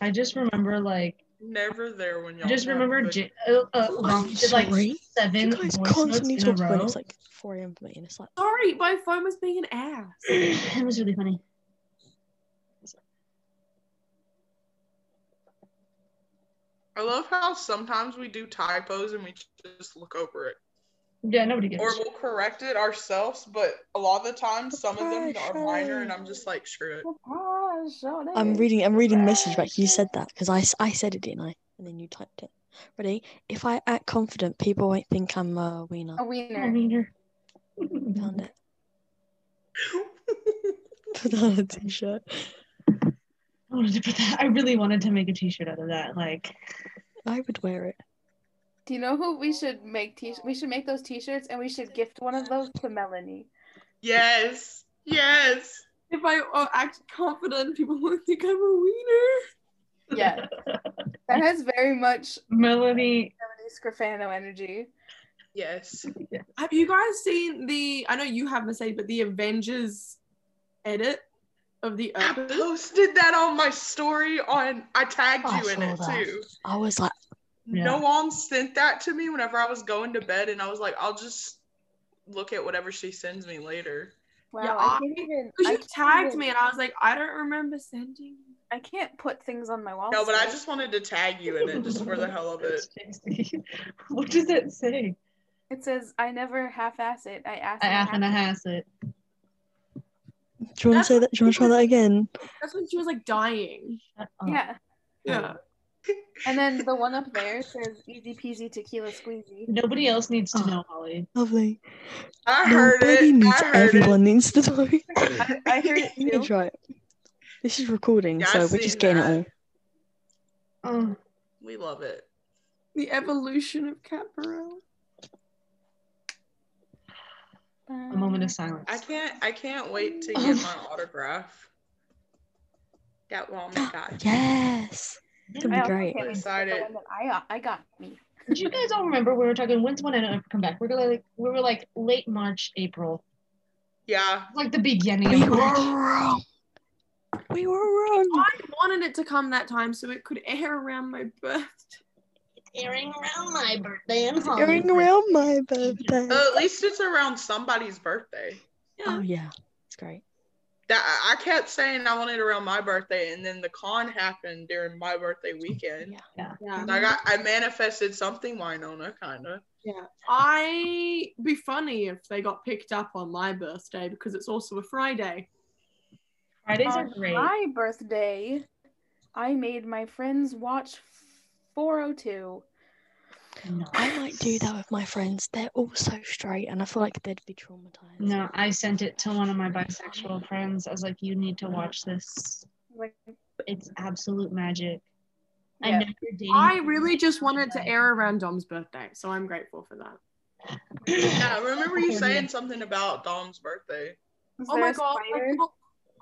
Speaker 2: I just remember like
Speaker 4: Never there when y'all.
Speaker 2: I just
Speaker 4: were,
Speaker 2: remember
Speaker 4: but-
Speaker 2: J- uh, uh,
Speaker 6: Oh, I'm
Speaker 2: Rom did like
Speaker 6: sorry.
Speaker 2: seven
Speaker 6: You guys
Speaker 2: voice notes
Speaker 6: constantly
Speaker 2: in a
Speaker 6: talk when
Speaker 2: row. *clears throat*
Speaker 6: it's like 4 a.m. for me, and it's like,
Speaker 3: Sorry, my phone was being an ass.
Speaker 2: it was really funny.
Speaker 4: I love how sometimes we do typos and we just look over it,
Speaker 2: Yeah, nobody
Speaker 4: or
Speaker 2: gives.
Speaker 4: we'll correct it ourselves. But a lot of the time, some of them are minor, and I'm just like, screw it.
Speaker 5: Oh
Speaker 6: I'm reading, I'm reading the message back. You said that because I, s- I said it, didn't I? And then you typed it. Ready? If I act confident, people won't think I'm a wiener.
Speaker 5: a
Speaker 2: I
Speaker 5: wiener.
Speaker 2: mean, her. *laughs*
Speaker 6: Found it. *laughs* Put that on a *laughs* t-shirt.
Speaker 2: I wanted to put that. I really wanted to make a T-shirt out of that. Like,
Speaker 6: I would wear it.
Speaker 5: Do you know who we should make t we should make those t-shirts and we should gift one of those to Melanie.
Speaker 4: Yes, yes.
Speaker 3: If I uh, act confident, people *laughs* won't think I'm a
Speaker 2: *laughs*
Speaker 3: wiener.
Speaker 5: Yeah. That has very much
Speaker 2: Melanie.
Speaker 5: Melanie Scrofano energy.
Speaker 4: Yes.
Speaker 3: Have you guys seen the? I know you have Mercedes, but the Avengers edit of
Speaker 6: Uh,
Speaker 3: the
Speaker 4: I
Speaker 3: Earth.
Speaker 4: posted that on my story on I tagged
Speaker 6: I
Speaker 4: you in
Speaker 6: saw
Speaker 4: it
Speaker 6: that.
Speaker 4: too.
Speaker 6: I was like,
Speaker 2: Yeah.
Speaker 4: No one sent that to me whenever I was going to bed and I was like, I'll just look at whatever she sends me later.
Speaker 5: Wow,
Speaker 3: Yeah,
Speaker 5: I
Speaker 3: I-
Speaker 5: can't even
Speaker 3: Because
Speaker 5: I
Speaker 3: you
Speaker 5: can't
Speaker 3: tagged
Speaker 5: even-
Speaker 3: me, and I was like, I don't remember sending. you.
Speaker 5: I can't put things on my wall.
Speaker 4: No, but I
Speaker 5: still.
Speaker 4: just wanted to tag you in it just for the hell of it.
Speaker 2: *laughs* what does that say?
Speaker 5: it says I never half ass it. I ass
Speaker 2: I
Speaker 5: and
Speaker 2: half and a
Speaker 5: half-ass
Speaker 2: half it.
Speaker 6: do you want
Speaker 3: That's
Speaker 6: to say that? Do you want to try that again?
Speaker 3: That's when she was like dying.
Speaker 2: Shut
Speaker 5: it.
Speaker 2: up.
Speaker 5: Yeah.
Speaker 3: Yeah.
Speaker 5: And then the one up there says easy peasy tequila squeezy.
Speaker 2: Nobody else needs to
Speaker 6: Oh.
Speaker 2: know, Holly.
Speaker 6: Lovely.
Speaker 4: I heard
Speaker 6: Nobody
Speaker 4: it.
Speaker 6: needs.
Speaker 4: I heard *laughs*
Speaker 6: Everyone needs to know.
Speaker 4: it.
Speaker 5: I, I heard it
Speaker 6: I'm gonna
Speaker 5: too.
Speaker 6: try it. This is recording,
Speaker 4: Yeah,
Speaker 6: so
Speaker 4: I've
Speaker 6: we're just
Speaker 4: seen
Speaker 6: getting
Speaker 4: that.
Speaker 6: it all.
Speaker 2: Oh,
Speaker 4: We love it.
Speaker 3: The evolution of Cat Burrell.
Speaker 2: a moment of silence.
Speaker 4: I can't I can't wait to get
Speaker 6: *laughs*
Speaker 4: my autograph. That
Speaker 6: *gasps*
Speaker 4: one I got.
Speaker 6: Yes.
Speaker 2: Yeah.
Speaker 6: That'd
Speaker 5: I
Speaker 6: be
Speaker 5: also
Speaker 6: great.
Speaker 5: can't wait to get the
Speaker 4: Excited.
Speaker 5: one that I I got me.
Speaker 2: Do you guys all remember we were talking? When's when I don't ever come back? We're like we were like late March, April,
Speaker 4: Yeah.
Speaker 2: like the beginning
Speaker 6: We
Speaker 2: of
Speaker 6: were
Speaker 2: March.
Speaker 6: wrong. We were wrong.
Speaker 3: I wanted it to come that time so it could air around my birthday.
Speaker 2: Airing around my birthday and Holly's
Speaker 6: Going
Speaker 2: birthday.
Speaker 6: around my birthday.
Speaker 4: Oh. Uh, at least it's around somebody's birthday.
Speaker 3: Yeah.
Speaker 6: Oh yeah, it's great.
Speaker 4: that I- I kept saying I wanted around my birthday, and then the con happened during my birthday weekend.
Speaker 6: Yeah.
Speaker 7: Yeah.
Speaker 3: *laughs*
Speaker 4: And I got I manifested something Winona kind of.
Speaker 3: I be funny if they got picked up on my birthday because it's also a Friday.
Speaker 2: Fridays are
Speaker 5: On
Speaker 2: great.
Speaker 5: my birthday, I made my friends watch 402.
Speaker 2: No.
Speaker 6: I might do that with my friends. They're all so straight, and I feel like they'd be traumatized.
Speaker 2: No, I sent it to one of my bisexual friends. I was like, you need to watch this.
Speaker 5: Like,
Speaker 2: It's absolute magic. I
Speaker 5: Yeah.
Speaker 2: know you're dating.
Speaker 3: I really just wanted to air around Dom's birthday, so I'm grateful for that.
Speaker 6: *laughs*
Speaker 4: Yeah, I remember you
Speaker 2: Okay,
Speaker 4: saying
Speaker 2: yeah.
Speaker 4: something about Dom's birthday.
Speaker 5: is
Speaker 3: oh
Speaker 5: there
Speaker 3: my
Speaker 5: a
Speaker 3: god!
Speaker 5: spider?
Speaker 3: I, thought,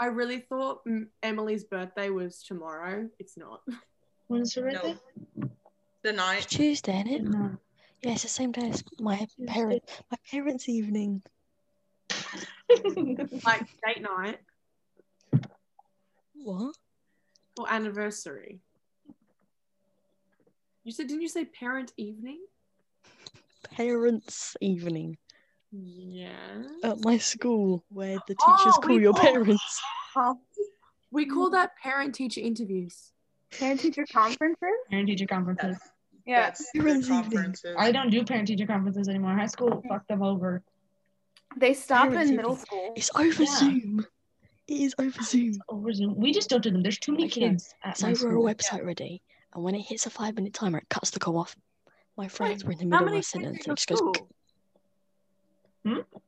Speaker 3: I really thought mm, Emily's birthday was tomorrow. It's not. *laughs*
Speaker 2: When is her
Speaker 4: No.
Speaker 2: birthday?
Speaker 4: The
Speaker 6: It's
Speaker 4: night.
Speaker 6: Tuesday, is it?
Speaker 2: No.
Speaker 6: Yeah, it's the same day as my parents. My parents' evening. *laughs*
Speaker 3: Like date night
Speaker 6: What?
Speaker 3: or anniversary. You said, didn't you say parent evening?
Speaker 6: Parents' evening
Speaker 3: Yeah.
Speaker 6: at my school, where the
Speaker 3: Oh,
Speaker 6: teachers call
Speaker 3: we
Speaker 6: your
Speaker 3: all-
Speaker 6: parents.
Speaker 3: *laughs* We call that parent teacher interviews.
Speaker 5: Parent teacher
Speaker 3: *laughs*
Speaker 5: conferences?
Speaker 2: parent teacher conferences.
Speaker 5: Yeah.
Speaker 4: That's the
Speaker 6: Everyone's eating.
Speaker 4: conferences.
Speaker 2: I don't do parent teacher conferences anymore. High school fucked them over.
Speaker 5: They stop
Speaker 6: Parent
Speaker 5: in middle
Speaker 6: evening.
Speaker 5: school.
Speaker 6: It's over
Speaker 2: Yeah.
Speaker 6: Zoom. It is over Zoom.
Speaker 2: Over Zoom. We just don't do them. There's too many
Speaker 6: Okay, no.
Speaker 2: kids at
Speaker 6: So
Speaker 2: my
Speaker 6: we're a
Speaker 2: school.
Speaker 6: website ready, and when it hits a five-minute timer, it cuts the call off. My friends were in the
Speaker 3: How
Speaker 6: middle of
Speaker 3: many
Speaker 6: a
Speaker 3: kids are
Speaker 6: sentence,
Speaker 3: at
Speaker 6: and
Speaker 3: your
Speaker 6: it just goes.
Speaker 3: school?
Speaker 2: Hmm?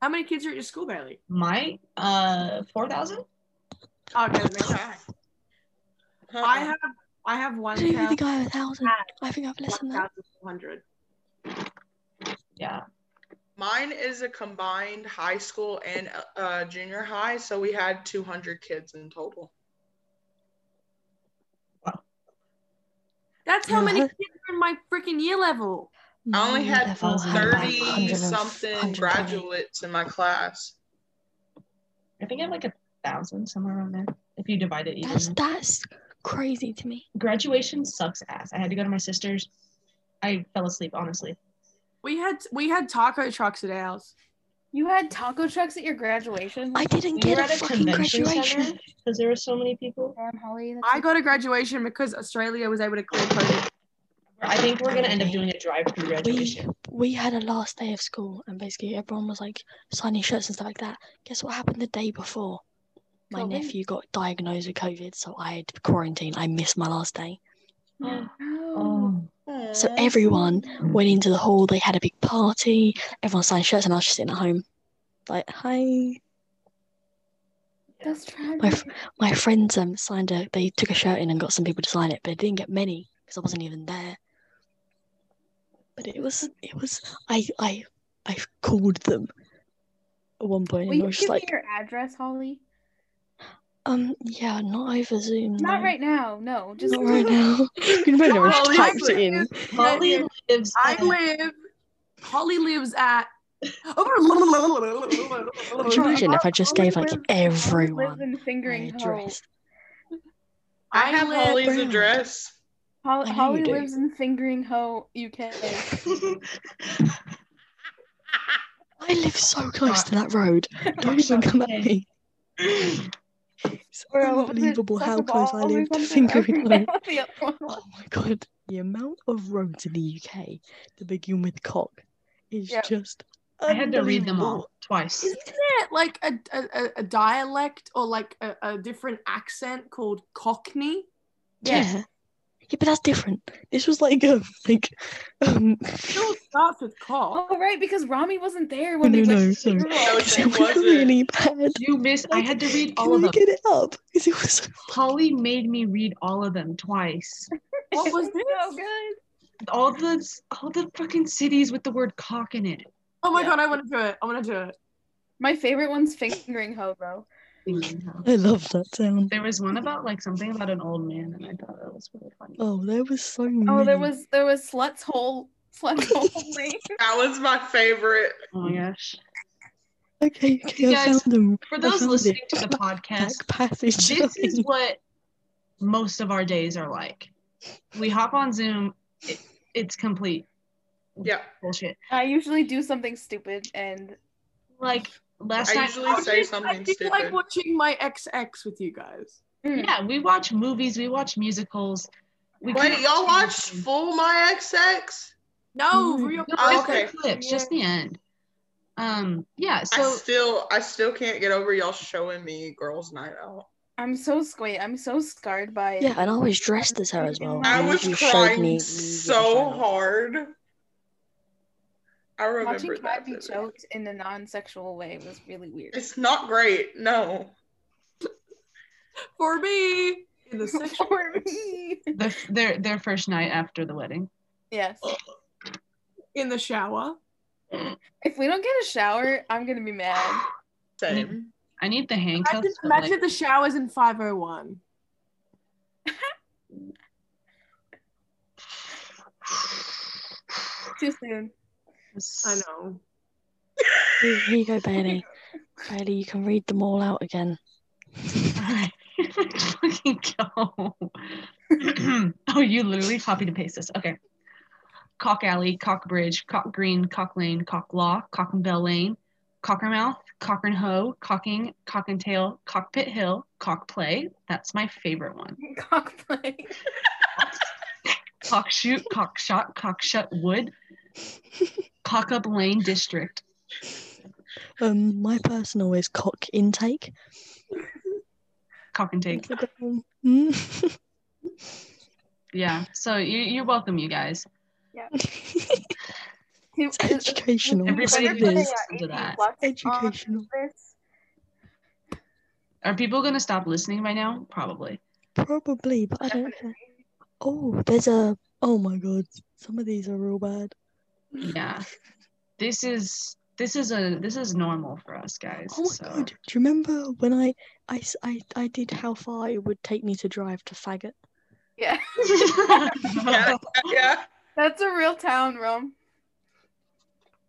Speaker 3: How many kids are at your school, Bailey?
Speaker 2: My uh four thousand?
Speaker 3: Oh, okay, that makes sense.
Speaker 4: Huh.
Speaker 3: I
Speaker 4: Uh-uh.
Speaker 3: have I have
Speaker 6: I
Speaker 3: one
Speaker 6: don't even
Speaker 3: thousand
Speaker 6: think I have a thousand. I think I've less than that.
Speaker 3: four hundred.
Speaker 2: Yeah.
Speaker 4: Mine is a combined high school and uh, junior high, so we had 200 kids in total.
Speaker 3: That's how
Speaker 6: Yeah,
Speaker 3: many
Speaker 6: her-
Speaker 3: kids are in my freaking year level.
Speaker 4: I only
Speaker 6: My
Speaker 4: had
Speaker 6: level had about
Speaker 4: 30
Speaker 6: 100 and-
Speaker 4: something
Speaker 6: 120.
Speaker 4: graduates in my class.
Speaker 2: I think I have like a thousand somewhere around there. If you divide it
Speaker 6: That's
Speaker 2: evenly.
Speaker 6: that's crazy to me.
Speaker 2: Graduation sucks ass. I had to go to my sister's. I fell asleep, honestly.
Speaker 3: We had we had taco trucks at ours.
Speaker 5: You had taco trucks at your graduation?
Speaker 6: I didn't get a fucking graduation.
Speaker 2: because there were so many people.
Speaker 5: Damn, Holly, that's
Speaker 3: I got a graduation because Australia was able to clear COVID.
Speaker 2: I think we're gonna end up doing a drive-through
Speaker 6: We
Speaker 2: graduation.
Speaker 6: we had a last day of school, and basically everyone was like signing shirts and stuff like that. Guess what happened the day before? My
Speaker 5: COVID?
Speaker 6: nephew got diagnosed with COVID, so I had to quarantine. I missed my last day.
Speaker 2: Oh,
Speaker 5: Oh.
Speaker 6: So
Speaker 4: Aw.
Speaker 6: everyone went into the hall. They had a big party. Everyone signed shirts, and I was just sitting at home, like, "Hi."
Speaker 5: That's tragic.
Speaker 6: My fr- my friends um signed a. They took a shirt in and got some people to sign it, but it didn't get many because I wasn't even there. But it was it was I I I called them at one point,
Speaker 5: Will
Speaker 6: and
Speaker 5: you
Speaker 6: I was
Speaker 5: give
Speaker 6: just like,
Speaker 5: me your address, Holly?
Speaker 6: um, yeah, not over Zoom.
Speaker 5: Not
Speaker 6: no.
Speaker 5: right now. No, just Oh,
Speaker 6: Not
Speaker 5: *laughs*
Speaker 6: right now. *laughs* you can imagine I
Speaker 3: Holly
Speaker 6: just typed it in.
Speaker 3: lives-
Speaker 2: Molly lives.
Speaker 3: I
Speaker 2: at-
Speaker 3: live. Holly lives at.
Speaker 6: Could you imagine if I just
Speaker 5: Oh, Holly
Speaker 6: gave like
Speaker 5: lives- Holly lives
Speaker 6: everyone
Speaker 5: in
Speaker 6: my
Speaker 5: fingering Hoe.
Speaker 6: address?
Speaker 4: I have
Speaker 3: live-
Speaker 4: Holly's
Speaker 6: Brown.
Speaker 4: address.
Speaker 5: Hol-
Speaker 6: I know you
Speaker 5: Holly
Speaker 6: do.
Speaker 5: lives in Fingering Hoe, UK.
Speaker 2: *laughs*
Speaker 6: I live so close
Speaker 5: Ah.
Speaker 6: to that road.
Speaker 5: *laughs*
Speaker 6: Don't even come at me. It's
Speaker 5: Bro, was it
Speaker 6: unbelievable how
Speaker 5: Soccer
Speaker 6: close I
Speaker 5: Balls or
Speaker 6: live to
Speaker 5: something? I *laughs* forget
Speaker 6: fingering Hoe.
Speaker 5: what the other one was.
Speaker 6: Oh my god, the amount of roads in the UK to begin with cock is
Speaker 5: Yeah.
Speaker 6: just.
Speaker 2: I had to read them all
Speaker 6: unbelievable.
Speaker 2: twice.
Speaker 3: Isn't it like a, a, a- a dialect or like a, a different accent called Cockney?
Speaker 6: Yeah. yeah. but that's different. This was like um like um *laughs*
Speaker 3: It all starts with cock.
Speaker 5: Oh, right, because Rami wasn't there when they
Speaker 6: No, no,
Speaker 5: went
Speaker 6: no,
Speaker 5: to
Speaker 6: sorry.
Speaker 5: Fingering
Speaker 4: No,
Speaker 5: Hoe.
Speaker 4: she
Speaker 6: it was
Speaker 4: wasn't.
Speaker 6: really bad.
Speaker 2: You miss. I had to read all
Speaker 6: Can
Speaker 2: of
Speaker 6: I
Speaker 2: them.
Speaker 6: get it up? Because it was *laughs* so
Speaker 2: Holly made me read all of them twice.
Speaker 3: What
Speaker 5: *laughs*
Speaker 3: was this?
Speaker 5: so good.
Speaker 2: All the all the fucking cities with the word cock in it.
Speaker 3: Oh my
Speaker 5: Yeah.
Speaker 3: god, I want to do it. I want to do it.
Speaker 5: My favorite one's Fingering Hoe, bro.
Speaker 6: I love that sound.
Speaker 2: There was one about like something about an old man, and I thought that was really funny.
Speaker 6: Oh, there was so many.
Speaker 5: Oh, there was there was Slut's Hole, Slut's
Speaker 6: *laughs*
Speaker 5: Hole Lane.
Speaker 4: That was my favorite.
Speaker 2: Oh my gosh!
Speaker 6: Okay, okay, I
Speaker 2: guys,
Speaker 6: found them.
Speaker 2: For
Speaker 6: I
Speaker 2: those
Speaker 6: found
Speaker 2: listening
Speaker 6: it.
Speaker 2: to the
Speaker 6: back *laughs*
Speaker 2: podcast,
Speaker 6: passage.
Speaker 2: this is
Speaker 6: *laughs* line.
Speaker 2: what most of our days are like. We hop on Zoom. It, it's complete
Speaker 4: Yeah.
Speaker 2: bullshit.
Speaker 5: I usually do something stupid and
Speaker 2: Like last
Speaker 4: I
Speaker 2: night.
Speaker 4: usually say something
Speaker 3: I do
Speaker 4: stupid.
Speaker 3: like watching my XX with you guys.
Speaker 2: yeah, we watch movies, we watch musicals. We
Speaker 4: Wait,
Speaker 2: can't-
Speaker 4: y'all watched Full My XX?
Speaker 3: No,
Speaker 6: Mm.
Speaker 3: real.
Speaker 2: No,
Speaker 4: Oh,
Speaker 2: just the
Speaker 4: okay.
Speaker 2: clips, just the end. Um, yeah.
Speaker 4: I
Speaker 2: So
Speaker 4: still, I still can't get over y'all showing me Girls Night Out.
Speaker 5: I'm so squid. I'm so scarred by it.
Speaker 6: Yeah, and I was dressed as her as well.
Speaker 5: I
Speaker 6: You-
Speaker 4: I was
Speaker 6: you showed
Speaker 4: crying
Speaker 6: me-
Speaker 4: so hard. I
Speaker 5: Watching
Speaker 4: remember
Speaker 5: Cat
Speaker 4: that.
Speaker 5: be
Speaker 4: vividly.
Speaker 5: choked in a non-sexual way was really weird. *laughs*
Speaker 4: It's not great. No.
Speaker 3: For me, in the sexual.
Speaker 5: For me.
Speaker 2: the, their their first night after the wedding.
Speaker 5: Yes.
Speaker 3: in the shower.
Speaker 5: If we don't get a shower, I'm gonna be mad.
Speaker 4: Same.
Speaker 2: I need the
Speaker 3: Imagine,
Speaker 2: handcuffs. but, like, *sighs*
Speaker 3: imagine if the shower's in 501.
Speaker 5: Too soon. *laughs*
Speaker 3: I know.
Speaker 6: Here here you go, Bailey. Bailey, you can read them all out again.
Speaker 2: Alright. Let's *laughs* fucking go. *clears throat* oh, you literally copied and pasted this. Okay. Cock Alley, Cock Bridge, Cock Green, Cock Lane, Cock Law, Cock and Bell Lane, Cockermouth, Cock and Hoe, Cocking, Cock and Tail, Cockpit Hill, Cock Play. That's my favorite one.
Speaker 5: Cock
Speaker 6: *laughs*
Speaker 5: play.
Speaker 2: Cock Shoot, Cock Shot, Cock Shut Wood, Cock Up Lane District.
Speaker 6: *laughs* Um, my personal is cock intake.
Speaker 2: Cock and Take.
Speaker 6: Look at that one. Hmm?
Speaker 2: Yeah. So you, you're welcome, you guys.
Speaker 5: Who-
Speaker 6: It's *laughs* educational. That's
Speaker 2: Everybody who
Speaker 6: what it
Speaker 5: Everybody
Speaker 6: is.
Speaker 2: listens
Speaker 5: at
Speaker 2: to
Speaker 5: AP
Speaker 2: that.
Speaker 5: Plus on
Speaker 6: Educational.
Speaker 5: this.
Speaker 2: Are people going to stop listening by now? Probably.
Speaker 6: Probably, but I don't care. Oh, there's a. Oh my god, some of these are real bad.
Speaker 2: yeah this is this is a this is normal for us guys
Speaker 6: Oh my
Speaker 2: so
Speaker 6: god, do you remember when I, I, s- I, I did how far it would take me to drive to faggot?
Speaker 5: Yeah.
Speaker 2: *laughs*
Speaker 4: Yeah. *laughs* Yeah.
Speaker 5: That's a real town, Rome.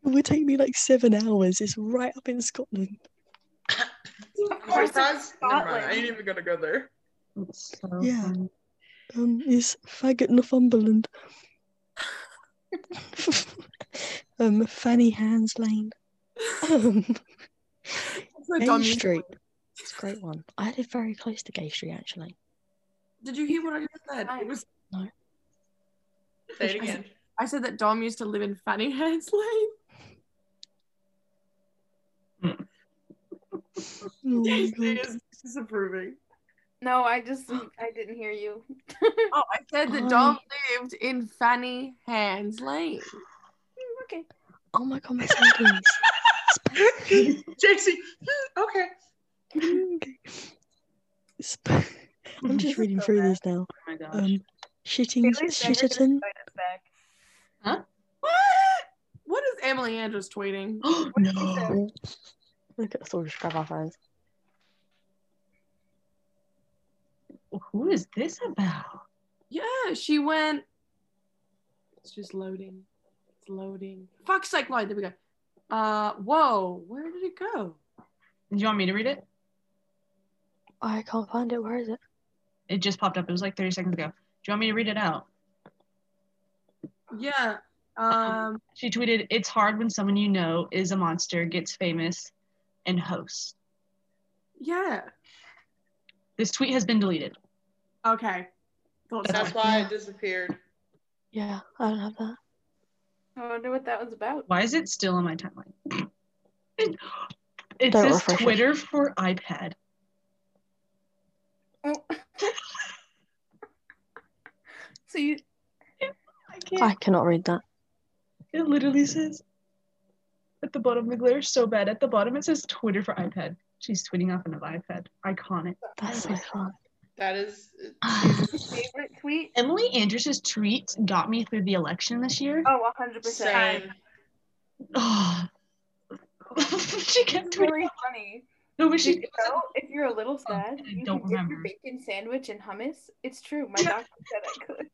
Speaker 6: It would take me like seven hours. It's right up in Scotland.
Speaker 5: Of
Speaker 4: Oh,
Speaker 5: course,
Speaker 4: that's- never mind. I
Speaker 5: Scotland.
Speaker 4: ain't even gonna go there.
Speaker 2: It's so
Speaker 6: Yeah.
Speaker 2: funny.
Speaker 6: Um, it's faggot *laughs* Northumberland. um, Fanny Hands Lane. Um,
Speaker 3: It's the
Speaker 6: Gay
Speaker 3: Don Music
Speaker 6: Street.
Speaker 3: one.
Speaker 6: It's a great one. I live very close to Gay Street actually.
Speaker 3: Did you hear what I just said? It was
Speaker 4: Say it *laughs* again.
Speaker 3: I said that Dom used to live in Fanny Hands Lane.
Speaker 6: Oh
Speaker 3: *laughs*
Speaker 6: my
Speaker 4: He
Speaker 6: god.
Speaker 4: is disapproving.
Speaker 5: No, I just I didn't hear you.
Speaker 3: Oh, I said that Dom lived in Fanny Hands Lane.
Speaker 5: okay.
Speaker 6: Oh my god, my siblings. Sp-
Speaker 4: JC, hmm, *gasps* okay.
Speaker 6: Sp- I'm just reading
Speaker 5: so
Speaker 6: through
Speaker 5: bad.
Speaker 6: these now.
Speaker 2: oh my gosh
Speaker 6: Um, shitting, Shitterton.
Speaker 3: What? What is Emily Andrews tweeting?
Speaker 2: Oh *gasps*
Speaker 6: Um, No. Look at us all just grab our phones.
Speaker 2: who is this about
Speaker 3: Yeah, she went. It's just loading. It's loading. Fuck's sake, Lloyd. There we go. Uh, whoa. Where did it go?
Speaker 2: do you want me to read it
Speaker 6: I can't find it. Where is it?
Speaker 2: it just popped up it was like 30 seconds ago do you want me to read it out
Speaker 3: Yeah. Um.
Speaker 2: she tweeted it's hard when someone you know is a monster gets famous and hosts
Speaker 3: Yeah.
Speaker 2: this tweet has been deleted
Speaker 3: Okay. Thought so.
Speaker 4: *laughs* That's why I disappeared.
Speaker 6: Yeah, I don't have that.
Speaker 5: I wonder what that was about.
Speaker 2: why is it still on my timeline *gasps* it, it
Speaker 6: Don't
Speaker 2: says
Speaker 6: refresh it.
Speaker 2: twitter for ipad
Speaker 5: Oh. so you
Speaker 2: i can't
Speaker 6: I cannot read that.
Speaker 2: It literally says at the bottom, the glare is so bad. At the bottom, it says Twitter for iPad. She's tweeting off an iPad. Iconic.
Speaker 6: That's so fun.
Speaker 4: That is.
Speaker 5: favorite tweet?
Speaker 2: *sighs* Emily Andrus's tweets got me through the election this year.
Speaker 5: Oh, 100%.
Speaker 4: Same.
Speaker 2: Oh. *sighs* she kept
Speaker 5: It's
Speaker 2: tweeting.
Speaker 5: really funny.
Speaker 2: No, but
Speaker 5: Did
Speaker 2: she.
Speaker 5: you
Speaker 6: *laughs*
Speaker 5: know if you're a little sad,
Speaker 2: Oh, I
Speaker 5: you
Speaker 2: don't
Speaker 5: can dip your
Speaker 2: remember.
Speaker 5: bacon sandwich in hummus? It's true. My doctor said I could.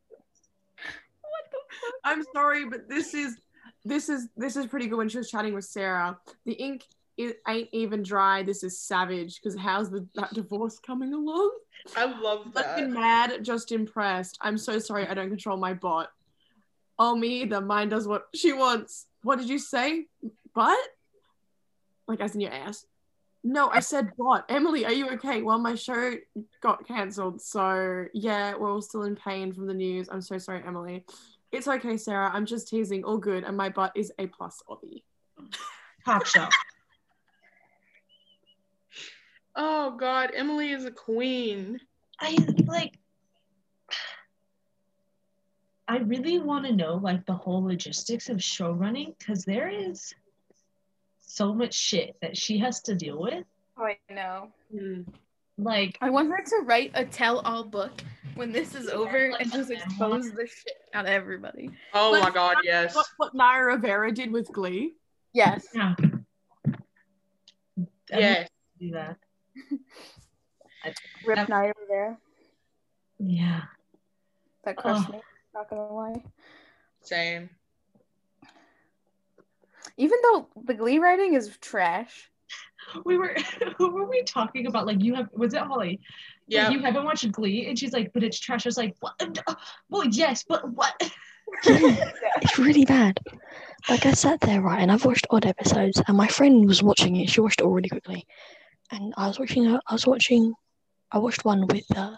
Speaker 5: What the fuck?
Speaker 3: I'm sorry, but this is this is this is pretty good when she was chatting with Sarah. The ink it ain't even dry. This is savage because how's the that divorce coming along?
Speaker 4: I love
Speaker 3: Fucking
Speaker 4: that.
Speaker 3: mad, just impressed. I'm so sorry I don't control my bot. Oh me either. Mine does what she wants. What did you say? But Like, as in your ass. No, I said what? Emily, are you okay? Well, my show got cancelled. So, yeah, we're all still in pain from the news. I'm so sorry, Emily. It's okay, Sarah. I'm just teasing. All good. And my butt is A plus Aussie.
Speaker 2: Top shelf.
Speaker 4: Oh God, Emily is a queen.
Speaker 2: I like. I really want to know like the whole logistics of show running because there is so much shit that she has to deal with.
Speaker 5: *laughs* Oh, I know.
Speaker 2: Like,
Speaker 5: I want her to write a tell-all book when this is over
Speaker 2: like
Speaker 5: and
Speaker 2: a
Speaker 5: just
Speaker 2: memoir.
Speaker 5: expose the shit out of everybody.
Speaker 4: Oh
Speaker 3: Like-
Speaker 4: my God, yes.
Speaker 3: What, what Naya Rivera did with Glee.
Speaker 5: Yes.
Speaker 2: yeah. I
Speaker 4: Yes.
Speaker 2: do that.
Speaker 5: Rip Nye over there.
Speaker 2: Yeah.
Speaker 5: That crushed
Speaker 2: Oh.
Speaker 5: me. Not gonna lie.
Speaker 4: Same.
Speaker 5: Even though the Glee writing is trash.
Speaker 2: We were *laughs* who were we talking about? Like you have was it Holly? Like,
Speaker 4: Yeah.
Speaker 2: You haven't watched Glee, and she's like, but it's trash. I was like, what? Uh, Well, yes, but what? *laughs*
Speaker 6: Yeah, it's really bad. Like I sat there right, and I've watched odd episodes, and my friend was watching it. She watched it all really quickly, and I was watching. her- I was watching. I watched one with her,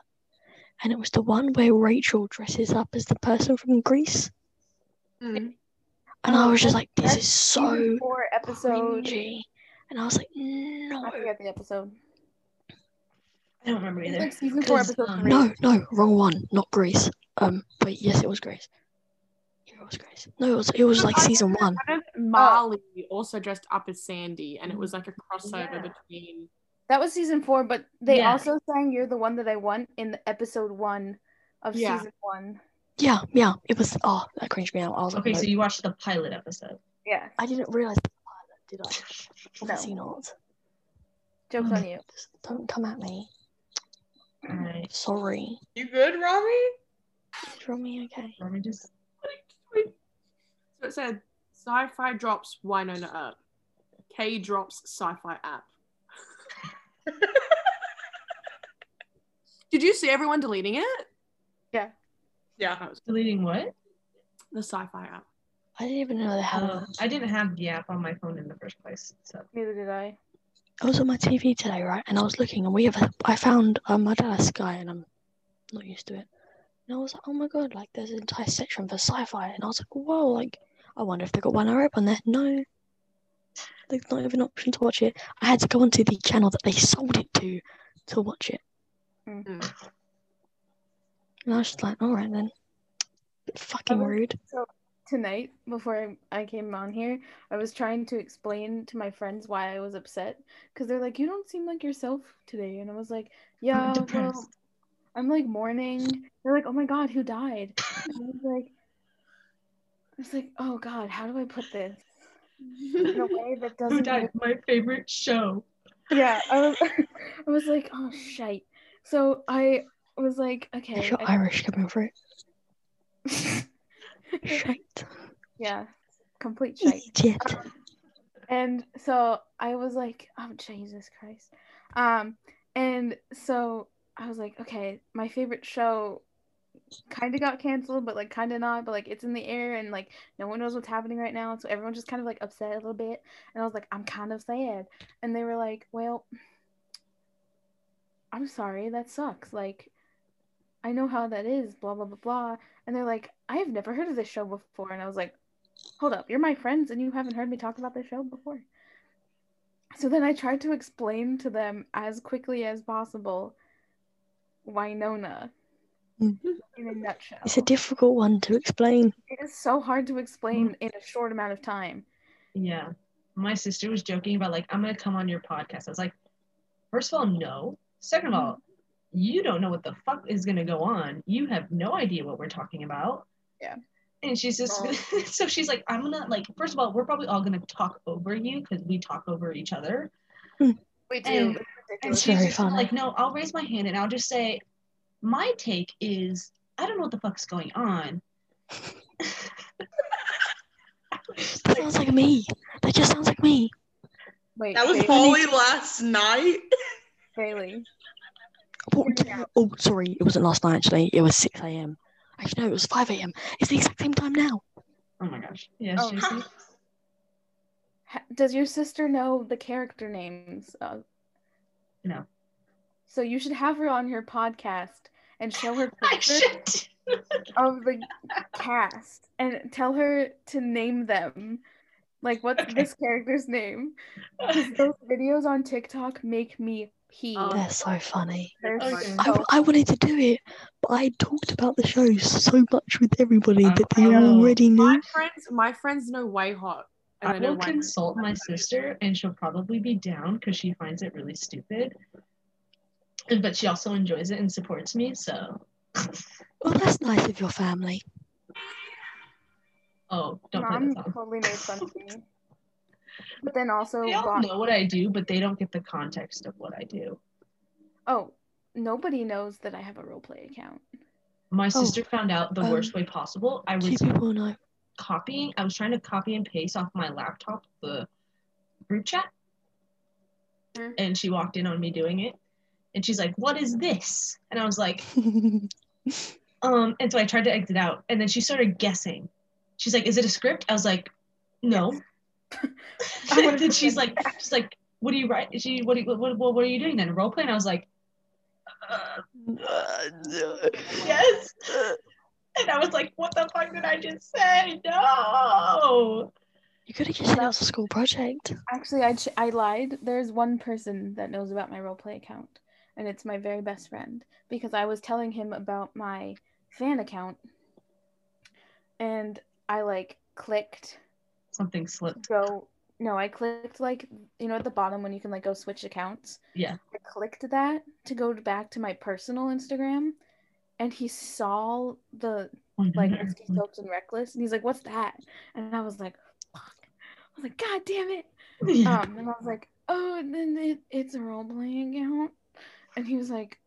Speaker 6: and it was the one where Rachel dresses up as the person from Greece,
Speaker 4: Mm-hmm.
Speaker 3: Mm.
Speaker 6: and I
Speaker 5: Oh,
Speaker 6: was just
Speaker 5: that's-
Speaker 6: like, "This
Speaker 5: that's
Speaker 6: is so
Speaker 5: Four episodes.
Speaker 6: cringy," and I was like, "No,
Speaker 5: I forget the episode.
Speaker 2: I don't remember
Speaker 5: It's
Speaker 2: either.
Speaker 5: like season four,
Speaker 2: 'Cause,
Speaker 5: episode
Speaker 2: um,
Speaker 5: three.
Speaker 6: uh, no, no, wrong one, not Greece." Um, but yes, it was Greece. Yeah, it was Greece. No, it was. It was like season one.
Speaker 3: I know that Marley also dressed up as Sandy, and it was like a crossover
Speaker 2: Yeah.
Speaker 3: between.
Speaker 5: That was season four, but they
Speaker 2: Yeah.
Speaker 5: also sang "You're the One That I Want" in the episode one of
Speaker 3: Yeah.
Speaker 5: season one.
Speaker 6: Yeah, yeah, it was. Oh, that cringed me out. I was like,
Speaker 2: Okay,
Speaker 6: "No."
Speaker 2: so you watched the pilot episode.
Speaker 5: Yeah,
Speaker 6: I didn't realize the pilot, did *laughs* I? Obviously not.
Speaker 5: jokes on you.
Speaker 6: Just don't come at me.
Speaker 2: All right.
Speaker 6: Sorry.
Speaker 4: You good, Robbie?
Speaker 6: Draw me, okay.
Speaker 2: Let me just.
Speaker 3: So it said sci fi drops Winona up, K drops sci fi app. Did you see everyone deleting it?
Speaker 4: Yeah.
Speaker 2: Deleting what?
Speaker 3: The sci fi app.
Speaker 6: I didn't even know they had
Speaker 2: Uh,
Speaker 6: one.
Speaker 2: I didn't have the app on my phone in the first place. So
Speaker 5: Neither did I.
Speaker 6: I was on my TV today, right? And I was looking, and we have. A, I found a Mud Alice guy, and I'm not used to it. And I was like, oh my god, like there's an entire section for sci-fi, and I was like, whoa, like I wonder if they got one up on there. No, there's not even an option to watch it. I had to go onto the channel that they sold it to to watch it.
Speaker 5: Mm-hmm.
Speaker 3: Mm.
Speaker 6: And I was just like, all right then. Fucking
Speaker 5: was-
Speaker 6: rude.
Speaker 5: Tonight, before I, I came on here, I was trying to explain to my friends why I was upset because they're like, "You don't seem like yourself today," and I was like, "Yeah, well,
Speaker 2: depressed.
Speaker 5: I'm like mourning." They're like, "Oh my god, who died?"
Speaker 2: *laughs*
Speaker 5: And I was like, "I was like, oh god, how do I put this in a way that doesn't
Speaker 2: Who died? My favorite show.
Speaker 5: yeah i was *laughs* i was like oh shite so i was like
Speaker 6: Is
Speaker 5: okay
Speaker 6: your
Speaker 5: I-
Speaker 6: Irish coming through?
Speaker 5: *laughs*
Speaker 6: Shite.
Speaker 5: yeah complete shite
Speaker 6: *laughs* Idiot.
Speaker 5: and so i was like oh jesus christ um and so i was like okay my favorite show kind of got canceled but like kind of not but like it's in the air and like no one knows what's happening right now so everyone's just kind of like upset a little bit and i was like i'm kind of sad and they were like well i'm sorry that sucks like i know how that is blah blah blah blah and they're like i've never heard of this show before and i was like hold up you're my friends and you haven't heard me talk about this show before so then i tried to explain to them as quickly as possible winona
Speaker 6: Mm.
Speaker 5: in a nutshell
Speaker 6: It's a difficult one to explain.
Speaker 5: it is so hard to explain in a short amount of time.
Speaker 2: Yeah. My sister was joking about like, I'm gonna come on your podcast. I was like, first of all, no. Second of all, you don't know what the fuck is gonna go on. You have no idea what we're talking about.
Speaker 5: Yeah.
Speaker 2: And she's just
Speaker 4: Oh.
Speaker 2: *laughs* so she's like, I'm gonna like, first of all, we're probably all gonna talk over you because we talk over each other.
Speaker 5: We
Speaker 2: do. And- And
Speaker 6: It's
Speaker 2: she's
Speaker 6: very
Speaker 2: just kinda
Speaker 6: funny.
Speaker 2: like, no, I'll raise my hand and I'll just say, my take is I don't know what the fuck's going on. *laughs*
Speaker 6: That sounds like me. That just sounds like me.
Speaker 5: Wait,
Speaker 4: That was
Speaker 5: Bailey-
Speaker 4: Holly last night.
Speaker 5: Bailey.
Speaker 6: What- Oh, sorry. It wasn't last night, actually. It was 6 a.m. Actually, no, it was 5 a.m. It's the exact same time now.
Speaker 2: Oh my gosh. Yeah,
Speaker 5: Oh.
Speaker 2: seriously.
Speaker 5: Ha- Does your sister know the character names? of-
Speaker 2: No.
Speaker 5: So you should have her on your podcast and show her
Speaker 2: *laughs* I
Speaker 5: pictures
Speaker 2: should.
Speaker 5: of the cast and tell her to name them. Like, what's
Speaker 2: Okay.
Speaker 5: this character's name?
Speaker 2: *laughs*
Speaker 5: *laughs* Those videos on TikTok make me pee.
Speaker 3: Oh,
Speaker 6: They're so funny.
Speaker 5: They're
Speaker 2: okay.
Speaker 6: I,
Speaker 5: so
Speaker 6: I wanted to do it, but I talked about the show so much with everybody
Speaker 2: Oh,
Speaker 6: that they
Speaker 2: I know.
Speaker 6: already
Speaker 3: my
Speaker 6: knew.
Speaker 3: friends, my friends know way hot, and I,
Speaker 2: I
Speaker 3: know
Speaker 2: will
Speaker 3: way
Speaker 2: consult my sister, and she'll probably be down because she finds it really stupid. But she also enjoys it and supports me. So,
Speaker 6: Well, Oh, that's nice of your family.
Speaker 2: oh, don't play
Speaker 5: Mom
Speaker 2: that song.
Speaker 5: totally made fun of me. But then also,
Speaker 2: They all
Speaker 5: bought-
Speaker 2: know what I do, but they don't get the context of what I do.
Speaker 5: oh, nobody knows that I have a roleplay account.
Speaker 2: My sister found out the
Speaker 6: um,
Speaker 2: worst way possible. I
Speaker 6: Two
Speaker 2: was
Speaker 6: people know. *laughs*
Speaker 2: copying. I was trying to copy and paste off my laptop the group chat,
Speaker 5: Mhm.
Speaker 2: and she walked in on me doing it, and she's like, "What is this?" And I was like, "Um." And so I tried to exit out, and then she started guessing. She's like, "Is it a script?" I was like, "No." *laughs*
Speaker 5: *laughs* I would've
Speaker 2: and she's
Speaker 5: been-
Speaker 2: like, "She's like, what do you write? She what do you, what, what, what are you doing then? Role play?" And I was like, uh, "Yes." *laughs* And I was like, "What the fuck did I just say? No."
Speaker 6: you could have just said it was a school project.
Speaker 5: Actually, I, ch- I lied. There's one person that knows about my roleplay account, and it's my very best friend because I was telling him about my fan account, and I like clicked
Speaker 2: Something slipped.
Speaker 5: go. No, I clicked like you know at the bottom when you can like go switch accounts.
Speaker 2: Yeah.
Speaker 5: I clicked that to go back to my personal Instagram, and he saw the like
Speaker 2: Mm-hmm.
Speaker 5: Risky Soaps and Reckless, and he's like, "What's that?" And I was like, "Fuck!" I was like, "God damn it!"
Speaker 2: *laughs* Yeah.
Speaker 5: Um, and I was like, oh, and then it, it's a role playing account. And he was like,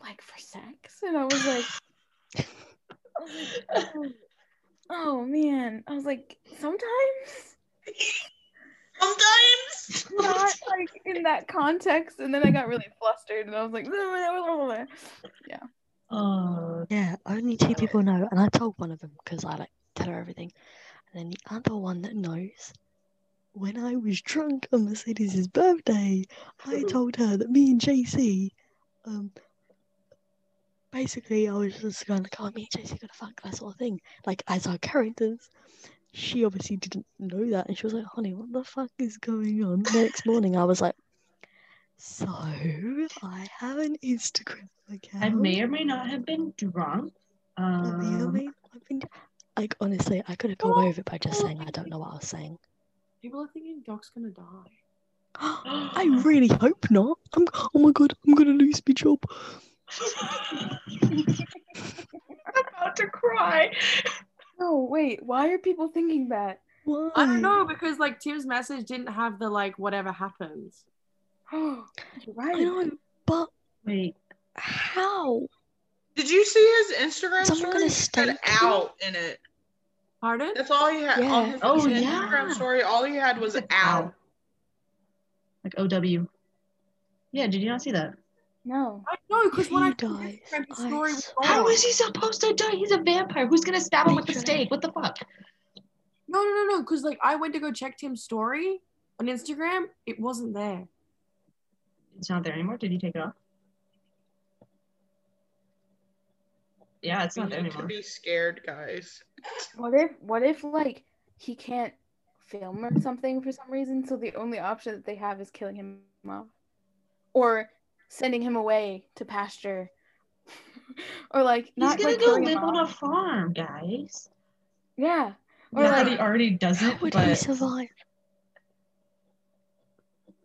Speaker 5: like for sex? And I was like, I was like oh, oh, man. I was like, sometimes
Speaker 4: Sometimes.
Speaker 5: not like in that context. And then I got really flustered and I was like, *laughs*
Speaker 2: *laughs* Uh,
Speaker 6: Yeah, only two people know, and I told one of them because I like tell her everything, and then the other one that knows. When I was drunk on Mercedes's birthday, I told her that me and JC, um, basically I was just going like, "Oh, me and JC gonna fuck," that sort of thing, like as our characters. She obviously didn't know that, and she was like, "Honey, what the fuck is going on?" The next morning, I was like, "So I have an Instagram account."
Speaker 2: I may or may not have been drunk.
Speaker 6: Like, you know what I
Speaker 2: Um,
Speaker 6: mean? I've been, like, honestly, I could have got away with it by just saying I don't know what I was saying.
Speaker 3: People are thinking Doc's gonna die.
Speaker 6: *gasps* I really hope not. I'm, oh my god, I'm gonna lose my job.
Speaker 2: I'm about to cry.
Speaker 5: no, wait, why are people thinking that? *gasps*
Speaker 6: Why?
Speaker 3: I don't know because like Tim's message didn't have the like whatever happens.
Speaker 5: Oh, you're right.
Speaker 6: I know, but
Speaker 2: Wait.
Speaker 6: how?
Speaker 4: Did you see his Instagram
Speaker 6: Someone
Speaker 4: story?
Speaker 6: gonna
Speaker 4: He said
Speaker 6: stake me?
Speaker 4: out in it.
Speaker 3: Pardon?
Speaker 4: That's all he had. On
Speaker 6: Yeah.
Speaker 4: his
Speaker 2: Oh,
Speaker 4: Instagram
Speaker 2: yeah.
Speaker 4: story, all he had was out.
Speaker 2: Like OW. Yeah, did you not see that?
Speaker 5: No.
Speaker 3: I know
Speaker 6: If
Speaker 3: because when I
Speaker 6: he
Speaker 3: did
Speaker 6: dies,
Speaker 3: Instagram, his
Speaker 6: I
Speaker 3: story was
Speaker 6: swear-
Speaker 3: gone.
Speaker 2: How is he supposed to die? He's a vampire. Who's gonna stab him with a
Speaker 6: Literally.
Speaker 2: stake? What the fuck?
Speaker 3: No, no, no, no. Because like I went to go check Tim's story on Instagram, it wasn't there.
Speaker 2: It's not there anymore. Did you take it off? Yeah, it's
Speaker 4: You
Speaker 2: not there
Speaker 4: need to
Speaker 2: anymore.
Speaker 4: be scared, guys.
Speaker 5: What if what if like he can't film or something for some reason? So the only option that they have is killing him off, or sending him away to pasture, *laughs* or like
Speaker 2: He's
Speaker 5: not
Speaker 2: gonna
Speaker 5: like
Speaker 2: go
Speaker 5: killing him
Speaker 2: live on
Speaker 5: off.
Speaker 2: a farm, guys.
Speaker 5: yeah. Or
Speaker 2: Not
Speaker 5: like
Speaker 2: that he already
Speaker 6: How *laughs*
Speaker 2: doesn't,
Speaker 6: would he
Speaker 2: but
Speaker 6: survive?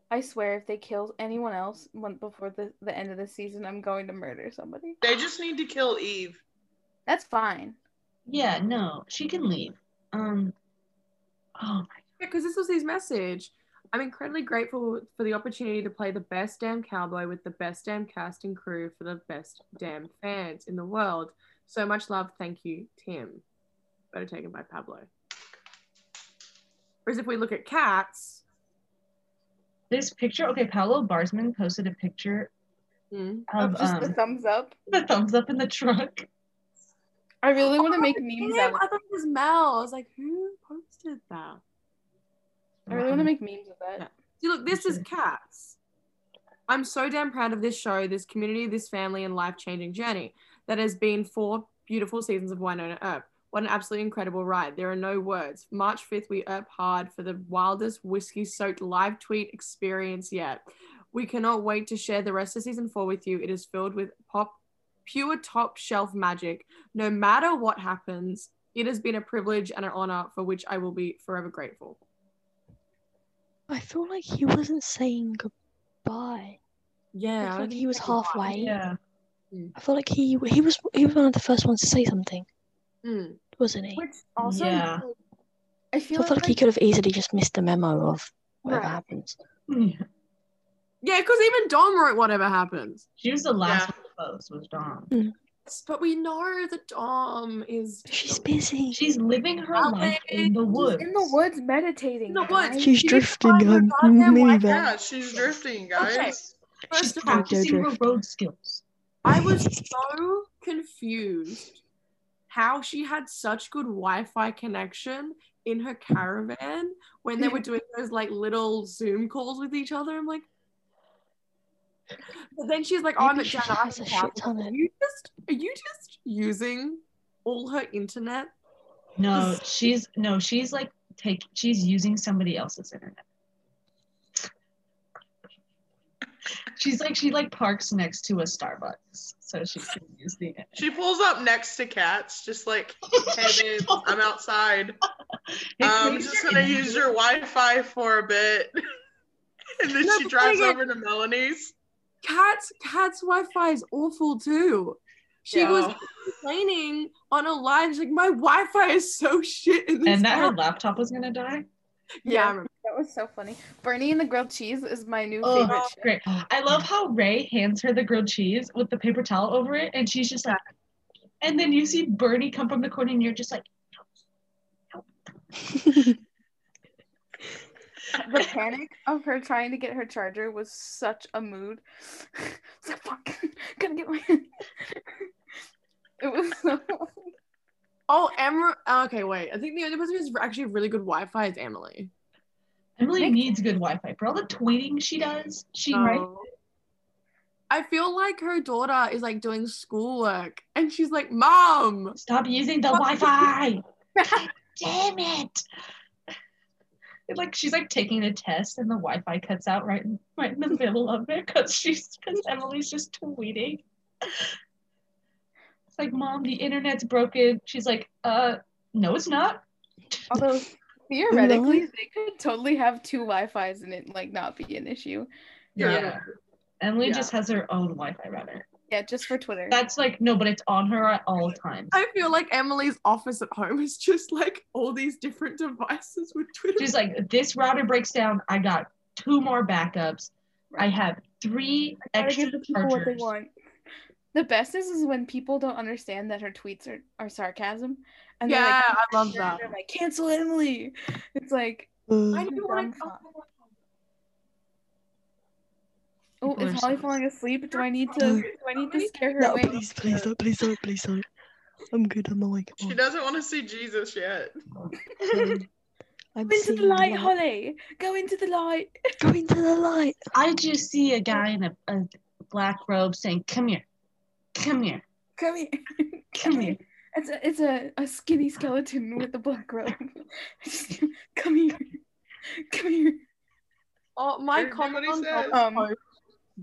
Speaker 5: I swear, if they kill anyone else one- before the the end of the season, I'm going to murder somebody.
Speaker 4: They just need to kill Eve.
Speaker 5: That's fine.
Speaker 2: yeah, no, she can leave. Um. Oh
Speaker 3: Because this was his message. I'm incredibly grateful for the opportunity to play the best damn cowboy with the best damn cast and crew for the best damn fans in the world. So much love. Thank you, Tim. Better taken by Pablo. Whereas if we look at cats,
Speaker 2: this picture okay paolo barsman posted a picture of,
Speaker 5: Of Oh, just
Speaker 2: um,
Speaker 5: the thumbs up.
Speaker 2: the thumbs up in the truck *laughs*
Speaker 5: I really want
Speaker 3: Oh,
Speaker 5: to make
Speaker 3: Tim,
Speaker 5: memes out
Speaker 3: I
Speaker 5: of
Speaker 3: thought it was Mel. I was like, who posted that?
Speaker 5: I really want to make memes of that.
Speaker 3: Yeah. See, look, this is Cats. I'm so damn proud of this show, this community, this family, and life changing journey that has been four beautiful seasons of Winona Earp. What an absolutely incredible ride. There are no words. March 5th, we Earp hard for the wildest whiskey soaked live tweet experience yet. We cannot wait to share the rest of season four with you. It is filled with pop, pure top shelf magic. No matter what happens, it has been a privilege and an honor for which I will be forever grateful.
Speaker 6: I feel like he wasn't saying goodbye. I
Speaker 3: Yeah,
Speaker 6: feel
Speaker 3: I
Speaker 6: like
Speaker 3: think
Speaker 6: he was halfway.
Speaker 2: Yeah.
Speaker 6: I feel like he he was he was one of the first ones to say something,
Speaker 3: Mm.
Speaker 6: wasn't he?
Speaker 5: Which also,
Speaker 2: Yeah.
Speaker 5: like, I
Speaker 6: So
Speaker 5: feel
Speaker 6: I feel like he
Speaker 5: like,
Speaker 6: could have easily just missed the memo of whatever
Speaker 5: Right.
Speaker 6: happens.
Speaker 3: Yeah, because even Dom wrote whatever happens.
Speaker 2: She was the last one to post was Dawn.
Speaker 3: Yes, But we know that Dom is
Speaker 6: But she's busy.
Speaker 2: She's living her
Speaker 3: Out
Speaker 2: life in the woods.
Speaker 5: in the woods meditating.
Speaker 3: in the
Speaker 5: guys.
Speaker 3: woods.
Speaker 6: She's
Speaker 3: She didn't
Speaker 6: drifting,
Speaker 3: find her
Speaker 6: um,
Speaker 3: goddamn
Speaker 6: me
Speaker 3: wife.
Speaker 6: then.
Speaker 4: Yeah, she's drifting, guys.
Speaker 2: She's
Speaker 3: First of all,
Speaker 6: Jojo
Speaker 2: practicing her
Speaker 6: Drift.
Speaker 2: road skills.
Speaker 3: I was so confused how she had such good Wi-Fi connection in her caravan when *laughs* they were doing those like little Zoom calls with each other. I'm like, but then she's like, "Oh, I'm
Speaker 6: Maybe
Speaker 3: at
Speaker 6: she
Speaker 3: Jan
Speaker 6: just has a
Speaker 3: Arthur's
Speaker 6: shit
Speaker 3: house."
Speaker 6: ton
Speaker 3: Are
Speaker 6: of-
Speaker 3: you just are you just using all her internet?
Speaker 2: No, she's no, she's like take she's using somebody else's internet. She's like she like parks next to a Starbucks, so she can use the internet.
Speaker 4: She pulls up next to cats, just like, hey, babe,
Speaker 2: *laughs*
Speaker 4: I'm outside.
Speaker 2: It
Speaker 4: I'm
Speaker 2: creates
Speaker 4: just
Speaker 2: your
Speaker 4: gonna
Speaker 2: internet.
Speaker 4: use your Wi-Fi for a bit, *laughs* and then
Speaker 3: No,
Speaker 4: she
Speaker 3: but
Speaker 4: drives
Speaker 3: then
Speaker 4: over to Melanie's.
Speaker 3: Cat's Cat's Wi-Fi is awful too. She was complaining on a line. She's like, "My Wi-Fi is so shit in this
Speaker 2: and that her
Speaker 3: house."
Speaker 2: laptop was gonna die.
Speaker 3: yeah, I remember.
Speaker 5: That was so funny. Bernie and the grilled cheese is my new
Speaker 2: Oh,
Speaker 5: favorite show.
Speaker 2: Great. I love how Ray hands her the grilled cheese with the paper towel over it, and she's just like, and then you see Bernie come from the corner, and you're just like,
Speaker 6: *laughs*
Speaker 5: The panic of her trying to get her charger was such a mood. *laughs* It's like, fuck, *laughs* gotta get my. *laughs* it was so. *laughs*
Speaker 3: Oh, Emma. Okay, wait. I think the only person who's actually really good Wi-Fi is Emily.
Speaker 2: Emily
Speaker 5: Makes
Speaker 2: needs good Wi-Fi for all the tweeting she does. She
Speaker 3: Oh,
Speaker 2: right?
Speaker 3: So, Um, I feel like her daughter is like doing schoolwork, and she's like, "Mom,
Speaker 2: Stop using the Wi-Fi. Damn it! It, like she's like taking a test, and the Wi-Fi cuts out right in, right in the middle of it because she's because Emily's just tweeting. It's like, mom, the internet's broken. She's like, uh, no, it's not.
Speaker 5: Although theoretically, they could totally have two Wi Fi's and it like not be an issue.
Speaker 4: Yeah.
Speaker 2: Emily
Speaker 3: Yeah.
Speaker 2: just has her own Wi-Fi router.
Speaker 5: Yeah, just for Twitter.
Speaker 2: That's like no, but it's on her at all times.
Speaker 3: I feel like Emily's office at home is just like all these different devices with Twitter."
Speaker 2: She's like, this router breaks down. I got two more backups. I have three
Speaker 5: Gotta
Speaker 2: extra
Speaker 5: give the people what they
Speaker 2: chargers.
Speaker 5: want. The best is, is when people don't understand that her tweets are, are sarcasm. And they're
Speaker 3: yeah,
Speaker 5: like,
Speaker 3: I love
Speaker 5: and
Speaker 3: that.
Speaker 5: they're like, cancel Emily. It's like,
Speaker 3: I
Speaker 6: Uh,
Speaker 3: do want to.
Speaker 5: dumb oh,
Speaker 2: People
Speaker 5: is
Speaker 2: are
Speaker 5: Holly
Speaker 2: so-
Speaker 5: falling asleep? Do I need to?
Speaker 6: No.
Speaker 5: Do I need to scare her
Speaker 6: no,
Speaker 5: away?
Speaker 6: please, please
Speaker 5: *laughs*
Speaker 6: don't, please don't, please don't. I'm good. I'm awake. I'm
Speaker 4: She
Speaker 2: Mm.
Speaker 6: awake.
Speaker 4: doesn't want to see Jesus yet.
Speaker 6: *laughs* Um, I'm
Speaker 5: Go into the
Speaker 6: seeing
Speaker 5: light, Holly. Go into the light. *laughs*
Speaker 6: Go into the light.
Speaker 2: I just see a guy in a, a black robe saying, "Come here, come here,
Speaker 5: Come here.
Speaker 2: come here."
Speaker 5: It's a, it's a, a skinny skeleton with a black robe. *laughs* Come here. Come here.
Speaker 3: Oh, my
Speaker 4: Heard
Speaker 3: comment
Speaker 4: nobody
Speaker 3: on
Speaker 4: says.
Speaker 3: Dom's
Speaker 5: Um,
Speaker 3: post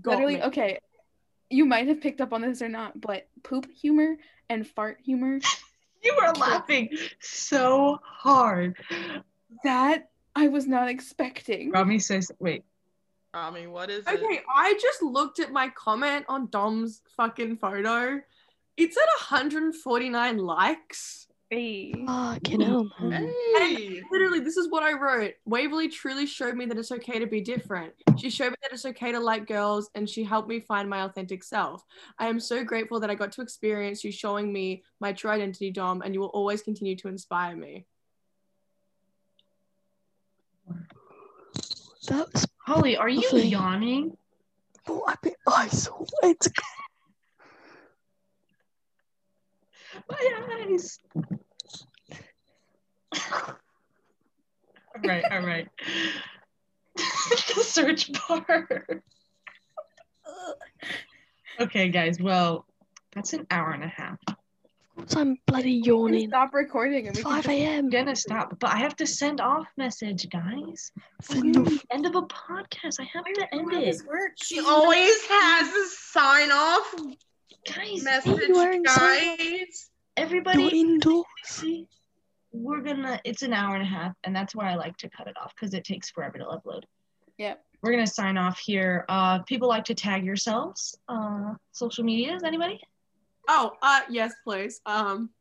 Speaker 3: got
Speaker 5: Literally,
Speaker 3: me.
Speaker 5: okay. You might have picked up on this or not, but poop humor and fart
Speaker 6: *laughs*
Speaker 5: humor
Speaker 2: You were laughing so hard.
Speaker 5: that I was not expecting.
Speaker 2: Rami says, "Wait,
Speaker 4: Tommy, what is
Speaker 3: Okay, I just looked at my comment on Dom's fucking photo. It's at 149 likes.
Speaker 5: Hey.
Speaker 6: Fucking hell,
Speaker 4: it?
Speaker 6: man.
Speaker 4: Hey,
Speaker 3: Literally, this is what I wrote. Waverly truly showed me that it's okay to be different. She showed me that it's okay to like girls, and she helped me find my authentic self. I am so grateful that I got to experience you showing me my true identity, Dom, and you will always continue to inspire me.
Speaker 6: That was.
Speaker 2: Holly, are you
Speaker 6: Lovely.
Speaker 2: yawning?"
Speaker 6: Oh, I, be- I swear to
Speaker 2: My eyes. All right, all right. the *laughs* search bar. okay, guys. Well, that's an hour and a half.
Speaker 6: course I'm bloody
Speaker 5: We can
Speaker 6: yawning.
Speaker 5: Stop recording and we can
Speaker 6: 5
Speaker 5: just
Speaker 6: a.m.
Speaker 2: I'm gonna stop, but I have to send off message, guys.
Speaker 6: Send off.
Speaker 2: End of a podcast. I have to end
Speaker 5: how
Speaker 2: it,
Speaker 5: this works.
Speaker 4: She always has a sign off
Speaker 2: guys.
Speaker 4: message,
Speaker 6: you wearing sign-off?
Speaker 4: guys.
Speaker 6: You're
Speaker 2: Everybody,
Speaker 6: indoors.
Speaker 2: see, we're gonna. It's an hour and a half, and that's why I like to cut it off because it takes forever to upload.
Speaker 5: Yep.
Speaker 2: We're gonna sign off here. Uh, people like to tag yourselves. Uh, social medias. Anybody?
Speaker 3: Oh, uh, yes, please. Um,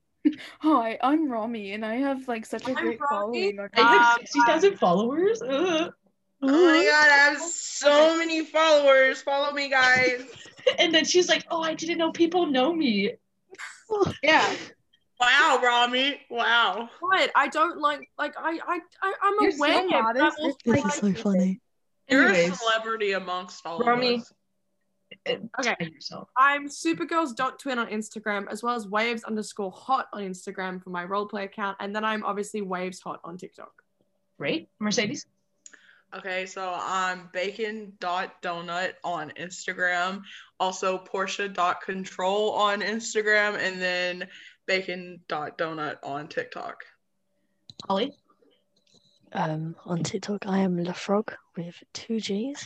Speaker 5: Hi, I'm Rami and I have like such a
Speaker 3: I'm
Speaker 5: great
Speaker 3: Rami.
Speaker 5: following on
Speaker 2: I have
Speaker 3: Um,
Speaker 2: sixty thousand followers. Ugh.
Speaker 4: Oh my god, I have so many followers. Follow me, guys.
Speaker 2: And then she's like, "Oh, I didn't know people know me."
Speaker 5: Yeah.
Speaker 4: Wow, Rami. Wow.
Speaker 3: what? I don't like, like, I, I, I I'm
Speaker 5: You're so
Speaker 3: aware. but I'm
Speaker 5: modest.
Speaker 3: also
Speaker 6: This is
Speaker 3: like-
Speaker 6: so funny.
Speaker 4: You're a
Speaker 2: Anyways,
Speaker 4: celebrity amongst all
Speaker 2: Rami.
Speaker 4: of us.
Speaker 3: Okay.
Speaker 2: tag yourself.
Speaker 3: I'm supergirls.twin on Instagram, as well as waves underscore hot on Instagram for my roleplay account. And then I'm obviously waves hot on TikTok.
Speaker 2: Right, Mercedes.
Speaker 4: Okay, so I'm bacon.donut on Instagram, also Portia.control on Instagram, and then bacon.donut on TikTok.
Speaker 2: Holly.
Speaker 6: Um, on TikTok, I am LaFrog with two G's,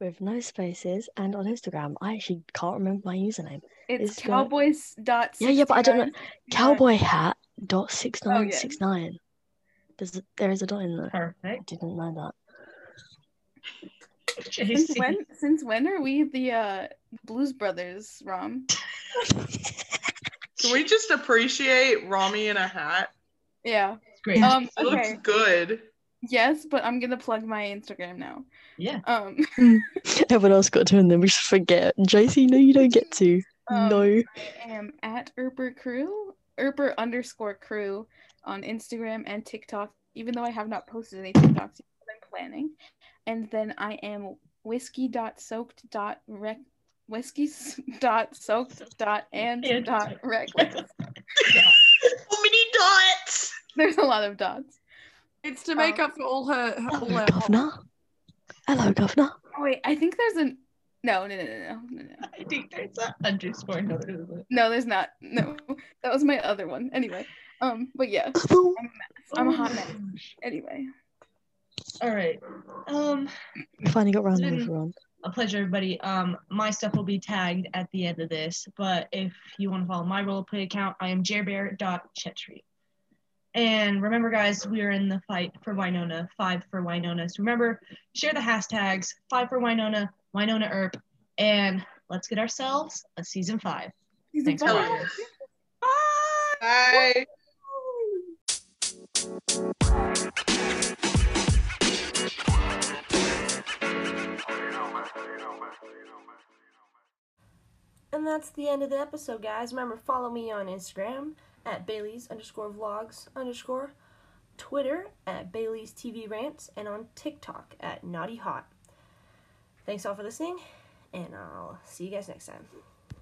Speaker 6: with no spaces, and on Instagram, I actually can't remember my username.
Speaker 5: It's
Speaker 6: It's got-
Speaker 5: cowboys dot
Speaker 6: Yeah, yeah, but I don't know.
Speaker 5: 69.
Speaker 6: Cowboy hat dot six
Speaker 5: Oh,
Speaker 6: nine
Speaker 5: yeah.
Speaker 6: six nine. There's a, there is a dot in there. I
Speaker 2: Perfect.
Speaker 6: didn't know that.
Speaker 5: Since
Speaker 2: JC.
Speaker 5: when since when are we the uh Blues Brothers, Rom?
Speaker 4: Can we just appreciate Rami in a hat?
Speaker 6: *laughs*
Speaker 5: Yeah.
Speaker 2: *laughs* Great.
Speaker 5: Um
Speaker 4: It
Speaker 5: okay.
Speaker 4: Looks good.
Speaker 5: Yes, but I'm gonna plug my Instagram now.
Speaker 2: yeah.
Speaker 5: Um,
Speaker 6: *laughs* Everyone else got to, and then we just forget. JC, no, you don't get to.
Speaker 5: um,
Speaker 6: no.
Speaker 5: I am at Erper Crew, Erper underscore crew on Instagram and TikTok, even though I have not posted any TikToks yet, but I'm planning. And then I am whiskey dot soaked dot rec whiskey s- dot soaked dot and
Speaker 2: And-
Speaker 5: dot reckless.
Speaker 4: So many dots.
Speaker 5: There's a lot of dots.
Speaker 3: It's to make up for all her, her all
Speaker 6: *laughs* Hello,
Speaker 3: her
Speaker 6: governor. Hello, governor.
Speaker 5: Oh wait, I think there's an no no no no no no.
Speaker 2: *laughs* I think there's a underscore. No, there isn't.
Speaker 5: No, there's not. No. That was my other one. Anyway. Um but yeah.
Speaker 6: Hello.
Speaker 5: I'm a
Speaker 2: Oh
Speaker 5: hot
Speaker 2: my
Speaker 5: mess.
Speaker 2: gosh.
Speaker 5: Anyway.
Speaker 2: All right. Um,
Speaker 6: We finally got round to
Speaker 2: Didn't-
Speaker 6: everyone.
Speaker 2: a pleasure, everybody. Um, my stuff will be tagged at the end of this, but if you want to follow my roleplay account, I am jerbear.chetri. And remember, guys, we are in the fight for Winona, five for Winona. So remember, share the hashtags, five for Winona, Winona Earp, and let's get ourselves a season five.
Speaker 5: He's
Speaker 2: Thanks
Speaker 5: a
Speaker 2: for
Speaker 5: bad-
Speaker 2: watching.
Speaker 4: Bye.
Speaker 1: And that's the end of the episode, guys. Remember, follow me on Instagram at Bailey's underscore vlogs underscore, Twitter at Bailey's TV rants, and on TikTok at Naughty Hot. Thanks all for listening, and I'll see you guys next time.